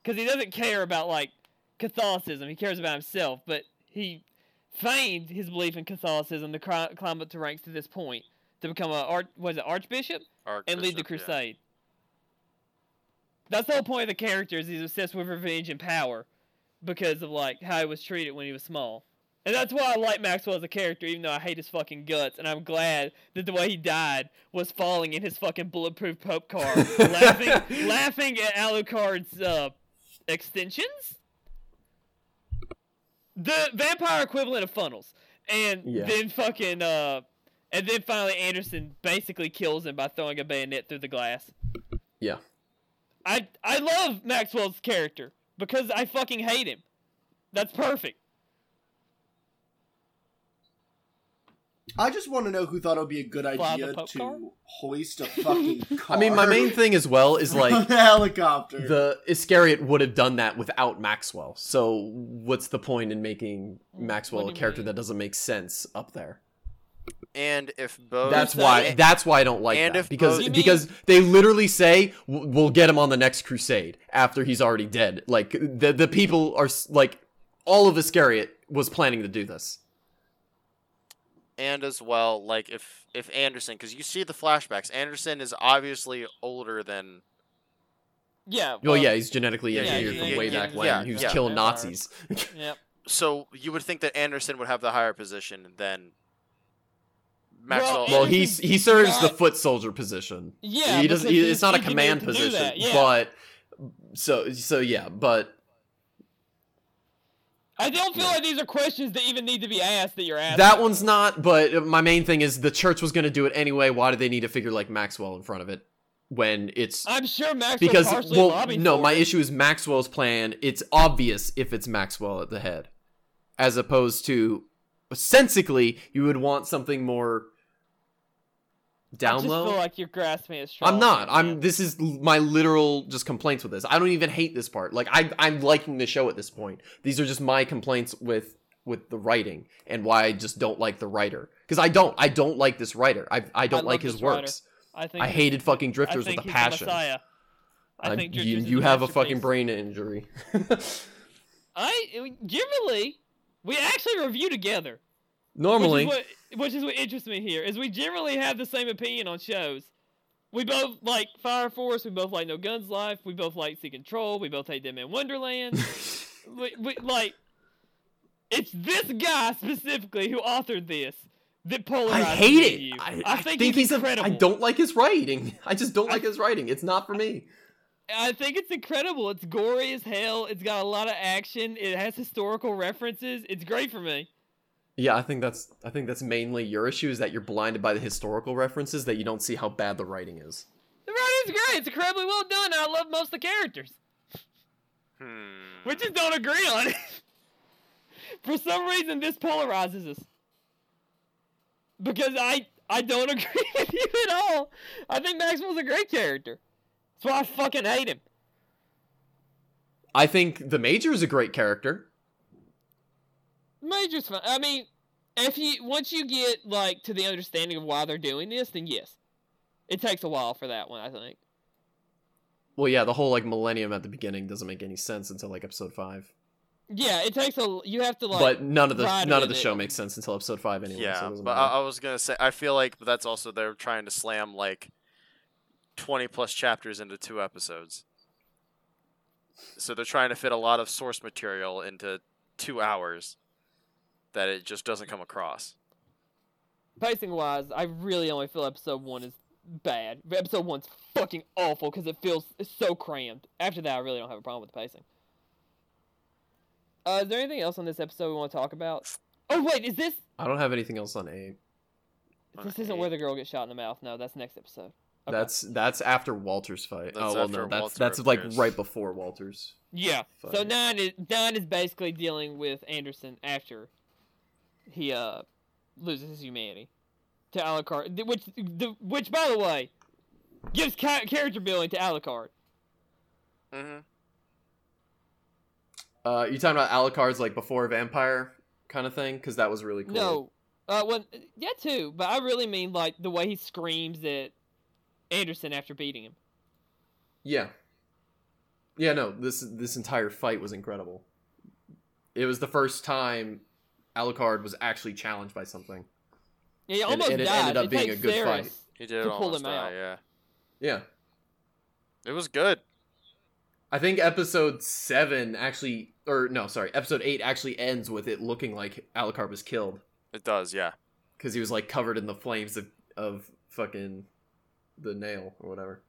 Speaker 1: because he doesn't care about like Catholicism. He cares about himself, but he feigned his belief in Catholicism to cri- climb up the ranks to this point to become a arch was it archbishop
Speaker 5: Our
Speaker 1: and lead the
Speaker 5: Christian- yeah.
Speaker 1: crusade. That's the whole point of the character is he's obsessed with revenge and power. because of like how he was treated when he was small. And that's why I like Maxwell as a character, even though I hate his fucking guts. And I'm glad that the way he died was falling in his fucking bulletproof Pope car, laughing, laughing at Alucard's uh, extensions. The vampire equivalent of funnels, and
Speaker 4: Yeah.
Speaker 1: then fucking, uh, and then finally Anderson basically kills him by throwing a bayonet through the glass.
Speaker 4: Yeah.
Speaker 1: I I love Maxwell's character because I fucking hate him. That's perfect.
Speaker 2: I just want to know who thought it would be a good
Speaker 1: Fly
Speaker 2: idea
Speaker 1: the pop
Speaker 2: to
Speaker 1: car?
Speaker 2: hoist a fucking car.
Speaker 4: I mean, my main thing as well is
Speaker 2: from
Speaker 4: like
Speaker 2: a helicopter.
Speaker 4: the Iscariot would have done that without Maxwell. So what's the point in making Maxwell
Speaker 1: do
Speaker 4: a
Speaker 1: you
Speaker 4: character
Speaker 1: mean?
Speaker 4: that doesn't make sense up there?
Speaker 3: And if both
Speaker 4: That's
Speaker 1: so-
Speaker 4: why.
Speaker 1: and-
Speaker 4: That's why I don't like
Speaker 3: and
Speaker 4: that
Speaker 3: if
Speaker 4: because
Speaker 3: both-
Speaker 1: You mean-
Speaker 4: because they literally say "W- we'll get him on the next crusade after he's already dead. Like the the people are s- like all of Iscariot was planning to do this.
Speaker 3: and
Speaker 5: and as well like if if anderson because you see the flashbacks anderson is obviously older than
Speaker 1: Yeah.
Speaker 4: Well, yeah, he's genetically
Speaker 5: yeah, yeah,
Speaker 4: engineered
Speaker 5: yeah,
Speaker 4: from
Speaker 5: yeah,
Speaker 4: way
Speaker 5: yeah,
Speaker 4: back when.
Speaker 5: yeah,
Speaker 4: he was
Speaker 5: yeah.
Speaker 4: killing Nazis.
Speaker 1: Yeah.
Speaker 5: so you would think that anderson would have the higher position than
Speaker 1: Well,
Speaker 5: maxwell
Speaker 1: and-
Speaker 4: Well,
Speaker 1: Anderson
Speaker 4: he he serves the
Speaker 1: got-
Speaker 4: foot soldier position.
Speaker 1: Yeah.
Speaker 4: he doesn't.
Speaker 1: because
Speaker 4: He,
Speaker 1: he-
Speaker 4: it's not a
Speaker 1: he can
Speaker 4: command
Speaker 1: do that,
Speaker 4: position,
Speaker 1: yeah.
Speaker 4: but so so yeah, but
Speaker 1: I don't feel
Speaker 4: Yeah.
Speaker 1: like these are questions that even need to be asked that you're asking.
Speaker 4: that one's not. But my main thing is the church was going to do it anyway. Why do they need a figure like Maxwell in front of it when it's
Speaker 1: I'm sure Maxwell
Speaker 4: because
Speaker 1: partially
Speaker 4: well
Speaker 1: lobbied
Speaker 4: no
Speaker 1: for
Speaker 4: my
Speaker 1: it.
Speaker 4: issue is Maxwell's plan. It's obvious if it's Maxwell at the head, as opposed to sensically you would want something more
Speaker 1: I
Speaker 4: down
Speaker 1: just
Speaker 4: low.
Speaker 1: feel like you're grasping at straws.
Speaker 4: I'm not.
Speaker 1: here,
Speaker 4: I'm.
Speaker 1: man.
Speaker 4: This is l- my literal just complaints with this. I don't even hate this part. Like I, I'm liking the show at this point. These are just my complaints with with the writing and why I just don't like the writer. Because I don't. I don't like this writer. I I don't
Speaker 1: love
Speaker 4: like his
Speaker 1: this writer.
Speaker 4: works.
Speaker 1: I think
Speaker 4: I hated fucking
Speaker 1: I
Speaker 4: Drifters
Speaker 1: think
Speaker 4: with a
Speaker 1: he's
Speaker 4: passion.
Speaker 1: The messiah. I,
Speaker 4: I-
Speaker 1: think
Speaker 4: Uh, you
Speaker 1: Drifters is
Speaker 4: you
Speaker 1: a
Speaker 4: have a fucking
Speaker 1: masterpiece.
Speaker 4: brain injury.
Speaker 1: I generally we actually review together.
Speaker 4: Normally,
Speaker 1: Which is, what, which is what interests me here is we generally have the same opinion on shows. We both like Fire Force. We both like No Guns Life. We both like Sea Control. We both hate Them in Wonderland. we, we, like, it's this guy specifically who authored this that polarizes
Speaker 4: I hate it.
Speaker 1: You.
Speaker 4: I,
Speaker 1: I think, he's,
Speaker 4: a-
Speaker 1: incredible.
Speaker 4: I don't like his writing. I just don't
Speaker 1: I-
Speaker 4: like his writing. It's not for me.
Speaker 1: I think it's incredible. It's gory as hell. It's got a lot of action. It has historical references. It's great for me.
Speaker 4: Yeah, I think that's I think that's mainly your issue is that you're blinded by the historical references that you don't see how bad the writing is.
Speaker 1: The writing's great. It's incredibly well done. and I love most of the characters.
Speaker 5: hmm,
Speaker 1: We just don't agree on it. For some reason, this polarizes us. Because I I don't agree with you at all. I think Maxwell's a great character. That's why I fucking hate him.
Speaker 4: I think the Major is a great character.
Speaker 1: Major's fine. I mean, if you once you get like to the understanding of why they're doing this, then yes, it takes a while for that one. I think.
Speaker 4: Well, yeah, the whole like Millennium at the beginning doesn't make any sense until like episode five.
Speaker 1: Yeah, it takes a. You have to like.
Speaker 4: but none of the
Speaker 1: ride
Speaker 4: none of the
Speaker 1: with it.
Speaker 4: show makes sense until episode five anyway. so it
Speaker 5: yeah
Speaker 4: doesn't
Speaker 5: but
Speaker 4: matter.
Speaker 5: I, I was gonna say i feel like that's also they're trying to slam like 20 plus chapters into two episodes so they're trying to fit a lot of source material into two hours that it just doesn't come across
Speaker 1: pacing wise, I really only feel episode one is bad. But Episode one's fucking awful because it feels it's so crammed. After that, I really don't have a problem with the pacing. Uh, is there anything else on this episode we want to talk about? Oh wait, is this
Speaker 4: I, don't have anything else on eight.
Speaker 1: this isn't where the girl gets shot in the mouth? No, that's next episode. Okay.
Speaker 4: That's that's after Walter's fight.
Speaker 5: That's
Speaker 4: oh well,
Speaker 5: after
Speaker 4: no, that's
Speaker 5: Walter
Speaker 4: that's like
Speaker 5: appears.
Speaker 4: right before Walter's.
Speaker 1: yeah. So
Speaker 4: Fine.
Speaker 1: nine is nine is basically dealing with Anderson after he uh loses his humanity to Alucard, th- which the, which by the way gives ca- character building to Alucard.
Speaker 5: Mhm.
Speaker 4: Uh, you talking about Alucard's like before vampire kind of thing? Because that was really cool.
Speaker 1: No. Uh, well, yeah, too. But I really mean like the way he screams at Anderson after beating him.
Speaker 4: Yeah. Yeah, no, this this entire fight was incredible. It was the first time Alucard was actually challenged by something.
Speaker 1: Yeah, he
Speaker 4: And-
Speaker 1: almost
Speaker 4: and it
Speaker 1: died.
Speaker 4: ended up being a
Speaker 1: takes
Speaker 4: good fight.
Speaker 1: Varys-
Speaker 5: he did
Speaker 1: To pull
Speaker 5: almost
Speaker 1: him
Speaker 5: die,
Speaker 1: out.
Speaker 5: yeah
Speaker 4: Yeah.
Speaker 5: it was good
Speaker 4: I think episode 7 actually or no, sorry, episode eight actually ends with it looking like Alucard was killed
Speaker 5: It does, yeah.
Speaker 4: because he was like covered in the flames of of fucking the nail or whatever.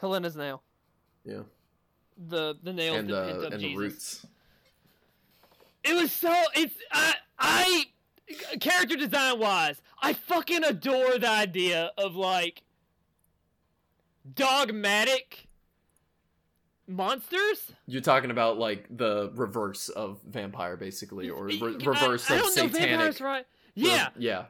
Speaker 1: Helena's nail.
Speaker 4: Yeah,
Speaker 1: The the nail
Speaker 4: and
Speaker 1: that
Speaker 4: uh,
Speaker 1: pinned up
Speaker 4: and the
Speaker 1: Jesus.
Speaker 4: roots.
Speaker 1: It was so it's I I character design wise, I fucking adore the idea of like dogmatic monsters.
Speaker 4: You're talking about like the reverse of vampire, basically, or re-
Speaker 1: I-
Speaker 4: reverse
Speaker 1: I,
Speaker 4: of
Speaker 1: don't know if
Speaker 4: satanic.
Speaker 1: vampires, right? Yeah,
Speaker 4: yeah.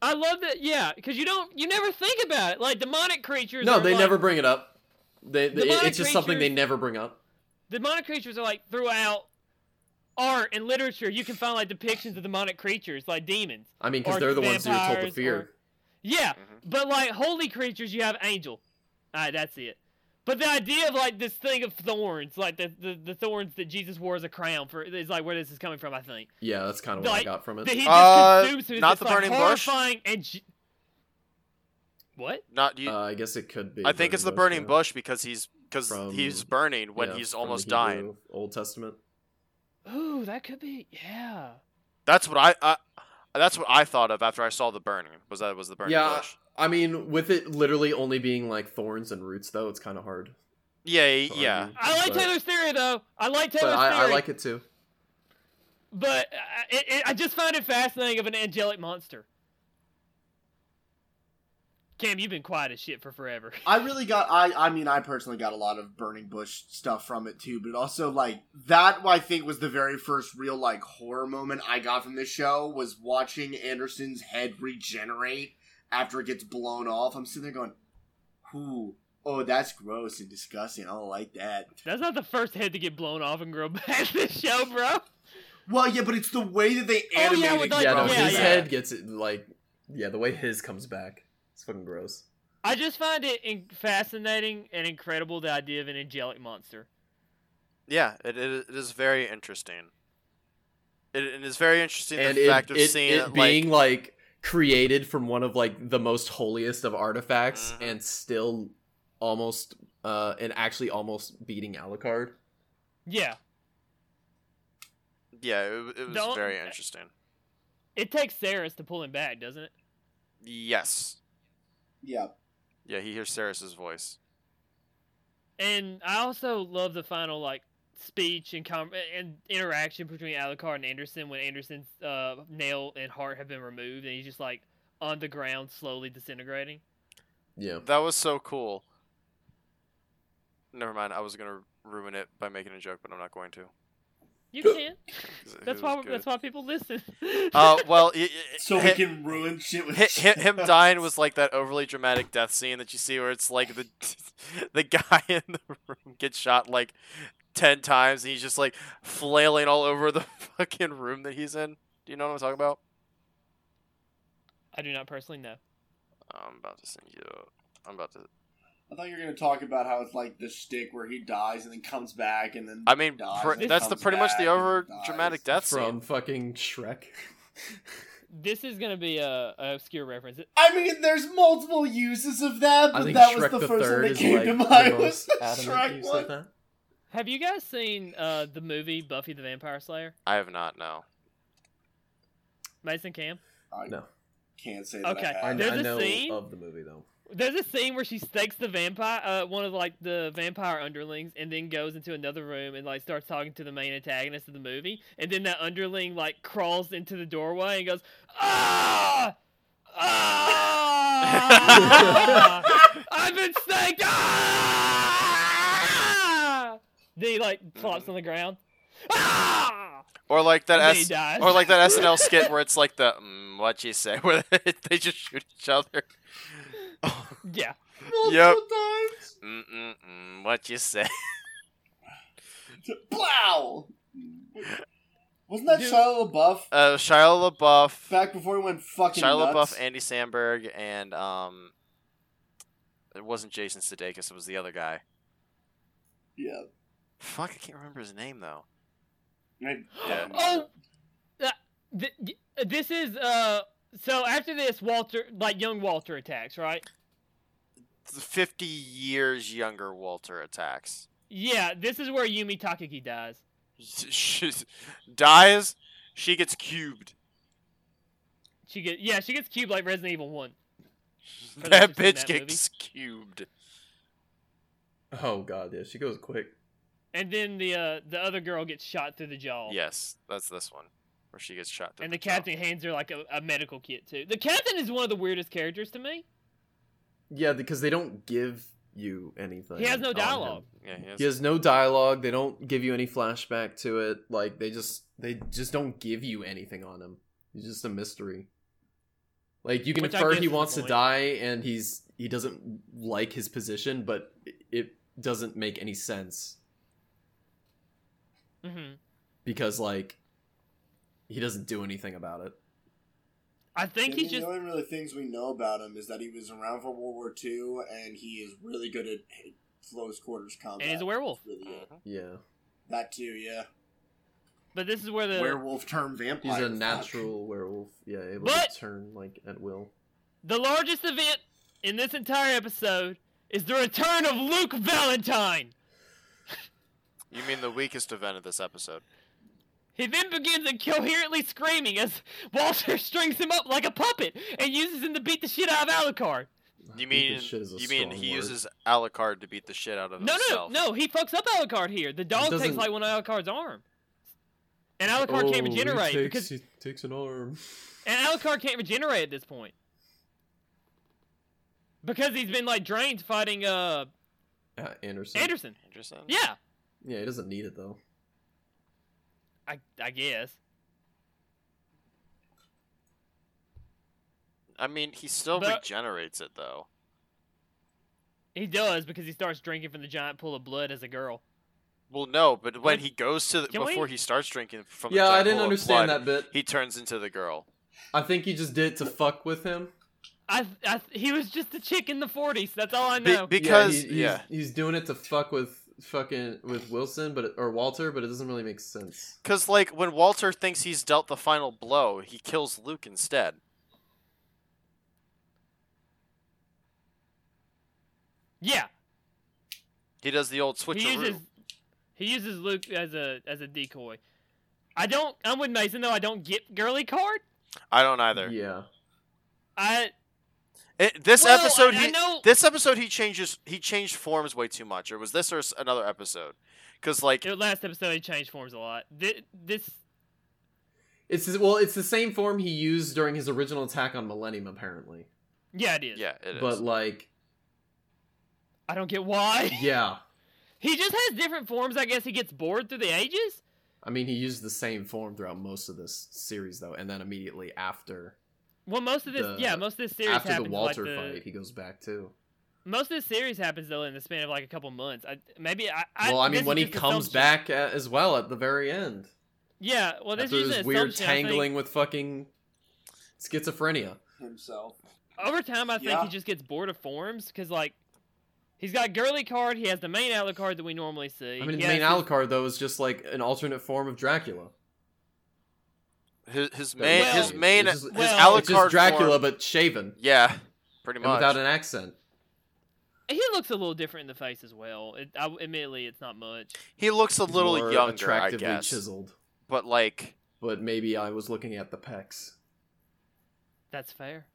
Speaker 1: I love that. Yeah, because you don't you never think about it. Like demonic creatures.
Speaker 4: No,
Speaker 1: are
Speaker 4: they
Speaker 1: like-
Speaker 4: never bring it up. They, they-
Speaker 1: Demonic
Speaker 4: it's just something they
Speaker 1: creatures-
Speaker 4: never bring up.
Speaker 1: demonic creatures are like throughout art and literature. You can find like depictions of demonic creatures, like demons.
Speaker 4: I mean, because
Speaker 1: Or
Speaker 4: they're the ones who are told to
Speaker 1: vampires,
Speaker 4: fear.
Speaker 1: or- Yeah,
Speaker 5: Mhm.
Speaker 1: but like holy creatures, you have angel. All right, that's it. But the idea of like this thing of thorns, like the, the, the thorns that Jesus wore as a crown for, is like where this is coming from. I think
Speaker 4: Yeah, that's kind of what I
Speaker 1: Like,
Speaker 4: got from it.
Speaker 1: that he just
Speaker 5: Uh,
Speaker 1: consumes who is
Speaker 5: not
Speaker 1: just,
Speaker 5: the
Speaker 1: like,
Speaker 5: burning bush?
Speaker 1: horrifying and ju- what?
Speaker 5: Not you.
Speaker 4: uh, I guess it could be.
Speaker 5: I think it's the burning bush because he's because
Speaker 4: From-
Speaker 5: he's burning when
Speaker 4: yeah,
Speaker 5: he's
Speaker 4: from the
Speaker 5: almost dying.
Speaker 4: Hebrew Old Testament.
Speaker 1: Ooh, that could be yeah.
Speaker 5: That's what I, I that's what I thought of after I saw the burning. Was that it was the burning
Speaker 4: Yeah.
Speaker 5: bush?
Speaker 4: I mean, with it literally only being like thorns and roots, though, it's kind of hard.
Speaker 5: Yeah,
Speaker 4: to
Speaker 5: yeah.
Speaker 4: argue.
Speaker 1: I like
Speaker 4: But-
Speaker 1: Taylor's theory though. I like Taylor's
Speaker 4: But I, I
Speaker 1: theory,
Speaker 4: like it too.
Speaker 1: but I, it, it, I just find it fascinating of an angelic monster. Cam, you've been quiet as shit for forever.
Speaker 2: I really got I I mean I personally got a lot of burning bush stuff from it too, but also like that I think was the very first real like horror moment I got from this show was watching Anderson's head regenerate after it gets blown off. I'm sitting there going, "Ooh, oh that's gross and disgusting. I don't like that."
Speaker 1: That's not the first head to get blown off and grow back this show, bro.
Speaker 2: Well, yeah, but it's the way that they
Speaker 1: Oh, yeah,
Speaker 2: animated.
Speaker 1: with, like,
Speaker 4: yeah, no,
Speaker 2: gross.
Speaker 1: yeah,
Speaker 4: his
Speaker 1: yeah.
Speaker 4: head gets it like yeah, the way his comes back, it's fucking gross.
Speaker 1: I just find it in- fascinating and incredible the idea of an angelic monster.
Speaker 5: Yeah, it, it, it is very interesting. It, it is very interesting
Speaker 4: and
Speaker 5: the
Speaker 4: it,
Speaker 5: fact of
Speaker 4: it,
Speaker 5: seeing
Speaker 4: it
Speaker 5: it,
Speaker 4: being
Speaker 5: like,
Speaker 4: like, created from one of like the most holiest of artifacts
Speaker 5: Mhm.
Speaker 4: and still almost uh and actually almost beating Alucard.
Speaker 1: Yeah,
Speaker 5: yeah, it, w- it was
Speaker 1: Don't-
Speaker 5: very interesting.
Speaker 1: it takes Saris to pull him back, doesn't it?
Speaker 5: Yes,
Speaker 2: yeah.
Speaker 5: yeah, he hears Saris's voice.
Speaker 1: And I also love the final like speech and com- and interaction between Alucard and Anderson when Anderson's uh, nail and heart have been removed and he's just like on the ground slowly disintegrating.
Speaker 4: Yeah.
Speaker 5: That was so cool. Never mind, I was gonna ruin it by making a joke, but I'm not going to.
Speaker 1: You can.
Speaker 5: 'cause it
Speaker 1: that's
Speaker 5: was
Speaker 1: why
Speaker 5: good.
Speaker 1: that's why people listen.
Speaker 5: Uh, well, it, it,
Speaker 2: So we
Speaker 5: hi-
Speaker 2: can ruin shit with
Speaker 5: hi- hi- him dying was like that overly dramatic death scene that you see where it's like the the guy in the room gets shot like ten times and he's just like flailing all over the fucking room that he's in. Do you know what I'm talking about?
Speaker 1: I do not personally know.
Speaker 5: I'm about to send you. I'm about to.
Speaker 2: I thought you were gonna talk about how it's like the shtick where he dies and then comes back and then
Speaker 5: I mean,
Speaker 2: dies
Speaker 5: pr-
Speaker 2: and then
Speaker 5: that's the
Speaker 2: comes
Speaker 5: pretty much
Speaker 2: back
Speaker 5: the
Speaker 2: and
Speaker 5: over
Speaker 2: dies.
Speaker 5: dramatic death
Speaker 4: from
Speaker 5: scene.
Speaker 4: fucking Shrek.
Speaker 1: This is gonna be a, a obscure reference.
Speaker 2: I mean, there's multiple uses of that,
Speaker 4: I
Speaker 2: but
Speaker 4: think
Speaker 2: that
Speaker 4: Shrek
Speaker 2: was the
Speaker 4: the
Speaker 2: first one
Speaker 4: third
Speaker 2: that
Speaker 4: is
Speaker 2: came
Speaker 4: like
Speaker 2: to
Speaker 4: the
Speaker 2: mind was
Speaker 4: most
Speaker 2: the
Speaker 4: adamant
Speaker 2: Shrek
Speaker 4: use of
Speaker 2: one.
Speaker 4: that.
Speaker 1: Have you guys seen uh, the movie Buffy the Vampire Slayer?
Speaker 5: I have not. No.
Speaker 1: Mason Cam.
Speaker 4: No,
Speaker 2: Can't say that.
Speaker 1: Okay.
Speaker 2: I
Speaker 4: I,
Speaker 2: have.
Speaker 4: kn-
Speaker 1: There's
Speaker 4: I
Speaker 1: a
Speaker 4: know
Speaker 1: scene-
Speaker 4: of the movie though.
Speaker 1: There's a scene where she stakes the vampire, uh, one of like the vampire underlings, and then goes into another room and like starts talking to the main antagonist of the movie, and then that underling like crawls into the doorway and goes, ah, ah, I've been staked, ah. Then he like flops on the ground, ah,
Speaker 5: Or like that.
Speaker 1: and then he
Speaker 5: S-
Speaker 1: dies.
Speaker 5: or like that SNL skit where it's like the mm, what you say where they just shoot each other.
Speaker 1: yeah.
Speaker 2: Multiple
Speaker 5: Yep.
Speaker 2: times.
Speaker 5: Mm mm mm. What you say?
Speaker 2: Blow. Wasn't that
Speaker 1: Dude.
Speaker 2: Shia LaBeouf
Speaker 5: Uh, Shia LaBeouf,
Speaker 2: back before he went fucking
Speaker 5: Shia
Speaker 2: nuts?
Speaker 5: LaBeouf, Andy Samberg, and um, it wasn't Jason Sudeikis. It was the other guy.
Speaker 2: yeah.
Speaker 5: Fuck, I can't remember his name though.
Speaker 2: I-
Speaker 5: Yeah.
Speaker 1: Oh, uh, th- y- this is uh. So after this, Walter, like young Walter, attacks, right?
Speaker 5: Fifty years younger Walter attacks.
Speaker 1: Yeah, this is where Yumi Takagi dies.
Speaker 5: She dies. She gets cubed.
Speaker 1: She get yeah, she gets cubed like Resident Evil One. For those
Speaker 5: That
Speaker 1: who've seen
Speaker 5: bitch
Speaker 1: that
Speaker 5: gets cubed.
Speaker 4: Oh god, yeah, she goes quick.
Speaker 1: And then the uh, the other girl gets shot through the jaw.
Speaker 5: Yes, that's this one where she gets shot. through
Speaker 1: And the
Speaker 5: jaw.
Speaker 1: captain hands her like a, a medical kit too. The captain is one of the weirdest characters to me.
Speaker 4: Yeah, because they don't give you anything.
Speaker 1: He has no
Speaker 4: on him.
Speaker 1: dialogue.
Speaker 5: Yeah, he has-
Speaker 4: He has no dialogue. They don't give you any flashback to it. Like they just they just don't give you anything on him. He's just a mystery. Like you can
Speaker 1: Which I
Speaker 4: infer
Speaker 1: guess
Speaker 4: he
Speaker 1: is the
Speaker 4: wants to
Speaker 1: point.
Speaker 4: die and he's he doesn't like his position, but it doesn't make any sense
Speaker 1: hmm
Speaker 4: because like he doesn't do anything about it.
Speaker 1: I think
Speaker 2: I
Speaker 1: he's
Speaker 2: mean,
Speaker 1: just
Speaker 2: the only really things we know about him is that he was around for World War II and he is really good at close quarters combat.
Speaker 1: and he's a werewolf.
Speaker 2: That's really it.
Speaker 5: Mhm.
Speaker 4: Yeah.
Speaker 2: That too, yeah.
Speaker 1: But this is where the
Speaker 2: Werewolf term vampire.
Speaker 4: He's a
Speaker 2: fuck.
Speaker 4: natural werewolf. Yeah, able
Speaker 1: But-
Speaker 4: to turn like at will.
Speaker 1: the largest event in this entire episode is the return of Luke Valentine.
Speaker 5: You mean the weakest event of this episode?
Speaker 1: He then begins incoherently screaming as Walter strings him up like a puppet and uses him to beat the shit out of Alucard.
Speaker 5: You
Speaker 4: Beat the
Speaker 5: mean
Speaker 4: shit is a
Speaker 5: you mean
Speaker 4: strong
Speaker 5: he
Speaker 4: word.
Speaker 5: uses Alucard to beat the shit out of
Speaker 1: No, no,
Speaker 5: himself?
Speaker 1: no, he fucks up Alucard here. The dog takes
Speaker 4: doesn't-
Speaker 1: like one of Alucard's arm. And Alucard can't regenerate because
Speaker 4: Oh, he takes an arm.
Speaker 1: and Alucard can't regenerate at this point. Because he's been like drained fighting uh
Speaker 4: Uh, Anderson.
Speaker 1: Anderson.
Speaker 5: Interesting.
Speaker 1: Yeah.
Speaker 4: Yeah, he doesn't need it though.
Speaker 1: I I guess.
Speaker 5: I mean, he still
Speaker 1: But-
Speaker 5: regenerates it though.
Speaker 1: He does because he starts drinking from the giant pool of blood as a girl.
Speaker 5: Well, no, but when
Speaker 1: Like,
Speaker 5: he goes to the,
Speaker 1: can we-
Speaker 5: before he starts drinking from
Speaker 4: yeah,
Speaker 5: the
Speaker 4: I
Speaker 5: giant
Speaker 4: didn't
Speaker 5: pool of
Speaker 4: understand
Speaker 5: blood,
Speaker 4: that bit.
Speaker 5: He turns into the girl.
Speaker 4: I think he just did it to fuck with him.
Speaker 1: I, I he was just a chick in the 40s. That's all I
Speaker 5: Be-
Speaker 1: know.
Speaker 5: because
Speaker 4: he-
Speaker 5: yeah,
Speaker 4: he's, he's doing it to fuck with fucking with Wilson, but it, or Walter, but it doesn't really make sense.
Speaker 5: Because, like, when Walter thinks he's dealt the final blow, he kills Luke instead.
Speaker 1: yeah.
Speaker 5: He does the old
Speaker 1: he
Speaker 5: switcheroo.
Speaker 1: uses he uses Luke as a as a decoy. I don't. I'm with Mason though. I don't get girly card.
Speaker 5: I don't either.
Speaker 4: Yeah,
Speaker 1: I
Speaker 5: It- this
Speaker 1: well,
Speaker 5: episode,
Speaker 1: I,
Speaker 5: he
Speaker 1: I know.
Speaker 5: this episode he changes he changed forms way too much. Or was this or s- another episode? Because like
Speaker 1: It- last episode, he changed forms a lot. This, this
Speaker 4: it's his- well, it's the same form he used during his original attack on Millennium, apparently.
Speaker 1: yeah, it is.
Speaker 5: yeah, it is.
Speaker 4: But like,
Speaker 1: I don't get why.
Speaker 4: yeah,
Speaker 1: he just has different forms. I guess he gets bored through the ages.
Speaker 4: I mean, he used the same form throughout most of this series though, and then immediately after
Speaker 1: Well, most of this,
Speaker 4: The-
Speaker 1: yeah, most of this series
Speaker 4: after
Speaker 1: happens
Speaker 4: the Walter
Speaker 1: like the,
Speaker 4: fight, he goes back to.
Speaker 1: Most of this series happens though in the span of like a couple months. I, maybe I, I.
Speaker 4: well, I
Speaker 1: this
Speaker 4: mean,
Speaker 1: is
Speaker 4: when he
Speaker 1: just
Speaker 4: comes
Speaker 1: assumption.
Speaker 4: back a as well at the very end.
Speaker 1: Yeah. Well, this
Speaker 4: after
Speaker 1: is
Speaker 4: this
Speaker 1: an
Speaker 4: weird
Speaker 1: assumption, I think.
Speaker 4: tangling with fucking schizophrenia.
Speaker 2: himself.
Speaker 1: Over time, I think
Speaker 2: Yeah.
Speaker 1: he just gets bored of forms because, like, he's got girly card. He has the main outlet card that we normally see.
Speaker 4: I mean,
Speaker 1: He
Speaker 4: the main
Speaker 1: has his-
Speaker 4: Alucard though is just like an alternate form of Dracula.
Speaker 5: his, his main
Speaker 1: Well-
Speaker 5: his main
Speaker 4: It's just-
Speaker 5: his
Speaker 1: well-
Speaker 5: Alucard
Speaker 4: It's just Dracula,
Speaker 5: form-
Speaker 4: but shaven
Speaker 5: yeah, pretty
Speaker 4: and
Speaker 5: much.
Speaker 4: without an accent.
Speaker 1: He looks a little different in the face as well. It, I, admittedly, it's not much.
Speaker 5: he looks a
Speaker 4: He's
Speaker 5: little
Speaker 4: more
Speaker 5: younger,
Speaker 4: attractively
Speaker 5: I guess.
Speaker 4: chiseled.
Speaker 5: But like
Speaker 4: But maybe I was looking at the pecs.
Speaker 1: That's fair.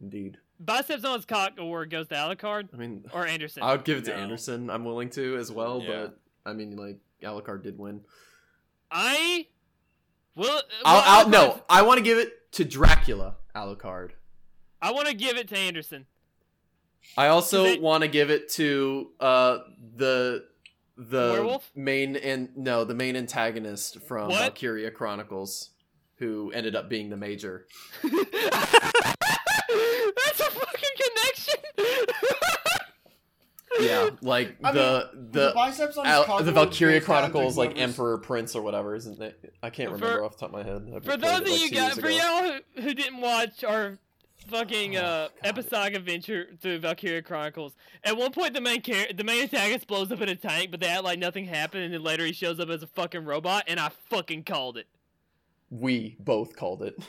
Speaker 4: Indeed.
Speaker 1: Biceps on his cock or goes to Alucard
Speaker 4: I mean,
Speaker 1: or Anderson.
Speaker 4: I would give it to
Speaker 2: No.
Speaker 4: Anderson. I'm willing to as well,
Speaker 5: Yeah.
Speaker 4: but I mean, like Alucard did win.
Speaker 1: I will.
Speaker 4: I'll, I'll,
Speaker 1: Alucard's-
Speaker 4: no, I want to give it to Dracula Alucard.
Speaker 1: I want to give it to Anderson.
Speaker 4: I also
Speaker 1: They-
Speaker 4: want to give it to uh, the the
Speaker 1: Werewolf?
Speaker 4: main and no the main antagonist from
Speaker 1: What?
Speaker 4: Valkyria Chronicles, who ended up being the major.
Speaker 1: That's a fucking connection.
Speaker 4: Yeah, like
Speaker 2: I
Speaker 4: the the
Speaker 2: biceps on his
Speaker 4: Al-
Speaker 2: cock
Speaker 4: the
Speaker 2: was
Speaker 4: Valkyria
Speaker 2: based on
Speaker 4: Chronicles,
Speaker 2: the
Speaker 4: like
Speaker 2: numbers.
Speaker 4: Emperor Prince or whatever, isn't it? I can't
Speaker 1: For-
Speaker 4: remember off the top of my head. I
Speaker 1: For
Speaker 4: played
Speaker 1: those
Speaker 4: it,
Speaker 1: of
Speaker 4: like,
Speaker 1: you
Speaker 4: two
Speaker 1: guys,
Speaker 4: years
Speaker 1: for
Speaker 4: ago.
Speaker 1: y'all who, who didn't watch our fucking
Speaker 4: Oh,
Speaker 1: uh,
Speaker 4: God.
Speaker 1: episodic adventure through Valkyria Chronicles, at one point the main char- the main antagonist blows up in a tank, but they act like nothing happened, and then later he shows up as a fucking robot, and I fucking called it.
Speaker 4: we both called it.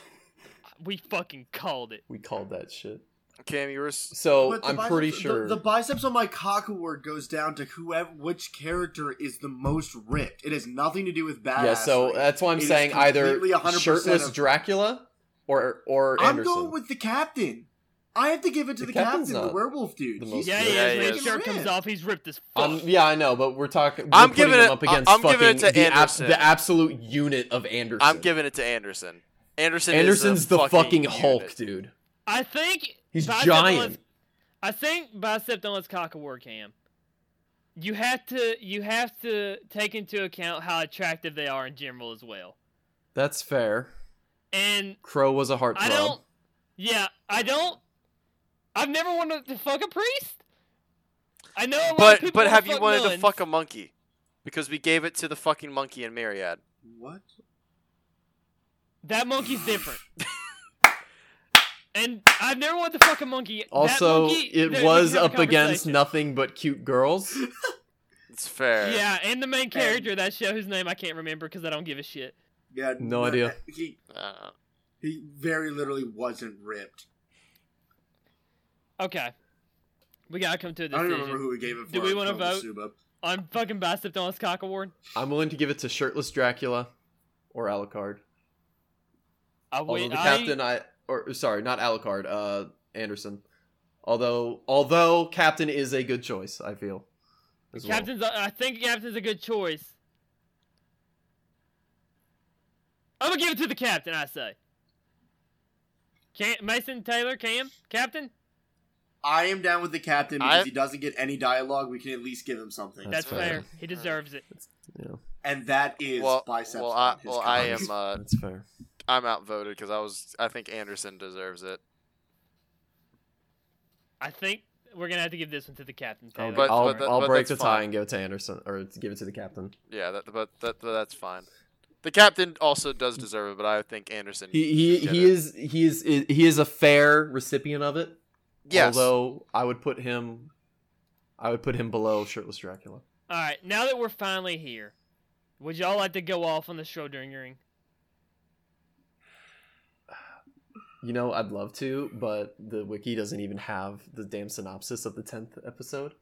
Speaker 1: We fucking called it.
Speaker 4: We called that shit.
Speaker 3: Cam, you were s-
Speaker 4: So
Speaker 2: But the
Speaker 4: Oh, I'm
Speaker 2: biceps-
Speaker 4: pretty
Speaker 2: the-
Speaker 4: sure.
Speaker 2: the, biceps on my cock award goes down to whoever which character is the most ripped. It has nothing to do with badass.
Speaker 4: yeah, so that's why I'm
Speaker 2: It is
Speaker 4: saying either
Speaker 2: completely 100%
Speaker 4: shirtless
Speaker 2: of-
Speaker 4: Dracula or or
Speaker 2: I'm
Speaker 4: Anderson.
Speaker 2: going with the captain. I have to give it to
Speaker 4: The
Speaker 2: the, captain,
Speaker 4: captain's
Speaker 2: the
Speaker 4: not
Speaker 2: werewolf dude.
Speaker 4: the
Speaker 2: He's
Speaker 4: most
Speaker 1: Yeah,
Speaker 4: ripped.
Speaker 1: he
Speaker 5: Yeah,
Speaker 1: is.
Speaker 5: he
Speaker 1: When his
Speaker 5: is.
Speaker 1: shirt comes
Speaker 2: ripped.
Speaker 1: off, he's ripped as fuck.
Speaker 4: Um, yeah, I know, but we're talking. We're
Speaker 5: I'm
Speaker 4: putting
Speaker 5: giving
Speaker 4: him
Speaker 5: it-
Speaker 4: up against
Speaker 5: I'm
Speaker 4: fucking
Speaker 5: giving it to
Speaker 4: the, ab-
Speaker 5: Anderson.
Speaker 4: the absolute unit of Anderson.
Speaker 5: I'm giving it to Anderson. Anderson. is a
Speaker 4: Anderson's the fucking Hulk,
Speaker 5: unit.
Speaker 4: dude.
Speaker 1: I think
Speaker 4: He's
Speaker 1: bicep
Speaker 4: giant.
Speaker 1: Dylan's- I think bicep Dylan's cock award cam. You have to you have to take into account how attractive they are in general as well.
Speaker 4: That's fair.
Speaker 1: And
Speaker 4: Crow was a heartthrob.
Speaker 1: I don't. Yeah, I don't. I've never wanted to fuck a priest. I know a lot of
Speaker 5: But
Speaker 1: people
Speaker 5: but
Speaker 1: wanna
Speaker 5: have you
Speaker 1: fuck
Speaker 5: wanted to
Speaker 1: nuns.
Speaker 5: fuck a monkey? Because we gave it to the fucking monkey in Myriad.
Speaker 2: What?
Speaker 1: That monkey's different. and I've never wanted to fuck a monkey. That
Speaker 4: Also,
Speaker 1: monkey- there-
Speaker 4: it
Speaker 1: we
Speaker 4: was
Speaker 1: can have a
Speaker 4: up against
Speaker 1: conversation.
Speaker 4: nothing but cute girls.
Speaker 5: It's fair.
Speaker 1: Yeah, and the main character of that show, whose name I can't remember because I don't give a shit.
Speaker 2: Yeah,
Speaker 4: No
Speaker 2: that-
Speaker 4: idea.
Speaker 2: He
Speaker 5: Uh,
Speaker 2: he very literally wasn't ripped.
Speaker 1: Okay, we gotta come to a
Speaker 2: I don't
Speaker 1: decision
Speaker 2: remember who we gave it for.
Speaker 1: Do we wanna
Speaker 2: Probably Suba.
Speaker 1: on fucking Bicep Dallas Cock Award.
Speaker 4: I'm willing to give it to shirtless Dracula or Alucard.
Speaker 1: I
Speaker 4: Although
Speaker 1: wait.
Speaker 4: the
Speaker 1: I-
Speaker 4: captain, I or sorry, not Alucard, uh, Anderson. Although, although captain is a good choice, I feel. as well.
Speaker 1: Captain's. I think Captain's a good choice. I'm gonna give it to the captain. I say. Can- Mason Taylor, Cam, Captain.
Speaker 2: I am down with the captain
Speaker 5: I-
Speaker 2: because he doesn't get any dialogue. We can at least give him something,
Speaker 4: That's
Speaker 1: That's,
Speaker 4: fair.
Speaker 1: fair. He deserves it.
Speaker 2: and that is
Speaker 5: well,
Speaker 2: biceps.
Speaker 5: well, I,
Speaker 2: on his
Speaker 5: well, I
Speaker 2: cock.
Speaker 5: am. Uh,
Speaker 4: That's fair.
Speaker 5: I'm outvoted because I was. I think Anderson deserves it.
Speaker 1: I think we're gonna have to give this one to the captain.
Speaker 4: I'll,
Speaker 1: Taylor.
Speaker 5: But-
Speaker 4: I'll,
Speaker 5: that-
Speaker 4: I'll
Speaker 5: but
Speaker 4: break
Speaker 5: that's
Speaker 4: Oh, the tie
Speaker 5: fine.
Speaker 4: and go to Anderson or give it to the captain.
Speaker 5: Yeah, that, but that, but that's fine. The captain also does deserve it, but I think Anderson.
Speaker 4: He he,
Speaker 5: should
Speaker 4: he
Speaker 5: get it.
Speaker 4: is he is he is a fair recipient of it.
Speaker 5: Yes.
Speaker 4: Although I would put him, I would put him below shirtless Dracula.
Speaker 1: All right, now that we're finally here, would y'all like to go off on the Schrodinger ring?
Speaker 4: You know, I'd love to, but the wiki doesn't even have the damn synopsis of the tenth episode.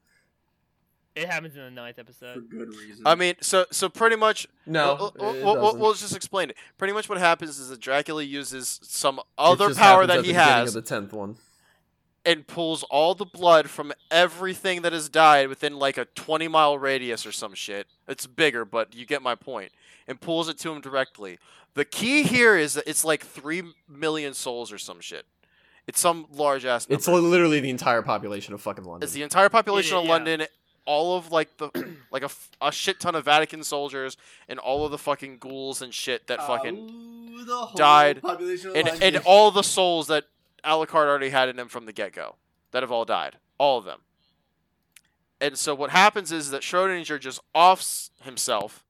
Speaker 1: It happens in the ninth
Speaker 2: for
Speaker 1: episode.
Speaker 2: good reason.
Speaker 5: I mean, so so pretty much.
Speaker 4: No,
Speaker 5: we'll,
Speaker 4: it
Speaker 5: we'll, we'll,
Speaker 4: doesn't.
Speaker 5: we'll just explain it. Pretty much what happens is that Dracula uses some
Speaker 4: It
Speaker 5: other
Speaker 4: just
Speaker 5: power
Speaker 4: happens at
Speaker 5: that
Speaker 4: the
Speaker 5: he
Speaker 4: beginning
Speaker 5: has
Speaker 4: Of the tenth one.
Speaker 5: and pulls all the blood from everything that has died within like a 20 mile radius or some shit. It's bigger, but you get my point. And pulls it to him directly. The key here is that it's like 3 million souls or some shit. It's some large ass number.
Speaker 4: It's literally the entire population of fucking London.
Speaker 5: It's the entire population
Speaker 1: Yeah,
Speaker 5: of
Speaker 1: yeah.
Speaker 5: London, all of like the like a, f- a shit ton of Vatican soldiers and all of the fucking ghouls and shit that fucking
Speaker 2: Uh, Ooh, the whole
Speaker 5: died,
Speaker 2: population of
Speaker 5: and
Speaker 2: London.
Speaker 5: and all the souls that Alucard already had in him from the get go that have all died, all of them. And so what happens is that Schrodinger just offs himself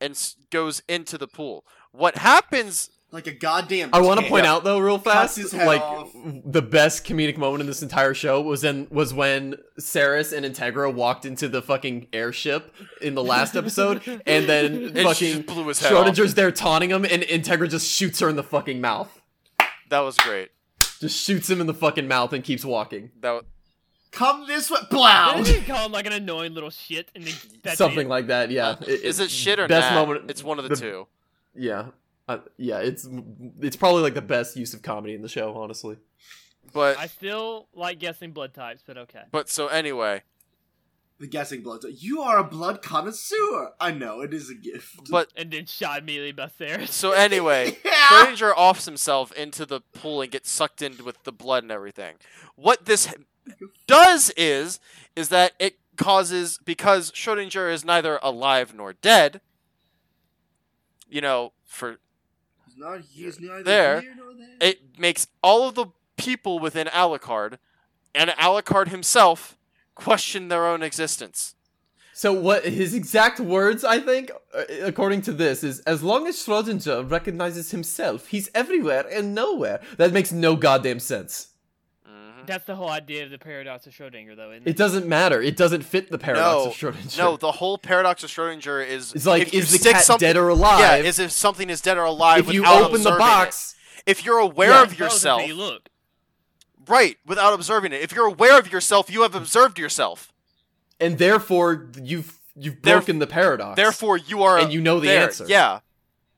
Speaker 5: and s- goes into the pool. What happens?
Speaker 2: like a goddamn.
Speaker 4: I want to
Speaker 2: tank.
Speaker 4: point out though, real fast,
Speaker 2: his head
Speaker 4: like
Speaker 2: off.
Speaker 4: the best comedic moment in this entire show was in was when Saris and Integra walked into the fucking airship in the last episode, and then
Speaker 5: And she
Speaker 4: fucking
Speaker 5: just blew his head off.
Speaker 4: Schrodinger's there taunting him, and Integra just shoots her in the fucking mouth,
Speaker 5: That was great.
Speaker 4: just shoots him in the fucking mouth, and keeps walking,
Speaker 5: That w-
Speaker 2: Come this way, blow.
Speaker 1: Didn't he call him like an annoying little shit? And then that's
Speaker 4: something
Speaker 1: it?
Speaker 4: like that. Yeah,
Speaker 5: Uh, is it shit or
Speaker 4: best
Speaker 5: not?
Speaker 4: moment?
Speaker 5: It's one of the,
Speaker 4: the-
Speaker 5: two.
Speaker 4: yeah, uh, yeah. It's it's probably like the best use of comedy in the show, honestly.
Speaker 5: But
Speaker 1: I still like guessing blood types, but okay.
Speaker 5: but so anyway.
Speaker 2: The guessing blood. You are a blood connoisseur. I know it is a gift.
Speaker 5: But
Speaker 1: And then shot immediately by Sarah.
Speaker 5: So anyway,
Speaker 2: Yeah.
Speaker 5: Schrodinger offs himself into the pool and gets sucked in with the blood and everything. What this h- does is is that it causes because Schrodinger is neither alive nor dead. You know, for
Speaker 2: He's not, he's neither
Speaker 5: There.
Speaker 2: here nor there.
Speaker 5: it makes all of the people within Alucard and Alucard himself question their own existence.
Speaker 4: So what his exact words, I think, uh, according to this, is as long as Schrodinger recognizes himself, he's everywhere and nowhere. That makes no goddamn sense.
Speaker 5: Mhm.
Speaker 1: That's the whole idea of the paradox of Schrodinger, though, isn't
Speaker 4: It
Speaker 1: it?
Speaker 4: doesn't matter. It doesn't fit the paradox
Speaker 5: Hmm. No,
Speaker 4: of Schrodinger.
Speaker 5: No, the whole paradox of Schrodinger is
Speaker 4: it's
Speaker 5: if
Speaker 4: like
Speaker 5: you
Speaker 4: is the
Speaker 5: stick
Speaker 4: cat
Speaker 5: something-
Speaker 4: dead or alive?
Speaker 5: Yeah, is if something is dead or alive
Speaker 4: if you
Speaker 5: without
Speaker 4: open the
Speaker 5: observing it.
Speaker 4: box,
Speaker 5: if you're aware
Speaker 4: Yeah.
Speaker 5: of
Speaker 1: That was until
Speaker 5: yourself,
Speaker 1: You look.
Speaker 5: Right, without observing it. If you're aware of yourself, you have observed yourself.
Speaker 4: and therefore you've you've
Speaker 5: Theref-
Speaker 4: broken the paradox.
Speaker 5: Therefore, you are
Speaker 4: and you know the
Speaker 5: there.
Speaker 4: answer.
Speaker 5: Yeah.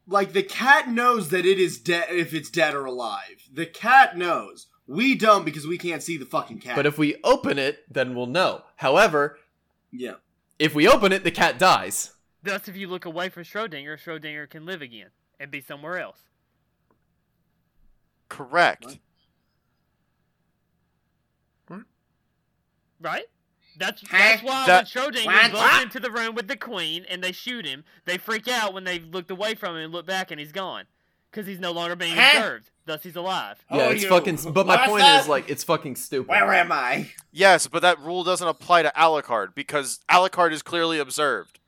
Speaker 2: Like the cat knows that it is dead if it's dead or alive. The cat knows. We dumb because we can't see the fucking cat.
Speaker 4: But if we open it, then we'll know. However,
Speaker 2: yeah,
Speaker 4: if we open it, the cat dies.
Speaker 1: Thus, if you look away from Schrodinger, Schrodinger can live again and be somewhere else.
Speaker 5: Correct.
Speaker 2: What?
Speaker 1: Right? That's
Speaker 2: Huh?
Speaker 1: that's why
Speaker 5: That-
Speaker 1: when Schrodinger
Speaker 2: What?
Speaker 1: goes
Speaker 2: What?
Speaker 1: into the room with the queen and they shoot him, they freak out when they looked away from him and look back and he's gone. Because he's no longer being
Speaker 2: Huh?
Speaker 1: observed. Thus, he's alive.
Speaker 2: How
Speaker 4: yeah,
Speaker 2: are
Speaker 4: it's
Speaker 2: Oh, you?
Speaker 4: fucking. But my
Speaker 2: What's
Speaker 4: point
Speaker 2: up?
Speaker 4: is like it's fucking stupid.
Speaker 2: where am I?
Speaker 5: Yes, but that rule doesn't apply to Alucard because Alucard is clearly observed.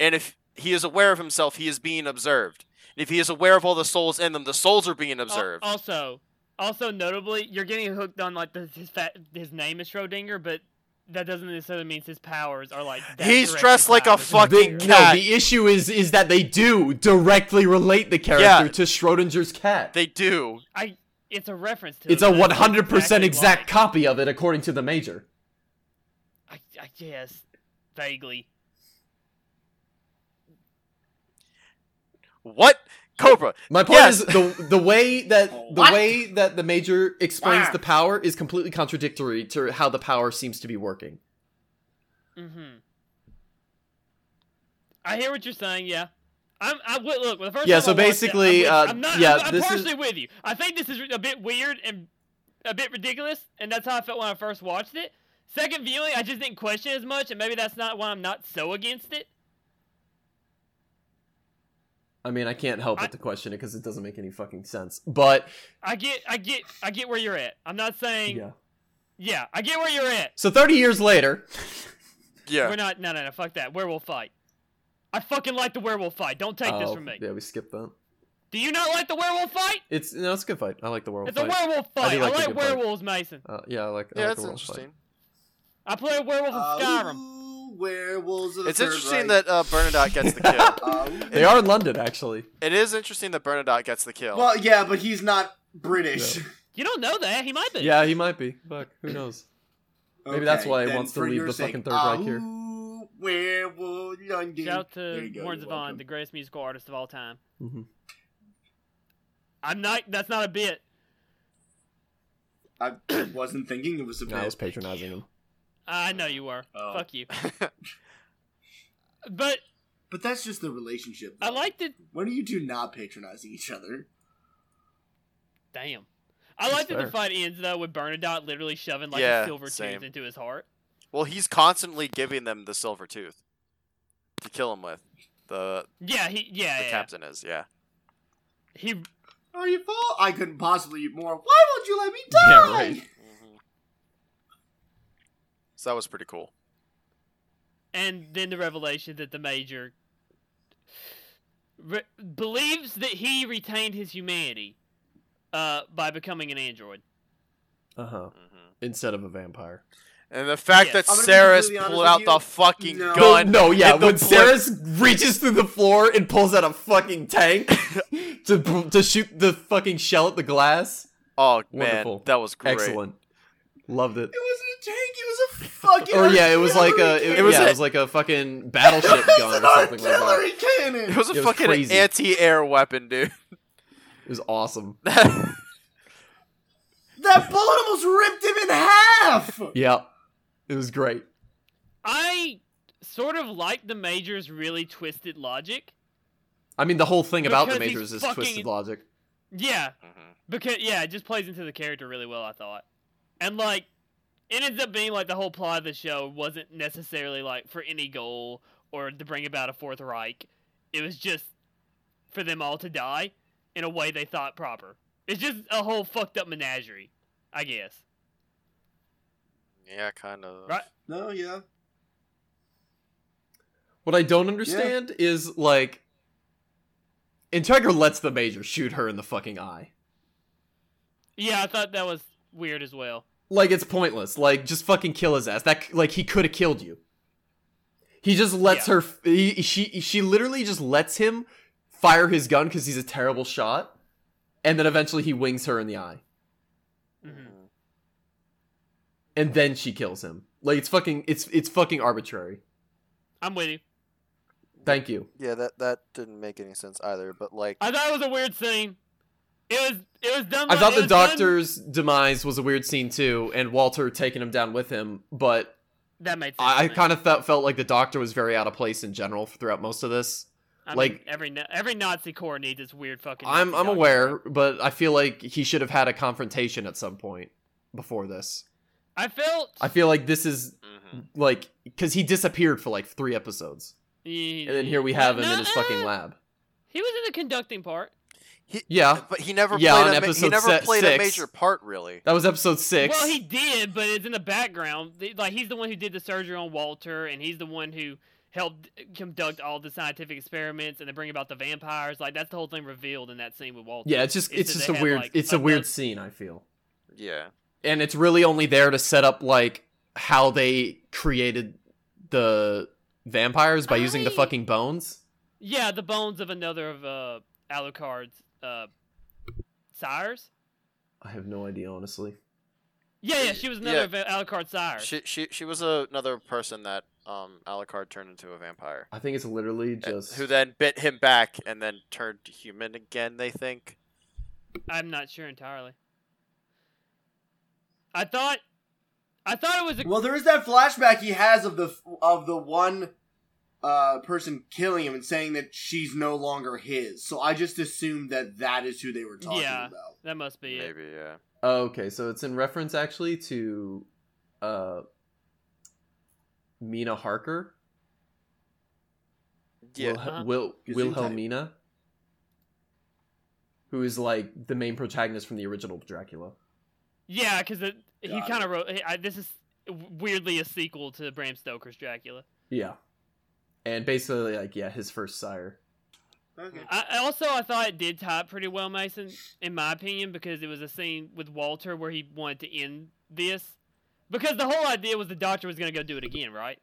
Speaker 5: And if he is aware of himself, he is being observed. And if he is aware of all the souls in them, the souls are being
Speaker 1: Al-
Speaker 5: observed.
Speaker 1: also, also notably, you're getting hooked on like the, his fa- his name is Schrodinger, but that doesn't necessarily mean his powers are like. that
Speaker 5: He's
Speaker 1: directly
Speaker 5: dressed like a
Speaker 1: tied with him.
Speaker 5: fucking
Speaker 4: The-
Speaker 5: cat.
Speaker 4: No, the issue is is that they do directly relate the character
Speaker 5: Yeah.
Speaker 4: to Schrodinger's cat.
Speaker 5: they do.
Speaker 1: I. It's a reference to.
Speaker 4: it's
Speaker 1: it,
Speaker 4: a
Speaker 1: but
Speaker 4: one
Speaker 1: looks
Speaker 4: hundred percent
Speaker 1: exactly
Speaker 4: exact
Speaker 1: like-
Speaker 4: copy of it, according to the major.
Speaker 1: I, I guess vaguely.
Speaker 5: What? Cobra.
Speaker 4: My point
Speaker 5: Yes.
Speaker 4: is the the way that the
Speaker 2: What?
Speaker 4: way that the major explains
Speaker 1: Ah.
Speaker 2: Wow.
Speaker 4: the power is completely contradictory to how the power seems to be working.
Speaker 1: Mm-hmm. I hear what you're saying. Yeah. I'm. I would look. The first
Speaker 4: Yeah,
Speaker 1: time I watched it,
Speaker 4: so
Speaker 1: I'm
Speaker 4: basically,
Speaker 1: with-
Speaker 4: uh,
Speaker 1: I'm not,
Speaker 4: yeah,
Speaker 1: I'm, I'm
Speaker 4: this is-
Speaker 1: partially with you. I think this is a bit weird and a bit ridiculous, and that's how I felt when I first watched it. Second viewing, I just didn't question as much, and maybe that's not why I'm not so against it.
Speaker 4: I mean, I can't help
Speaker 1: I-
Speaker 4: but to question it because it doesn't make any fucking sense. But
Speaker 1: I get, I get, I get where you're at. I'm not saying. Yeah,
Speaker 4: yeah.
Speaker 1: I get where you're at.
Speaker 4: So thirty years later,
Speaker 5: Yeah.
Speaker 1: We're not. No, no, no. Fuck that. Werewolf fight. I fucking like the werewolf fight. Don't take this
Speaker 4: Oh,
Speaker 1: from me.
Speaker 4: Yeah, we skipped that.
Speaker 1: Do you not like the werewolf fight?
Speaker 4: It's no, it's a good fight. I like the world.
Speaker 1: It's
Speaker 4: fight.
Speaker 1: a werewolf
Speaker 4: I
Speaker 1: fight.
Speaker 4: do
Speaker 1: I
Speaker 4: like
Speaker 1: like,
Speaker 4: the good fight.
Speaker 1: werewolves, Mason.
Speaker 4: Uh, yeah, I like. I
Speaker 5: Yeah,
Speaker 4: like
Speaker 5: that's
Speaker 4: the werewolf
Speaker 5: interesting.
Speaker 4: Fight.
Speaker 1: I play a werewolf
Speaker 2: Uh,
Speaker 1: of Skyrim.
Speaker 2: Ooh, Oh, werewolves of the
Speaker 5: It's
Speaker 2: Third
Speaker 5: interesting
Speaker 2: Reich.
Speaker 5: that uh, Bernadotte gets the kill.
Speaker 2: Oh.
Speaker 4: They are in London, actually.
Speaker 5: it is interesting that Bernadotte gets the kill.
Speaker 2: well, yeah, but he's not British.
Speaker 1: You don't know that. He might be.
Speaker 4: Yeah, he might be. Fuck, who knows? Maybe that's why he
Speaker 2: then
Speaker 4: wants to
Speaker 2: for
Speaker 4: leave
Speaker 2: your
Speaker 4: the
Speaker 2: sake,
Speaker 4: fucking Third Reich here.
Speaker 2: Ooh, werewolf London.
Speaker 1: Shout out
Speaker 2: There
Speaker 1: to
Speaker 2: you go,
Speaker 1: Warren
Speaker 2: you're
Speaker 1: Zevon,
Speaker 2: welcome.
Speaker 1: the greatest musical artist of all time.
Speaker 4: Mhm.
Speaker 1: I'm not. That's not a bit.
Speaker 2: I wasn't thinking it was a
Speaker 4: No, I was
Speaker 2: bit.
Speaker 4: patronizing him.
Speaker 1: I know you were.
Speaker 2: Oh.
Speaker 1: Fuck you. But
Speaker 2: But that's just the relationship.
Speaker 1: I
Speaker 2: though.
Speaker 1: like the
Speaker 2: When are you two not patronizing each other?
Speaker 1: damn. I
Speaker 4: That's
Speaker 1: like that the
Speaker 4: fair.
Speaker 1: fight ends though with Bernadotte literally shoving like
Speaker 5: Yeah,
Speaker 1: a silver
Speaker 5: same.
Speaker 1: tooth into his heart.
Speaker 5: Well, he's constantly giving them the silver tooth to kill him with. The
Speaker 1: Yeah, he yeah,
Speaker 5: the
Speaker 1: yeah, yeah.
Speaker 5: captain is, yeah.
Speaker 1: he
Speaker 2: Are you fall? I couldn't possibly eat more. Why won't you let me die?
Speaker 4: Yeah, right.
Speaker 5: So that was pretty cool.
Speaker 1: and then the revelation that the major re- believes that he retained his humanity uh, by becoming an android.
Speaker 4: Uh huh.
Speaker 5: hmm
Speaker 4: Instead of a vampire.
Speaker 5: And the fact
Speaker 1: Yes.
Speaker 5: that
Speaker 2: I'm gonna be
Speaker 5: Sarah's
Speaker 2: completely honest
Speaker 5: pulled
Speaker 2: with
Speaker 5: out
Speaker 2: you.
Speaker 5: the fucking
Speaker 2: No.
Speaker 5: gun.
Speaker 4: No, yeah.
Speaker 5: in the
Speaker 4: When
Speaker 5: pl-
Speaker 4: Sarah's reaches through the floor and pulls out a fucking tank to to shoot the fucking shell at the glass.
Speaker 5: Oh man,
Speaker 4: Wonderful.
Speaker 5: that was great.
Speaker 4: Excellent. Loved it.
Speaker 2: It wasn't a tank. It was a fucking.
Speaker 4: Or yeah, it was like a
Speaker 2: artillery
Speaker 4: it,
Speaker 5: It was
Speaker 4: yeah,
Speaker 5: a-
Speaker 4: it was like a fucking battleship
Speaker 2: cannon.
Speaker 4: gun or
Speaker 2: It was
Speaker 4: something
Speaker 2: an
Speaker 4: like that.
Speaker 2: artillery cannon.
Speaker 5: It was a
Speaker 4: It was
Speaker 5: fucking
Speaker 4: crazy.
Speaker 5: anti-air weapon, dude.
Speaker 4: It was awesome.
Speaker 2: That bullet almost ripped him in half.
Speaker 4: Yeah, it was great.
Speaker 1: I sort of like the major's really twisted logic.
Speaker 4: I mean, the whole thing about the
Speaker 1: Because he's
Speaker 4: majors is
Speaker 1: fucking-
Speaker 4: twisted logic.
Speaker 1: Yeah,
Speaker 5: Mhm.
Speaker 1: because yeah, it just plays into the character really well. I thought, and like, it ends up being like the whole plot of the show wasn't necessarily like for any goal or to bring about a Fourth Reich. It was just for them all to die in a way they thought proper. It's just a whole fucked up menagerie, I guess.
Speaker 5: Yeah, kind of.
Speaker 1: Right.
Speaker 2: No, yeah.
Speaker 4: What I don't understand is like, Integra lets the major shoot her in the fucking eye.
Speaker 1: Yeah, I thought that was weird as well.
Speaker 4: Like it's pointless. Like just fucking kill his ass. That c- like he could have killed you. He just lets
Speaker 1: Yeah.
Speaker 4: her. f- He, she she literally just lets him fire his gun because he's a terrible shot, and then eventually he wings her in the eye.
Speaker 1: Mhm.
Speaker 4: and then she kills him. Like it's fucking it's it's fucking arbitrary.
Speaker 1: I'm with you.
Speaker 4: Thank you.
Speaker 3: Yeah, that that didn't make any sense either. But like,
Speaker 1: I thought it was a weird scene. It was it was done.
Speaker 4: I
Speaker 1: by-
Speaker 4: thought
Speaker 1: it
Speaker 4: the
Speaker 1: was done-
Speaker 4: doctor's demise was a weird scene too, and Walter taking him down with him, but
Speaker 1: that made sense.
Speaker 4: I, I kind of felt felt like the doctor was very out of place in general throughout most of this.
Speaker 1: of
Speaker 4: like-
Speaker 1: every na- every Nazi core needs its weird fucking.
Speaker 4: I'm
Speaker 1: Nazi
Speaker 4: I'm
Speaker 1: doctor.
Speaker 4: aware, but I feel like he should have had a confrontation at some point before this.
Speaker 1: I felt.
Speaker 4: I feel like this is
Speaker 5: Mm-hmm.
Speaker 4: like because he disappeared for like three episodes,
Speaker 1: He-
Speaker 4: and then here we have him in his
Speaker 1: Nuh-uh.
Speaker 4: fucking lab.
Speaker 1: He was in the conducting part.
Speaker 3: he,
Speaker 4: Yeah,
Speaker 3: but he never
Speaker 4: Yeah, on
Speaker 3: played. A, ma- he
Speaker 4: episode
Speaker 3: never
Speaker 4: se-
Speaker 3: played a
Speaker 4: six.
Speaker 3: major part really.
Speaker 4: that was episode six.
Speaker 1: Well, he did, but it's in the background. They- Like he's the one who did the surgery on Walter, and he's the one who helped conduct all the scientific experiments and to bring about the vampires. Like that's the whole thing revealed in that scene with Walter.
Speaker 4: yeah, it's just
Speaker 1: It's
Speaker 4: it's
Speaker 1: that
Speaker 4: just
Speaker 1: they
Speaker 4: a
Speaker 1: had,
Speaker 4: weird
Speaker 1: like,
Speaker 4: it's a
Speaker 1: a
Speaker 4: weird
Speaker 1: dozen-
Speaker 4: scene. I feel,
Speaker 5: Yeah.
Speaker 4: and it's really only there to set up like how they created the vampires by using the
Speaker 1: I-
Speaker 4: fucking bones.
Speaker 1: Yeah, the bones of another of uh, Alucard's uh, sires.
Speaker 4: I have no idea, honestly.
Speaker 1: Yeah, yeah, she was another
Speaker 5: Yeah.
Speaker 1: of uh, Alucard's sires.
Speaker 5: She she she was another person that um Alucard turned into a vampire.
Speaker 4: I think it's literally
Speaker 5: Uh,
Speaker 4: just
Speaker 5: Who then bit him back and then turned human again, they think.
Speaker 1: I'm not sure entirely. I thought, I thought it was a
Speaker 2: Well, there is that flashback he has of the of the one uh, person killing him and saying that she's no longer his. So I just assumed that that is who they were talking
Speaker 1: Yeah.
Speaker 2: about.
Speaker 1: that must be it.
Speaker 5: Maybe, yeah.
Speaker 4: Oh, Okay, so it's in reference actually to uh Mina Harker.
Speaker 5: Yeah.
Speaker 1: Uh-huh.
Speaker 4: Wil- Wil-
Speaker 2: Gesundheit.
Speaker 4: Wilhelmina. Who is like the main protagonist from the original Dracula.
Speaker 1: Yeah, because he
Speaker 2: Got
Speaker 1: kind
Speaker 2: it.
Speaker 1: of wrote. I, this is weirdly a sequel to Bram Stoker's Dracula.
Speaker 4: Yeah. And basically like yeah, his first sire.
Speaker 2: Okay.
Speaker 1: I, I also, I thought it did tie up pretty well, Mason, in my opinion, because it was a scene with Walter where he wanted to end this, because the whole idea was the doctor was gonna go do it again, right?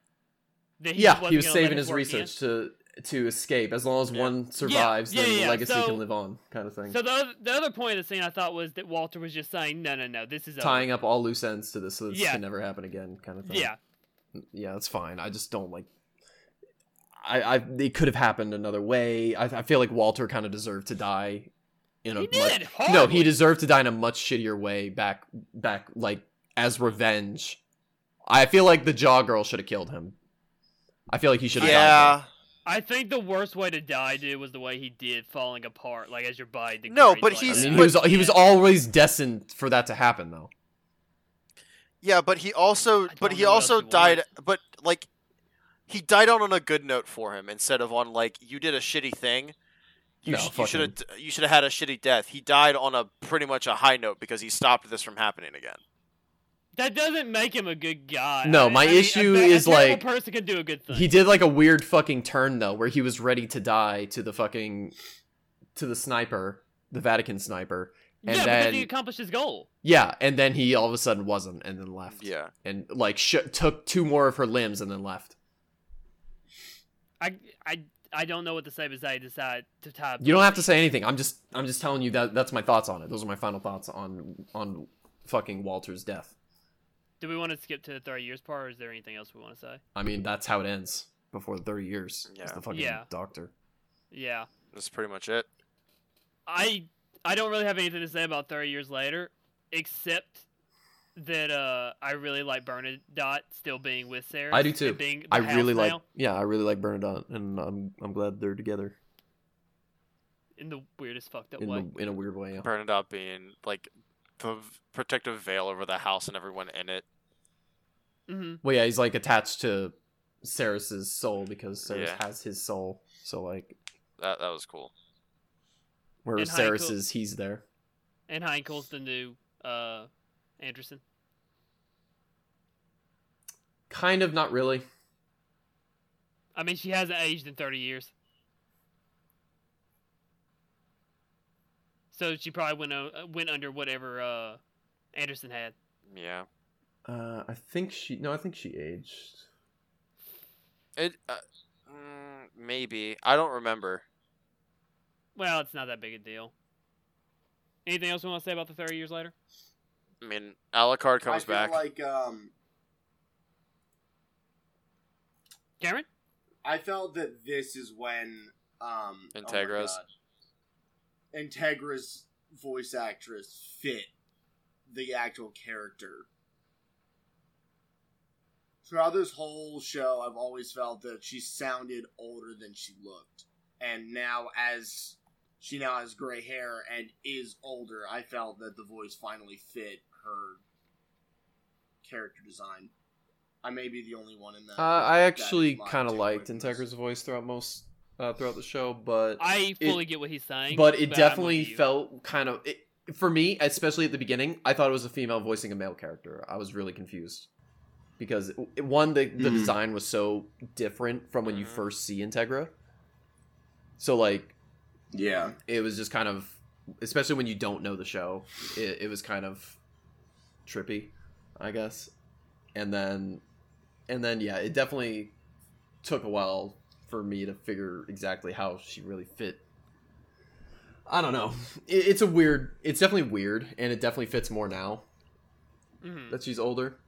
Speaker 1: That
Speaker 4: yeah,
Speaker 1: wasn't
Speaker 4: he was
Speaker 1: gonna let
Speaker 4: saving
Speaker 1: him
Speaker 4: his
Speaker 1: work again.
Speaker 4: research to to escape. As long as
Speaker 5: Yeah.
Speaker 4: one survives,
Speaker 1: yeah,
Speaker 4: then
Speaker 1: yeah,
Speaker 4: the legacy
Speaker 1: so-
Speaker 4: can live on, kind of thing.
Speaker 1: So the other, the other point of the scene I thought was that Walter was just saying, no, no, no, this is over."
Speaker 4: Tying up all loose ends to this so this
Speaker 1: Yeah.
Speaker 4: can never happen again, kind of thing.
Speaker 1: Yeah,
Speaker 4: yeah, that's fine. I just don't like. I, I it could have happened another way. I, I feel like Walter kind of deserved to die. In a
Speaker 1: he
Speaker 4: much,
Speaker 1: did. Horribly.
Speaker 4: no, he deserved to die in a much shittier way. Back back like as revenge. I feel like the Jaw Girl should have killed him. I feel like he should have.
Speaker 3: Yeah,
Speaker 1: I think the worst way to die, dude, was the way he did, falling apart, like as your body. degrades
Speaker 3: No, but
Speaker 1: like
Speaker 4: died.
Speaker 3: he's-
Speaker 4: I
Speaker 1: that.
Speaker 4: mean, he was he was always destined for that to happen though.
Speaker 3: yeah, but he also,
Speaker 1: don't
Speaker 3: but he
Speaker 1: know what else
Speaker 3: also
Speaker 1: he
Speaker 3: died. But like, he died on, on a good note for him instead of on like you did a shitty thing. You,
Speaker 4: No,
Speaker 3: sh- you
Speaker 4: fuck
Speaker 3: should have you should have had a shitty death. He died on a pretty much a high note because he stopped this from happening again.
Speaker 1: That doesn't make him a good guy.
Speaker 4: No,
Speaker 1: I-
Speaker 4: my
Speaker 1: I mean,
Speaker 4: issue
Speaker 1: a, ba- a
Speaker 4: is,
Speaker 1: terrible
Speaker 4: like,
Speaker 1: person can do a good thing.
Speaker 4: He did like a weird fucking turn though, where he was ready to die to the fucking to the sniper, the Vatican sniper. and
Speaker 1: yeah, because he
Speaker 4: then-
Speaker 1: accomplished his goal.
Speaker 4: Yeah, and then he all of a sudden wasn't, and then left.
Speaker 5: Yeah.
Speaker 4: and like sh- took two more of her limbs and then left.
Speaker 1: I, I, I don't know what to say besides decide to tie.
Speaker 4: You don't have to say anything. I'm just I'm just telling you that that's my thoughts on it. Those are my final thoughts on on fucking Walter's death.
Speaker 1: Do we want to skip to the three years part, or is there anything else we want to say?
Speaker 4: I mean, that's how it ends before the 30 years. Yeah,
Speaker 5: Yeah.
Speaker 4: the fucking
Speaker 1: Yeah.
Speaker 4: doctor.
Speaker 1: Yeah,
Speaker 5: That's pretty much it.
Speaker 1: I, I don't really have anything to say about thirty years later, except that uh, I really like Bernadette still being with Sarah.
Speaker 4: I do too.
Speaker 1: and Being the
Speaker 4: I
Speaker 1: house
Speaker 4: really like
Speaker 1: now
Speaker 4: yeah, I really like Bernadette, and I'm I'm glad they're together
Speaker 1: in the weirdest fucked up
Speaker 4: in
Speaker 1: way.
Speaker 4: the, in a weird way. yeah.
Speaker 5: Burned up being like the v- protective veil over the house and everyone in it.
Speaker 1: hmm
Speaker 4: Well, yeah, he's like attached to Saris's soul because Saris
Speaker 5: Yeah.
Speaker 4: has his soul. So like,
Speaker 5: That that was cool.
Speaker 4: where
Speaker 1: And Heiko-
Speaker 4: Saris is, he's there.
Speaker 1: And Heinkel's the new uh, Anderson.
Speaker 4: Kind of, not really.
Speaker 1: I mean, she hasn't aged in 30 years. So she probably went o- uh, went under whatever uh, Anderson had.
Speaker 5: Yeah.
Speaker 4: Uh, I think she. No, I think she aged.
Speaker 5: It uh, mm, maybe. I don't remember.
Speaker 1: Well, it's not that big a deal. Anything else we want to say about the 30 years later?
Speaker 5: I mean, Alucard comes
Speaker 2: I feel
Speaker 5: back.
Speaker 2: like um,
Speaker 1: Cameron?
Speaker 2: I felt that this is when um oh my
Speaker 5: Integra's.
Speaker 2: God. Integra's voice actress fit the actual character. Throughout this whole show, I've always felt that she sounded older than she looked. And now as she now has gray hair and is older, I felt that the voice finally fit her character design. I may be the only one in that.
Speaker 4: Uh, I actually
Speaker 2: my
Speaker 4: kind of
Speaker 2: takeaway
Speaker 4: liked
Speaker 2: from this.
Speaker 4: Integra's voice throughout most uh, throughout the show, but
Speaker 1: I
Speaker 4: It-
Speaker 1: fully get what he's saying.
Speaker 4: but it
Speaker 1: I'm
Speaker 4: definitely
Speaker 1: with you.
Speaker 4: felt kind of it, for me, especially at the beginning. I thought it was a female voicing a male character. I was really confused because it- one, the, the
Speaker 2: Mhm.
Speaker 4: design was so different from when you
Speaker 5: Mhm.
Speaker 4: first see Integra. So like
Speaker 2: Yeah.
Speaker 4: it was just kind of, especially when you don't know the show, it, it was kind of trippy, I guess. And then, and then yeah, it definitely took a while for me to figure exactly how she really fit. I don't know. It, it's a weird. It's definitely weird, and it definitely fits more now
Speaker 1: Mhm.
Speaker 4: that she's older.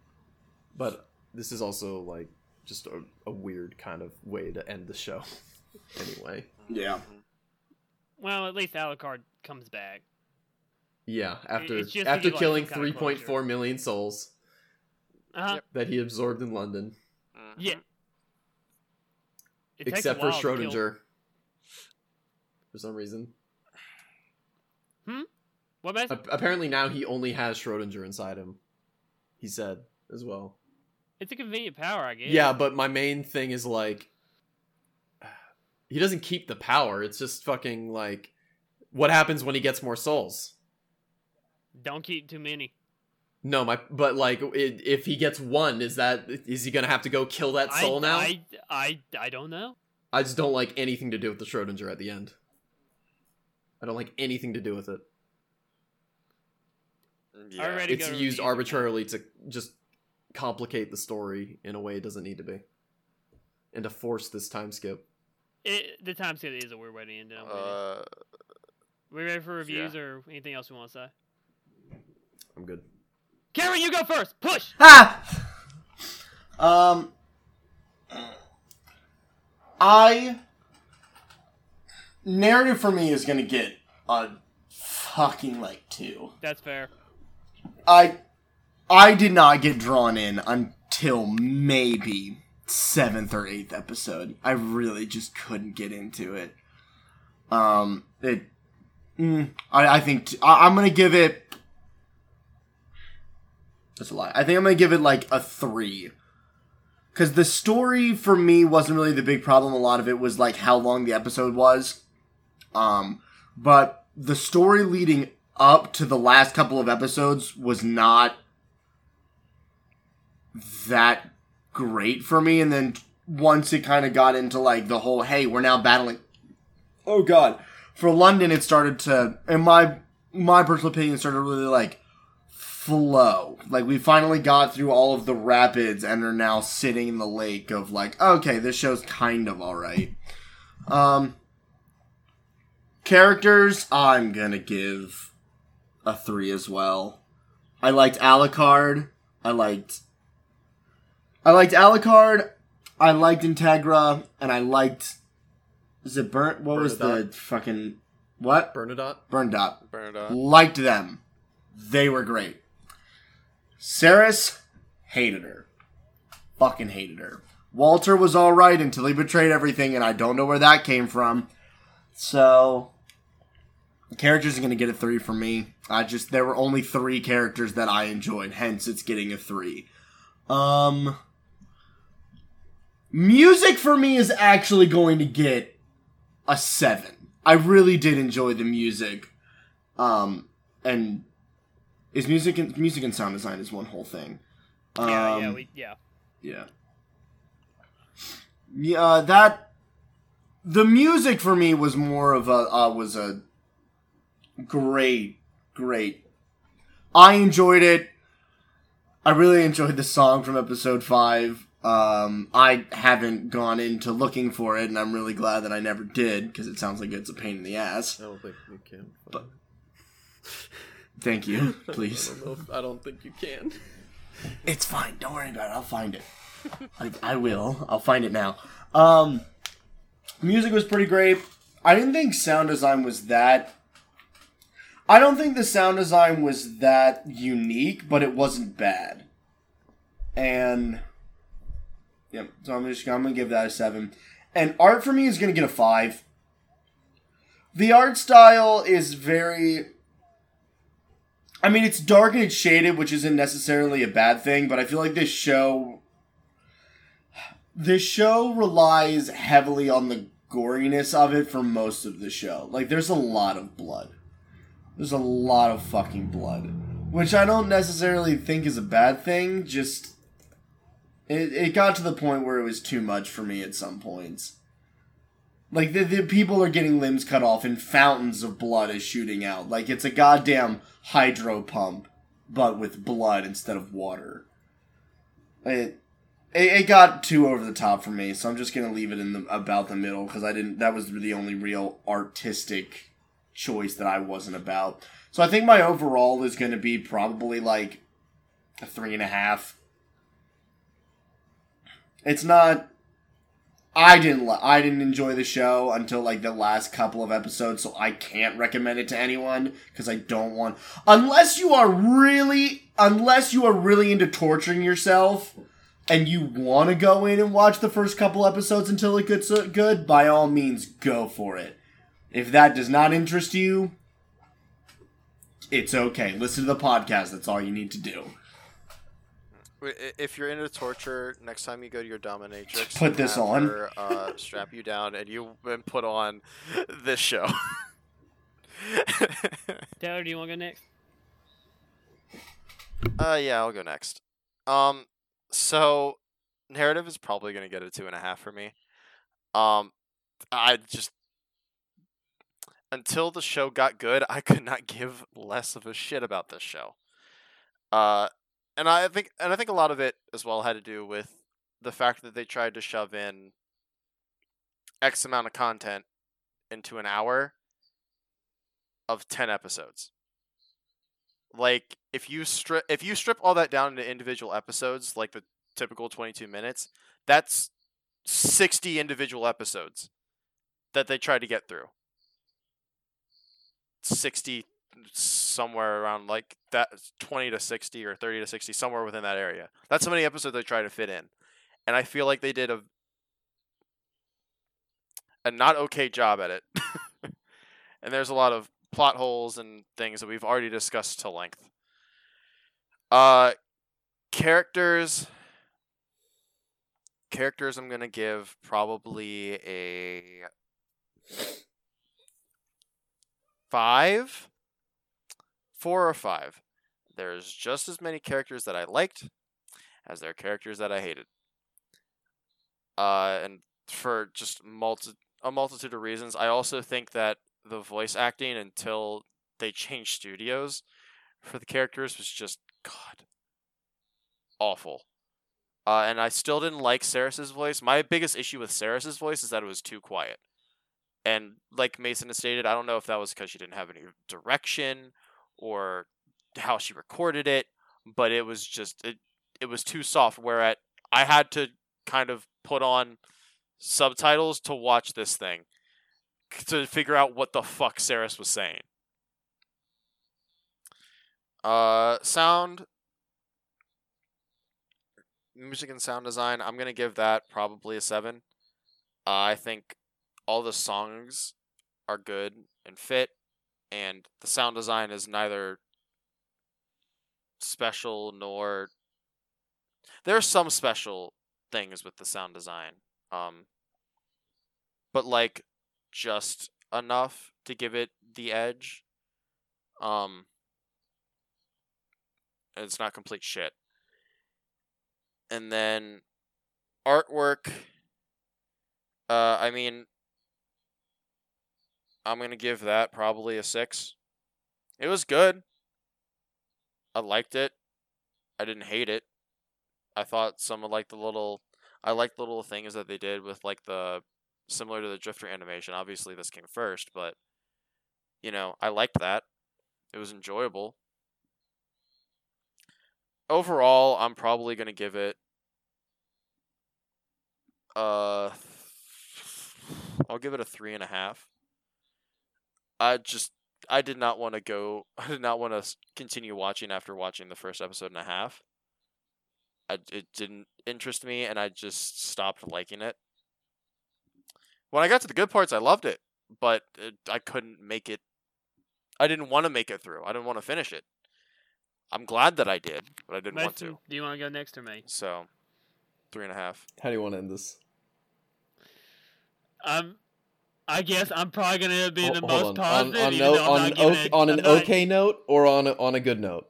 Speaker 4: But this is also like just a, a weird kind of way to end the show. anyway.
Speaker 2: Yeah.
Speaker 1: Well, at least Alucard comes back.
Speaker 4: Yeah, after
Speaker 1: it's just to
Speaker 4: after
Speaker 1: give, like,
Speaker 4: killing
Speaker 1: some kind
Speaker 4: three
Speaker 1: of
Speaker 4: point four
Speaker 1: closure.
Speaker 4: million souls
Speaker 1: Uh-huh.
Speaker 5: Yep.
Speaker 4: that he absorbed in London,
Speaker 5: Mhm.
Speaker 1: Yeah. It takes a
Speaker 4: except for
Speaker 1: while to kill-
Speaker 4: Schrodinger. For some reason,
Speaker 1: What about
Speaker 4: A- apparently now he only has Schrodinger inside him. He said as well.
Speaker 1: It's a convenient power, I guess.
Speaker 4: Yeah, but my main thing is like, he doesn't keep the power. It's just fucking like, what happens when he gets more souls?
Speaker 1: Don't keep too many.
Speaker 4: No, my but like it, if he gets one, is that is he gonna have to go kill that soul
Speaker 1: I,
Speaker 4: now?
Speaker 1: I, I, I don't know.
Speaker 4: I just don't like anything to do with the Schrodinger at the end. I don't like anything to do with it.
Speaker 5: Yeah.
Speaker 1: Already- Way to
Speaker 4: It's
Speaker 1: go,
Speaker 4: used
Speaker 1: Rhodesia.
Speaker 4: arbitrarily to just complicate the story in a way it doesn't need to be. And to force this time skip.
Speaker 1: It, the time skip is a weird way to end it. I'm with you.
Speaker 5: Uh,
Speaker 1: we ready for reviews
Speaker 5: yeah.
Speaker 1: or anything else we want to say?
Speaker 4: I'm good.
Speaker 1: Karen, you go first. Push.
Speaker 2: Ah. Um. I narrative for me is gonna get a fucking like two.
Speaker 1: That's fair.
Speaker 2: I I did not get drawn in until maybe seventh or eighth episode. I really just couldn't get into it. Um, it. Mm, I, I think t- I, I'm gonna give it. That's a lie. I think I'm gonna give it like a three. Cause the story for me wasn't really the big problem. A lot of it was like how long the episode was. Um, but the story leading up to the last couple of episodes was not that great for me and then once it kind of got into like the whole hey we're now battling oh god for london it started to in my my personal opinion it started to really like flow like we finally got through all of the rapids and are now sitting in the lake of like okay this show's kind of all right um characters i'm gonna give a three as well i liked alucard i liked i liked alucard i liked integra and i liked the burnt what was the
Speaker 4: Bernadotte.
Speaker 2: fucking what
Speaker 4: Bernadotte?
Speaker 2: burned up
Speaker 5: burn it up.
Speaker 2: liked them they were great Saris hated her fucking hated her walter was all right until he betrayed everything and i don't know where that came from so characters are going to get a three from me. I just there were only three characters that I enjoyed, hence it's getting a three. Um, music for me is actually going to get a seven. I really did enjoy the music. Um, and is music and music and sound design is one whole thing. Um,
Speaker 1: yeah, yeah, we, yeah.
Speaker 2: yeah. Yeah, uh, that the music for me was more of a uh, was a great, great. I enjoyed it. I really enjoyed the song from episode five. Um, I haven't gone into looking for it, and I'm really glad that I never did because it sounds like it's a pain in the ass.
Speaker 4: I don't think we can.
Speaker 2: But- Thank you, please.
Speaker 4: I don't, know if- I don't think you can.
Speaker 2: It's fine. Don't worry about it. I'll find it. Like I will. I'll find it now. Um, music was pretty great. I didn't think sound design was that. I don't think the sound design was that unique, but it wasn't bad. And yep. So I'm just I'm gonna give that a seven. And art for me is gonna get a five. The art style is very I mean, it's dark and it's shaded, which isn't necessarily a bad thing, but I feel like this show. This show relies heavily on the goriness of it for most of the show. Like, there's a lot of blood. There's a lot of fucking blood. Which I don't necessarily think is a bad thing, just. It, it got to the point where it was too much for me at some points. Like, the, the people are getting limbs cut off and fountains of blood is shooting out. Like, it's a goddamn hydro pump, but with blood instead of water. It, it, it got too over the top for me, so I'm just gonna leave it in the, about the middle, because I didn't, that was the only real artistic choice that I wasn't about. So I think my overall is gonna be probably like a three and a half. It's not I didn't li- I didn't enjoy the show until like the last couple of episodes, so I can't recommend it to anyone because I don't want unless you are really unless you are really into torturing yourself and you want to go in and watch the first couple episodes until it gets uh, good. By all means, go for it. If that does not interest you, it's okay. Listen to the podcast. That's all you need to do.
Speaker 3: Wait, i- If you're into torture, next time you go to your dominatrix,
Speaker 2: Put this
Speaker 3: have
Speaker 2: on.
Speaker 3: her,
Speaker 5: uh, strap you down and you and put on this show.
Speaker 1: Taylor, do you want to go next?
Speaker 5: uh, yeah, I'll go next. Um, so narrative is probably gonna get a two and a half for me. Um, I just until the show got good, I could not give less of a shit about this show. Uh, and I think and I think a lot of it as well had to do with the fact that they tried to shove in X amount of content into an hour of 10 episodes. Like if you strip if you strip all that down into individual episodes like the typical 22 minutes, that's 60 individual episodes that they tried to get through. 60 somewhere around like that 20 to 60 or 30 to 60 somewhere within that area. That's how many episodes they try to fit in. And I feel like they did a a not okay job at it. and there's a lot of plot holes and things that we've already discussed to length. Uh characters characters I'm going to give probably a 5 4 or 5. There's just as many characters that I liked as there are characters that I hated. Uh and for just multi- a multitude of reasons. I also think that the voice acting until they changed studios for the characters was just god awful. Uh, and I still didn't like Saris's voice. My biggest issue with Saris's voice is that it was too quiet. And like Mason has stated, I don't know if that was because she didn't have any direction or how she recorded it, but it was just it it was too soft. Whereat I had to kind of put on subtitles to watch this thing c- to figure out what the fuck Saris was saying. Uh, sound, music, and sound design. I'm gonna give that probably a seven. Uh, I think all the songs are good and fit, and the sound design is neither special nor. There are some special things with the sound design, um, but like just enough to give it the edge. Um, and it's not complete shit. And then artwork. Uh, I mean, I'm gonna give that probably a six. It was good. I liked it. I didn't hate it. I thought some of like the little, I liked the little things that they did with like the similar to the Drifter animation. Obviously, this came first, but you know, I liked that. It was enjoyable. overall, I'm probably gonna give it. Uh, I'll give it a three and a half. I just I did not want to go. I did not want to continue watching after watching the first episode and a half. I it didn't interest me, and I just stopped liking it. When I got to the good parts, I loved it, but it, I couldn't make it. I didn't want to make it through. I didn't want to finish it. I'm glad that I did, but I didn't want
Speaker 1: Mason,
Speaker 5: to.
Speaker 1: Do you want to go next or me?
Speaker 5: So, three and a half.
Speaker 4: How do you want to end this?
Speaker 1: Um, I guess I'm probably gonna be
Speaker 4: Hol-
Speaker 1: the
Speaker 4: hold
Speaker 1: most
Speaker 4: on.
Speaker 1: positive.
Speaker 4: on, on,
Speaker 1: even
Speaker 4: no-
Speaker 1: though I'm
Speaker 4: on,
Speaker 1: not giving
Speaker 4: okay-
Speaker 1: it-
Speaker 4: on an
Speaker 1: I'm not-
Speaker 4: okay note or on a, on a good note.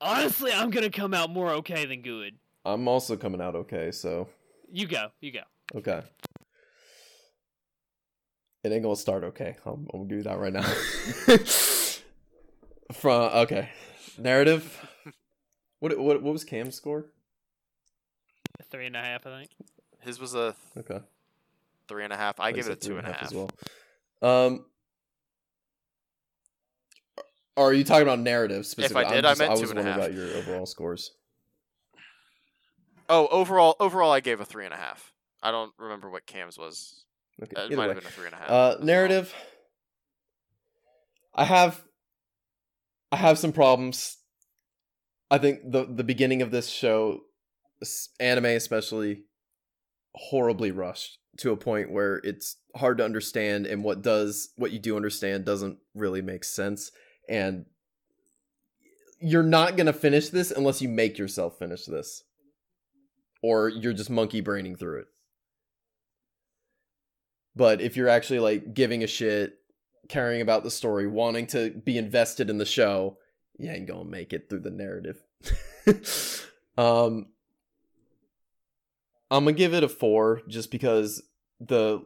Speaker 1: Honestly, I'm gonna come out more okay than good.
Speaker 4: I'm also coming out okay, so
Speaker 1: You go. You go.
Speaker 4: okay. It ain't gonna start okay. I'm, I'm gonna give you that right now. From okay, narrative. What what what was Cam's score?
Speaker 1: Three and a half, I think.
Speaker 5: His was a
Speaker 4: Okay,
Speaker 5: three and a half. I
Speaker 4: Like
Speaker 5: gave it a
Speaker 4: Oh, said, three
Speaker 5: two and a half.
Speaker 4: as well. Um, are are you talking about narrative specifically?
Speaker 5: did, I
Speaker 4: I'm just,
Speaker 5: meant
Speaker 4: I
Speaker 5: two
Speaker 4: was
Speaker 5: and a
Speaker 4: wondering
Speaker 5: half.
Speaker 4: about your overall scores.
Speaker 5: Oh, overall, overall, I gave a three and a half. I don't remember what Cam's was.
Speaker 4: Okay,
Speaker 5: Uh, It
Speaker 4: either
Speaker 5: might
Speaker 4: way.
Speaker 5: have been a three and a half.
Speaker 4: Uh,
Speaker 5: as well.
Speaker 4: narrative. I have. I have some problems. I think the the beginning of this show, s- anime especially, horribly rushed to a point where it's hard to understand, and what does what you do understand doesn't really make sense, and you're not gonna finish this unless you make yourself finish this, or you're just monkey braining through it but if you're actually like giving a shit caring about the story wanting to be invested in the show you ain't gonna make it through the narrative um i'm gonna give it a four just because the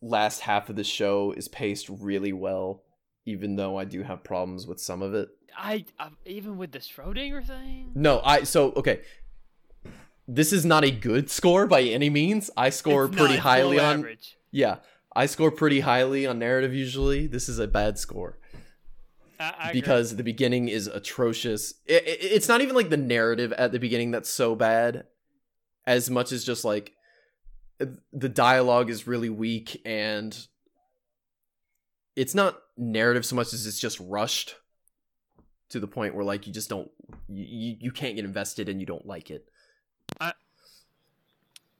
Speaker 4: last half of the show is paced really well even though i do have problems with some of it
Speaker 1: I, I even with the Schrodinger thing.
Speaker 4: no i so okay this is not a good score by any means i score
Speaker 1: It's not,
Speaker 4: pretty
Speaker 1: it's
Speaker 4: highly
Speaker 1: below
Speaker 4: on
Speaker 1: average.
Speaker 4: yeah, I score pretty highly on narrative usually. This is a bad score
Speaker 1: I, I agree.
Speaker 4: because the beginning is atrocious. I i it's not even like the narrative at the beginning that's so bad, as much as just like the dialogue is really weak and it's not narrative so much as it's just rushed to the point where like you just don't you, you- you can't get invested and you don't like it.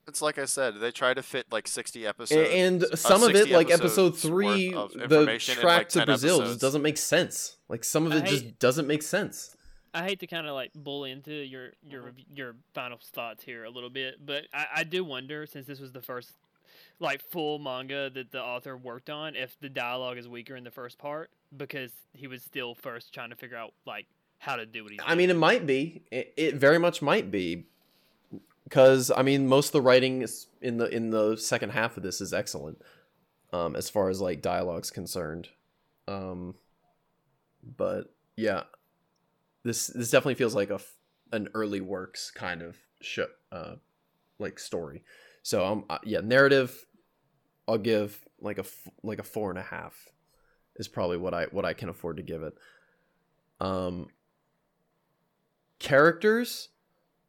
Speaker 5: It's like I said, they try to fit like 60 episodes.
Speaker 4: A- and
Speaker 5: uh,
Speaker 4: some of it
Speaker 5: 60
Speaker 4: like episode
Speaker 5: episodes
Speaker 4: three
Speaker 5: worth of
Speaker 4: the
Speaker 5: information in,
Speaker 4: track
Speaker 5: like,
Speaker 4: to
Speaker 5: 10
Speaker 4: brazil
Speaker 5: episodes.
Speaker 4: just doesn't make sense like some of it
Speaker 1: I-
Speaker 4: just doesn't make sense
Speaker 1: I hate to kind of like bull into your your
Speaker 4: Uh-huh.
Speaker 1: rev- your final thoughts here a little bit, but I, I do wonder since this was the first like full manga that the author worked on, if the dialogue is weaker in the first part because he was still first trying to figure out like how to do what he's.
Speaker 4: i mean it
Speaker 1: doing.
Speaker 4: might be it, it very much might be because i mean most of the writing is in the in the second half of this is excellent um as far as like dialogue's concerned um but yeah this this definitely feels like a f- an early works kind of show uh like story so um uh, yeah narrative i'll give like a f- like a four and a half is probably what i what i can afford to give it um characters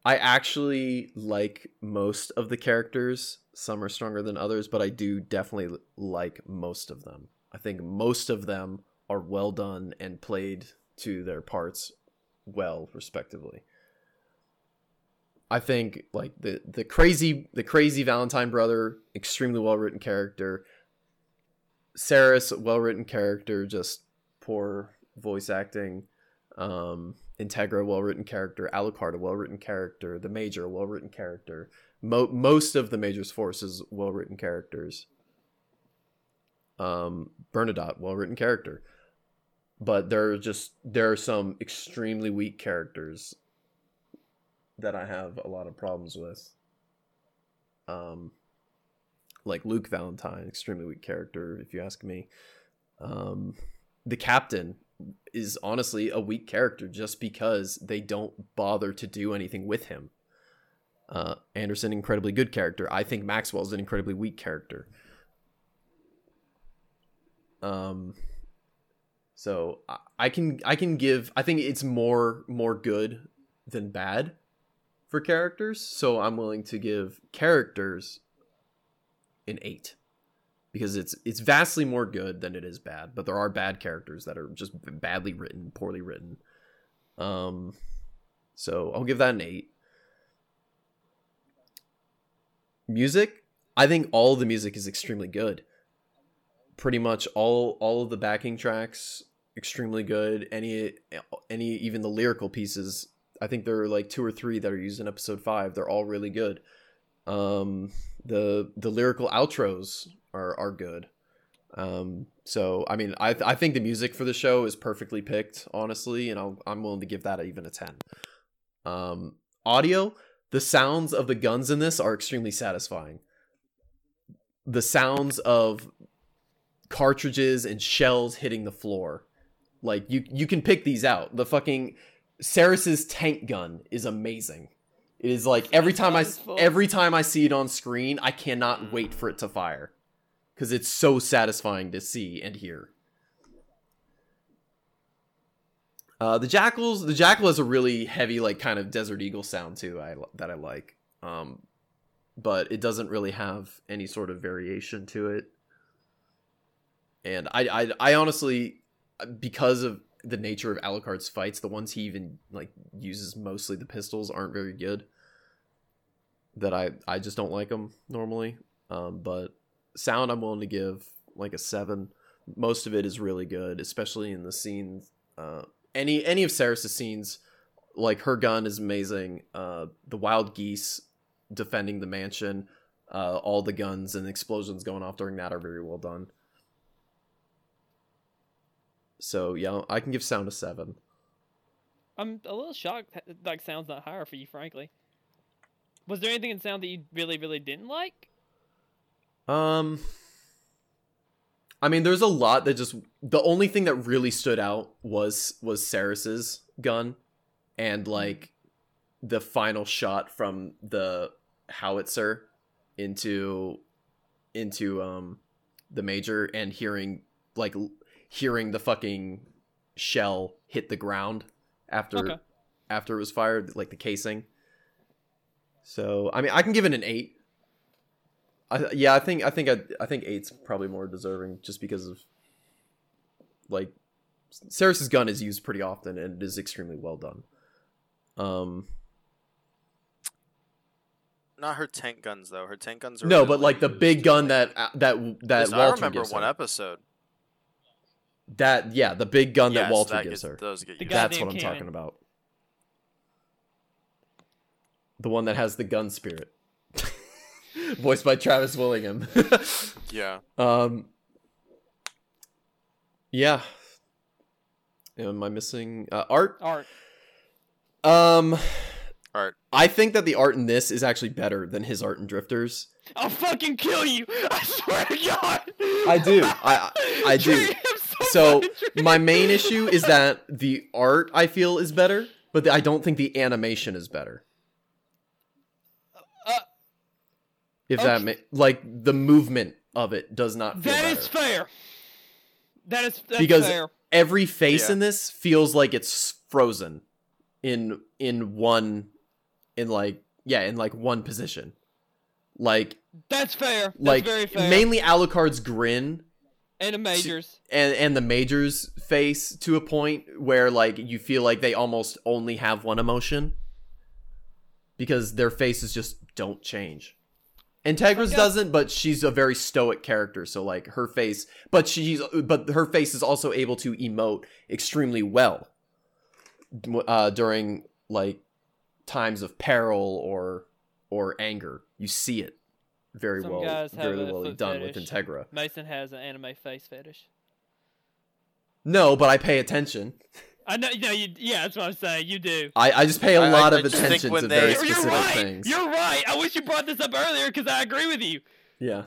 Speaker 4: i actually like most of the characters some are stronger than others but i do definitely l- like most of them i think most of them are well done and played to their parts well respectively i think like the the crazy the crazy valentine brother extremely well written character sarah's well written character just poor voice acting um integra well written character alucard a well written character the major well written character Mo- most of the major's forces well written characters um bernadotte well written character but there are just there are some extremely weak characters that I have a lot of problems with. Um, like Luke Valentine, extremely weak character, if you ask me. Um, the captain is honestly a weak character just because they don't bother to do anything with him. Uh, Anderson, incredibly good character. I think Maxwell's an incredibly weak character. Um, So I- I can I can give I think it's more more good than bad for characters. So I'm willing to give characters an 8 because it's it's vastly more good than it is bad, but there are bad characters that are just badly written, poorly written. Um so I'll give that an 8. Music, I think all the music is extremely good pretty much all all of the backing tracks extremely good any any even the lyrical pieces i think there are like two or three that are used in episode five they're all really good um the the lyrical outros are are good um so i mean i i think the music for the show is perfectly picked honestly and I'll, i'm willing to give that even a 10 um audio the sounds of the guns in this are extremely satisfying the sounds of cartridges and shells hitting the floor. Like you you can pick these out. The fucking Saris's tank gun is amazing. It is like every time I s- every time I see it on screen, I cannot wait for it to fire cuz it's so satisfying to see and hear. Uh, the jackals the jackal has a really heavy like kind of desert eagle sound too I, li- that I like. Um, but it doesn't really have any sort of variation to it and I, I I honestly because of the nature of Alucard's fights, the ones he even like uses mostly the pistols aren't very good. That I I just don't like them normally. Um, but sound I'm willing to give like a seven. Most of it is really good, especially in the scenes. Uh, any any of Saris's scenes, like her gun is amazing. Uh, the wild geese defending the mansion, uh, all the guns and explosions going off during that are very well done. So yeah, I can give sound a seven.
Speaker 1: I'm a little shocked. that, Like, sound's not higher for you, frankly. Was there anything in sound that you really, really didn't like?
Speaker 4: Um, I mean, there's a lot that just the only thing that really stood out was was Saris's gun, and like the final shot from the howitzer into into um the major and hearing like l- hearing the fucking shell hit the ground after
Speaker 1: Okay.
Speaker 4: after it was fired like the casing so i mean i can give it an eight I, yeah i think i think I, I think eight's probably more deserving just because of like Saris's gun is used pretty often and it is extremely well done um
Speaker 5: Not her tank guns though. Her tank guns are
Speaker 4: no
Speaker 5: really
Speaker 4: but like the
Speaker 5: used.
Speaker 4: big gun that uh, that that
Speaker 5: Yes, I
Speaker 4: Walter
Speaker 5: remember
Speaker 4: gives
Speaker 5: one
Speaker 4: her.
Speaker 5: episode.
Speaker 4: that yeah the big gun
Speaker 5: yes,
Speaker 4: that Walter
Speaker 5: that
Speaker 4: gives
Speaker 5: gets-
Speaker 4: her
Speaker 5: Those get
Speaker 1: The
Speaker 5: used.
Speaker 1: guy-
Speaker 4: that's
Speaker 1: Goddamn
Speaker 4: what I'm
Speaker 1: cannon.
Speaker 4: talking about the one that has the gun spirit voiced by Travis Willingham
Speaker 5: yeah.
Speaker 4: Um. Yeah. Am I missing uh, art?
Speaker 1: Art.
Speaker 4: Um,
Speaker 5: Art.
Speaker 4: I think that the art in this is actually better than his art in Drifters.
Speaker 1: I'll fucking kill you! I swear to God!
Speaker 4: I do. I I I do.
Speaker 1: Tree, I'm so
Speaker 4: So
Speaker 1: fucking tree-
Speaker 4: my main issue is that the art I feel is better, but I don't think the animation is better.
Speaker 1: Uh,
Speaker 4: If that ma- like the movement of it does not feel
Speaker 1: That
Speaker 4: better.
Speaker 1: is fair. That is that's
Speaker 4: Because-
Speaker 1: fair.
Speaker 4: every face
Speaker 5: Yeah.
Speaker 4: in this feels like it's frozen in in one in like yeah in like one position like
Speaker 1: That's fair. That's
Speaker 4: like
Speaker 1: very fair.
Speaker 4: mainly alucard's grin
Speaker 1: and a majors.
Speaker 4: and and the major's face to a point where like you feel like they almost only have one emotion because their faces just don't change integra's
Speaker 1: Okay.
Speaker 4: doesn't but she's a very stoic character so like her face but she's but her face is also able to emote extremely well uh, during like times of peril or or anger you see it very
Speaker 1: Some
Speaker 4: well
Speaker 1: guys have
Speaker 4: very
Speaker 1: a
Speaker 4: well
Speaker 1: foot
Speaker 4: done with
Speaker 1: fetish.
Speaker 4: integra
Speaker 1: Mason has an anime face fetish.
Speaker 4: No, but I pay attention.
Speaker 1: I know. No, you. Yeah, that's what I'm saying. You do.
Speaker 4: I, I just pay a
Speaker 5: I- I-
Speaker 4: lot
Speaker 5: I
Speaker 4: of
Speaker 5: just think
Speaker 4: attention
Speaker 5: when
Speaker 4: to
Speaker 5: they-
Speaker 4: very
Speaker 1: You're, you're
Speaker 4: specific
Speaker 1: right.
Speaker 4: things.
Speaker 1: You're right. I wish you brought this up earlier because I agree with you.
Speaker 4: Yeah.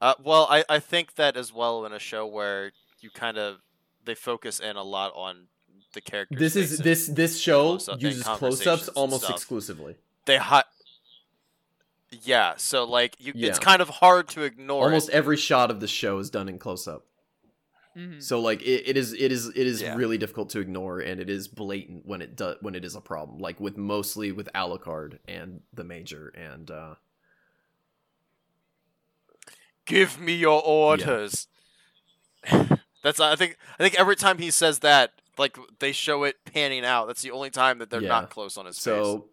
Speaker 5: Uh, well, I, I think that as well in a show where you kind of they focus in a lot on the characters.
Speaker 4: This is
Speaker 5: faces.
Speaker 4: this this show
Speaker 5: Close-up and
Speaker 4: uses close ups
Speaker 5: conversations and
Speaker 4: almost
Speaker 5: stuff.
Speaker 4: exclusively.
Speaker 5: they hi- Yeah, so like you,
Speaker 4: Yeah.
Speaker 5: it's kind of hard to ignore. it.
Speaker 4: Almost every shot of the show is done in close up.
Speaker 5: Hmm.
Speaker 1: Mhm.
Speaker 4: So like it, it is it is it is
Speaker 3: Yeah.
Speaker 4: really difficult to ignore and it is blatant when it does when it is a problem. Like with mostly with Alucard and the Major and uh
Speaker 5: Give me your orders. That's I think I think every time he says that, like they show it panning out. That's the only time that they're
Speaker 4: Yeah.
Speaker 5: not close on his face.
Speaker 4: so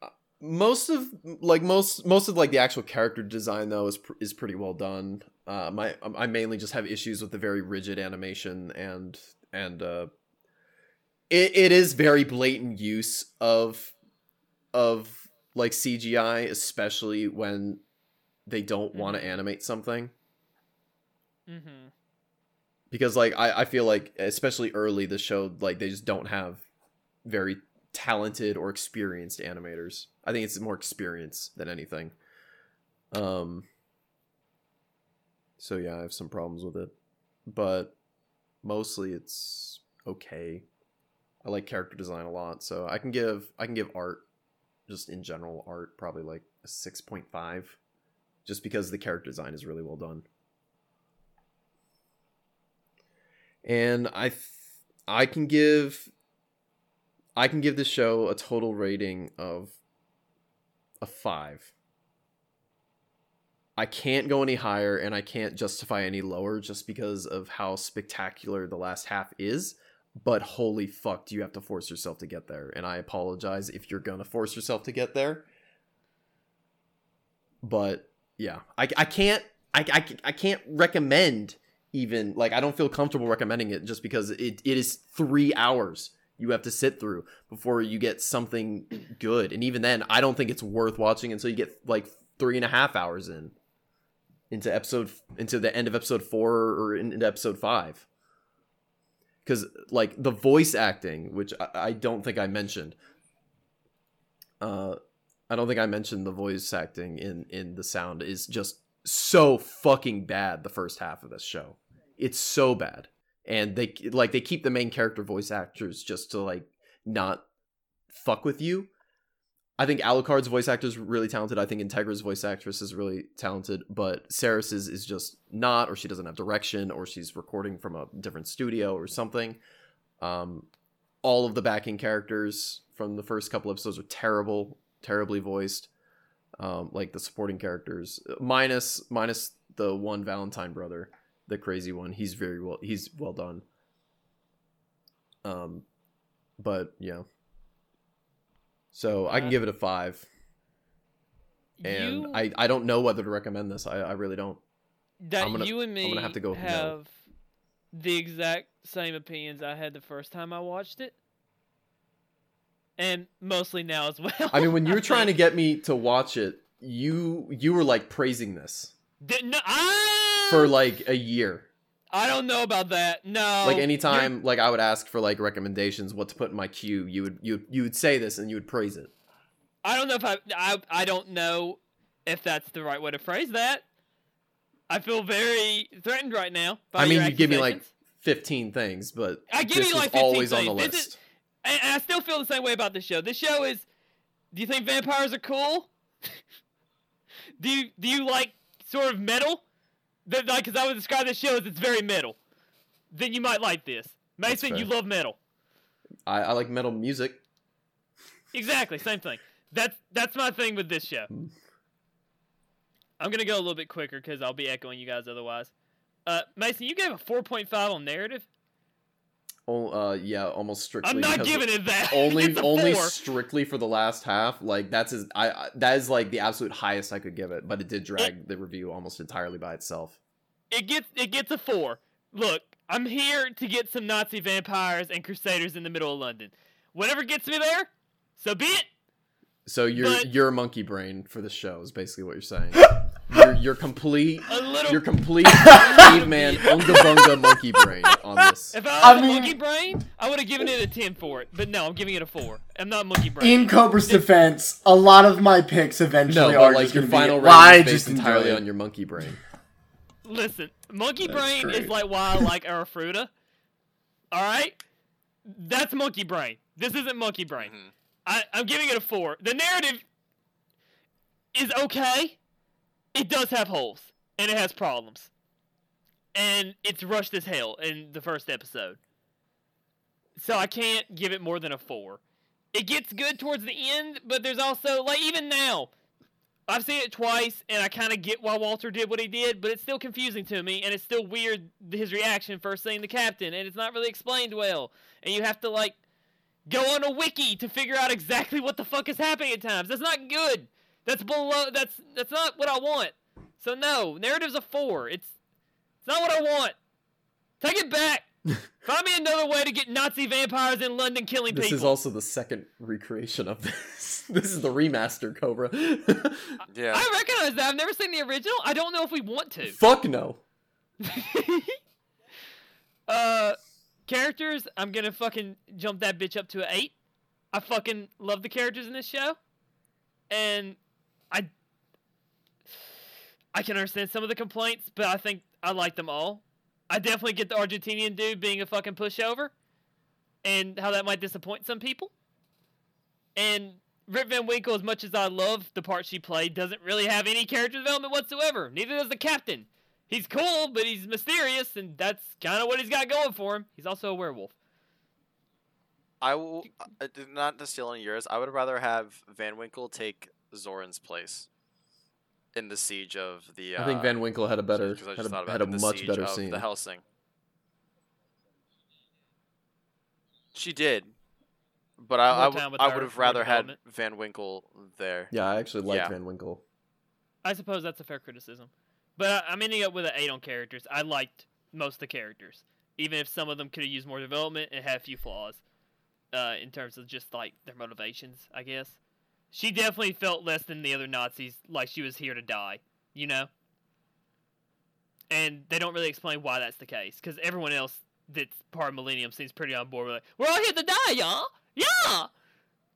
Speaker 4: uh, most of like most most of like the actual character design though is pr- is pretty well done. Uh my I mainly just have issues with the very rigid animation and and uh it, it is very blatant use of of like CGI especially when they don't want
Speaker 5: Mm-hmm.
Speaker 4: to animate something.
Speaker 1: Mhm.
Speaker 4: because like I, I feel like especially early the show like they just don't have very talented or experienced animators i think it's more experience than anything um so yeah i have some problems with it but mostly it's okay i like character design a lot so i can give i can give art just in general art probably like a 6.5 just because the character design is really well done and I th- I can give I can give the show a total rating of a five. I can't go any higher and I can't justify any lower just because of how spectacular the last half is. But holy fuck, do you have to force yourself to get there? And I apologize if you're gonna force yourself to get there. But yeah, I, I can't I, I, I can't recommend even like I don't feel comfortable recommending it just because it, it is three hours you have to sit through before you get something good. And even then, I don't think it's worth watching until you get like three and a half hours in into episode into the end of episode four or in- into episode five. Because like the voice acting, which I, I don't think I mentioned, uh, I don't think I mentioned the voice acting in in the sound is just so fucking bad the first half of this show. It's so bad. And they like they keep the main character voice actors just to like not fuck with you. I think Alucard's voice actor is really talented. I think Integra's voice actress is really talented, but Saris's is just not, or she doesn't have direction, or she's recording from a different studio or something. Um, all of the backing characters from the first couple episodes are terrible, terribly voiced um, like the supporting characters minus minus the one Valentine brother, the crazy one. He's very well. He's well done. Um, but yeah. So I can
Speaker 1: Uh,
Speaker 4: give it a five, and
Speaker 1: You-
Speaker 4: I I don't know whether to recommend this. I I really don't.
Speaker 1: that
Speaker 4: I'm gonna-
Speaker 1: you and me
Speaker 4: gonna have to go no.
Speaker 1: have the exact same opinions I had the first time I watched it, and mostly now as well.
Speaker 4: I mean, when you were trying to get me to watch it, you you were like praising this
Speaker 1: Did- no, I,
Speaker 4: for like a year.
Speaker 1: I don't know about that. No,
Speaker 4: like
Speaker 1: Oh, you're-
Speaker 4: anytime like I would ask for like recommendations, what to put in my queue, you would you would- you would say this and you would praise it.
Speaker 1: I don't know if I, I I don't know if that's the right way to phrase that. I feel very threatened right now. By
Speaker 4: I mean,
Speaker 1: your
Speaker 4: you give me, like,
Speaker 1: accusations.
Speaker 4: Fifteen things, but
Speaker 1: I give
Speaker 4: this
Speaker 1: you,
Speaker 4: was
Speaker 1: like, 15
Speaker 4: always on the
Speaker 1: things. This
Speaker 4: list.
Speaker 1: is- and, and I still feel the same way about this show. This show is. Do you think vampires are cool? do you do you like sort of metal? That like, because I would describe this show as it's very metal. Then you might like this,
Speaker 4: That's
Speaker 1: Mason. You
Speaker 4: fair.
Speaker 1: love metal.
Speaker 4: I, I like metal music.
Speaker 1: Exactly, same thing. That's that's my thing with this show.
Speaker 4: Mm.
Speaker 1: I'm gonna go a little bit quicker because I'll be echoing you guys otherwise. Uh, Mason, you gave a 4.5 on narrative.
Speaker 4: Oh, uh, yeah, almost strictly.
Speaker 1: I'm not
Speaker 4: because
Speaker 1: giving it that.
Speaker 4: Only
Speaker 1: It's a
Speaker 4: only
Speaker 1: four.
Speaker 4: strictly for the last half. Like that's as I, I that is like the absolute highest I could give it, but it did drag the review almost entirely by itself.
Speaker 1: It gets it gets a four. Look, I'm here to get some Nazi vampires and crusaders in the middle of London. Whatever gets me there, so be it.
Speaker 4: So you're
Speaker 1: But-
Speaker 4: you're monkey brain for the show is basically what you're saying. you're, you're complete
Speaker 1: A little.
Speaker 4: Your complete caveman unga bunga monkey brain on this.
Speaker 1: if I was
Speaker 2: I
Speaker 1: a
Speaker 2: mean-
Speaker 1: monkey brain, I would have given it a 10 for it. But no, I'm giving it a four. I'm not monkey brain.
Speaker 2: In Cobra's defense, a lot of my picks
Speaker 4: No,
Speaker 2: eventually are
Speaker 4: but like
Speaker 2: just
Speaker 4: your
Speaker 2: gonna
Speaker 4: final
Speaker 2: be, "Why
Speaker 4: rating is
Speaker 2: just
Speaker 4: based entirely
Speaker 2: enjoy it?"
Speaker 4: on your monkey brain.
Speaker 1: Listen, monkey
Speaker 2: That's
Speaker 1: brain is
Speaker 2: great.
Speaker 1: like why I like Arafruta. All right, that's monkey brain. This isn't monkey brain.
Speaker 2: Mm-hmm.
Speaker 5: Mhm.
Speaker 1: I, I'm giving it a four. The narrative is okay. It does have holes and it has problems. and it's rushed as hell in the first episode. So I can't give it more than a four. It gets good towards the end, but there's also like even now, I've seen it twice, and I kind of get why Walter did what he did, but it's still confusing to me, and it's still weird his reaction first seeing the captain, and it's not really explained well, and you have to like go on a wiki to figure out exactly what the fuck is happening at times. That's not good. That's below. That's that's not what I want. So no, narrative's a four. It's it's not what I want. Take it back. Find me another way to get Nazi vampires in London killing
Speaker 4: This
Speaker 1: people.
Speaker 4: is also the second recreation of this. This is the remaster Cobra.
Speaker 5: Yeah.
Speaker 1: I recognize that. I've never seen the original. I don't know if we want to.
Speaker 4: Fuck no.
Speaker 1: uh, characters, I'm gonna fucking jump that bitch up to an eight. I fucking love the characters in this show, and I I can understand some of the complaints, but I think I like them all. I definitely get the Argentinian dude being a fucking pushover, and how that might disappoint some people. And Rip Van Winkle, as much as I love the part she played, doesn't really have any character development whatsoever. Neither does the captain. He's cool, but he's mysterious, and that's kind of what he's got going for him. He's also a werewolf.
Speaker 5: I will I- I- not to steal any of yours. I would rather have Van Winkle take Zoran's place in the siege of the. Uh,
Speaker 4: I think Van Winkle had a better,
Speaker 5: because I
Speaker 4: had
Speaker 5: just thought
Speaker 4: a,
Speaker 5: about
Speaker 4: had
Speaker 5: it,
Speaker 4: a
Speaker 5: the
Speaker 4: much
Speaker 5: siege
Speaker 4: better
Speaker 5: of
Speaker 4: scene.
Speaker 5: The Helsing. She did, but
Speaker 1: More
Speaker 5: I, I, w-
Speaker 1: time with
Speaker 5: I
Speaker 1: her,
Speaker 5: would have
Speaker 1: more
Speaker 5: rather had
Speaker 1: development.
Speaker 5: Van Winkle there.
Speaker 4: Yeah, I actually liked
Speaker 5: Yeah.
Speaker 4: Van Winkle.
Speaker 1: I suppose that's a fair criticism. But I, I'm ending up with an 8 on characters. I liked most of the characters, even if some of them could have used more development and had a few flaws uh, in terms of just like their motivations, I guess. She definitely felt less than the other Nazis, like she was here to die, you know? And they don't really explain why that's the case, because everyone else that's part of Millennium seems pretty on board with it. We're all here to die, y'all! Yeah!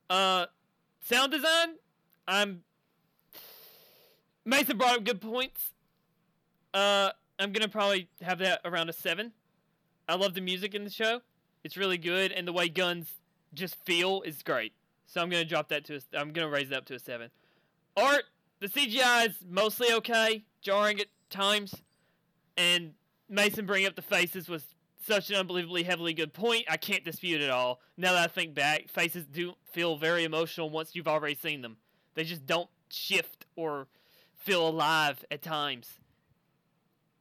Speaker 1: Uh, sound design? I'm Mason brought up good points. Uh, I'm gonna probably have that around a seven. I love the music in the show; it's really good, and the way guns just feel is great. So I'm gonna drop that to a, I'm gonna raise that up to a seven. Art, the CGI is mostly okay, jarring at times, and Mason bringing up the faces was such an unbelievably heavily good point. I can't dispute it all. Now that I think back, faces do feel very emotional once you've already seen them. They just don't shift or feel alive at times.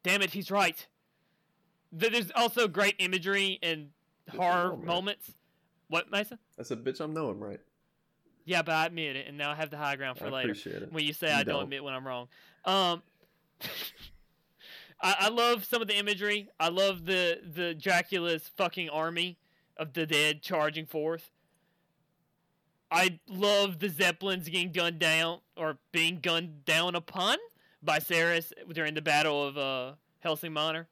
Speaker 1: Damn it, he's right. Th- There's also great imagery and
Speaker 4: Bitch, I'm
Speaker 1: horror
Speaker 4: Norman.
Speaker 1: moments. What, Mason?
Speaker 4: I said, bitch, I'm knowing right.
Speaker 1: Yeah, but I admit it, and now I have the high ground for
Speaker 4: I
Speaker 1: later
Speaker 4: appreciate it.
Speaker 1: when you say
Speaker 4: You
Speaker 1: I don't,
Speaker 4: don't.
Speaker 1: admit when I'm wrong. Um, I, I love some of the imagery. I love the the Dracula's fucking army of the dead charging forth. I love the Zeppelins getting gunned down or being gunned down upon by Ceres during the Battle of uh, Helsing Minor.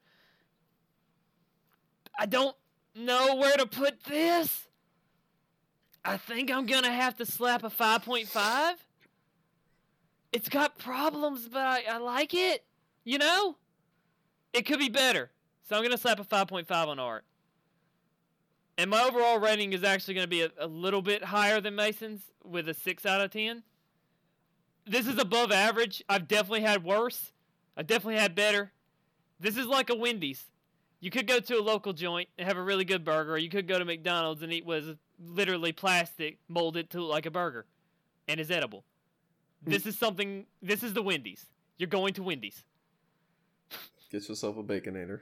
Speaker 1: I don't know where to put this. I think I'm gonna have to slap a 5.5 it's got problems, but I, I like it. You know? It could be better. So I'm going to slap a 5.5 on art. And my overall rating is actually going to be a, a little bit higher than Mason's with a 6 out of 10. This is above average. I've definitely had worse. I've definitely had better. This is like a Wendy's. You could go to a local joint and have a really good burger, or you could go to McDonald's and eat was literally plastic molded to look like a burger and is edible. This is something. This is the Wendy's. You're going to Wendy's.
Speaker 4: Get yourself a baconator.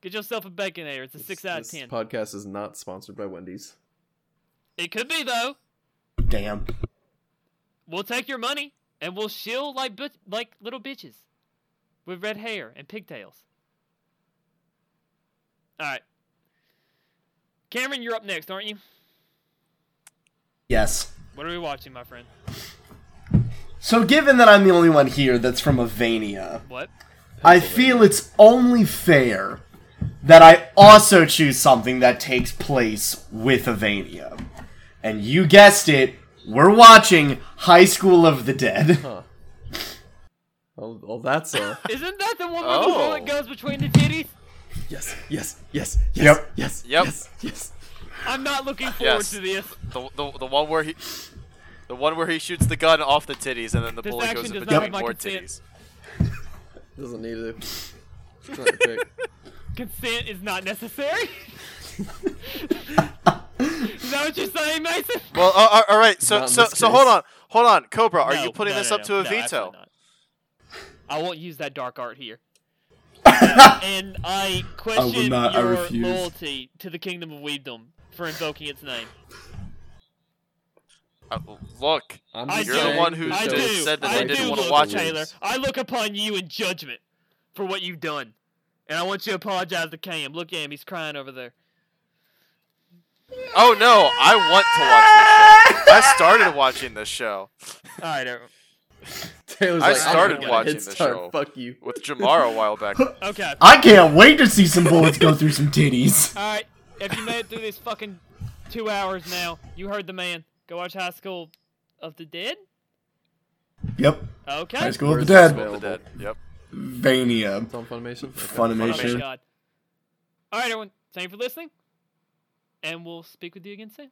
Speaker 1: Get yourself a baconator. It's a
Speaker 4: This-
Speaker 1: six out of
Speaker 4: this
Speaker 1: ten.
Speaker 4: podcast is not sponsored by Wendy's.
Speaker 1: it could be though.
Speaker 2: Damn.
Speaker 1: We'll take your money and we'll shill like but- like little bitches, with red hair and pigtails. All right, Cameron, you're up next, aren't you?
Speaker 2: Yes.
Speaker 1: What are we watching, my friend?
Speaker 2: So, given that I'm the only one here that's from Avania,
Speaker 1: What?
Speaker 2: I feel it's only fair that I also choose something that takes place with Avania. And you guessed it, we're watching High School of the Dead.
Speaker 4: Oh, well, that's a
Speaker 1: Isn't that the one where the bullet
Speaker 5: Oh.
Speaker 1: goes between the titties?
Speaker 4: yes, yes, yes, yes,
Speaker 2: Yep.
Speaker 4: yes,
Speaker 5: Yep.
Speaker 4: yes, yes.
Speaker 1: I'm not looking forward
Speaker 5: Yes.
Speaker 1: to this.
Speaker 5: The, the, the one where he. The one where he shoots the gun off the titties and then the
Speaker 1: This
Speaker 5: bullet
Speaker 1: action
Speaker 5: goes in
Speaker 1: does not
Speaker 5: between
Speaker 1: have my
Speaker 5: more
Speaker 1: consent.
Speaker 5: titties.
Speaker 4: Doesn't need to. Go ahead, pick.
Speaker 1: Consent is not necessary. is that what you're saying, Mason?
Speaker 5: Well, all- all- all right. So,
Speaker 4: Not in
Speaker 5: so,
Speaker 4: this
Speaker 5: so hold
Speaker 4: case.
Speaker 5: on, hold on, Cobra. Are
Speaker 1: No,
Speaker 5: you putting
Speaker 1: no,
Speaker 5: this
Speaker 1: no,
Speaker 5: up
Speaker 1: no,
Speaker 5: to
Speaker 1: no,
Speaker 5: a veto?
Speaker 1: absolutely not. I won't use that dark art here. and I question
Speaker 2: not- I
Speaker 1: your
Speaker 2: refuse.
Speaker 1: loyalty to the kingdom of weebdom for invoking its name.
Speaker 5: Uh, look,
Speaker 4: I'm
Speaker 1: I
Speaker 4: just
Speaker 1: You're the
Speaker 4: saying
Speaker 5: one who
Speaker 4: that
Speaker 1: I
Speaker 5: They
Speaker 1: do.
Speaker 4: those-
Speaker 5: said that
Speaker 1: I
Speaker 5: they didn't
Speaker 1: do,
Speaker 5: wanna
Speaker 1: Lord
Speaker 5: watch it.
Speaker 1: Taylor. I look upon you in judgment for what you've done, and I want you to apologize to Cam. Look at him; he's crying over there.
Speaker 5: Oh no, I want to watch this show. I started watching this show
Speaker 1: All right, everyone.
Speaker 4: Taylor's
Speaker 5: I
Speaker 4: like,
Speaker 5: started
Speaker 4: I'm gonna
Speaker 5: watching
Speaker 4: hit
Speaker 5: the
Speaker 4: start,
Speaker 5: show.
Speaker 4: Fuck you.
Speaker 5: with Jamar a while back.
Speaker 1: okay.
Speaker 2: I can't wait to see some bullets go through some titties.
Speaker 1: All right, if you made it through this fucking two hours now, you heard the man. Go watch High School of the Dead.
Speaker 2: Yep.
Speaker 1: Okay.
Speaker 2: High School
Speaker 4: Where
Speaker 2: of
Speaker 4: is
Speaker 2: the
Speaker 4: this
Speaker 2: Dead.
Speaker 4: available?
Speaker 5: The dead. Yep.
Speaker 2: Vania.
Speaker 4: It's on Funimation. Okay.
Speaker 1: Oh my
Speaker 2: Funimation.
Speaker 1: god. All right, everyone. Thank you for listening, and we'll speak with you again soon.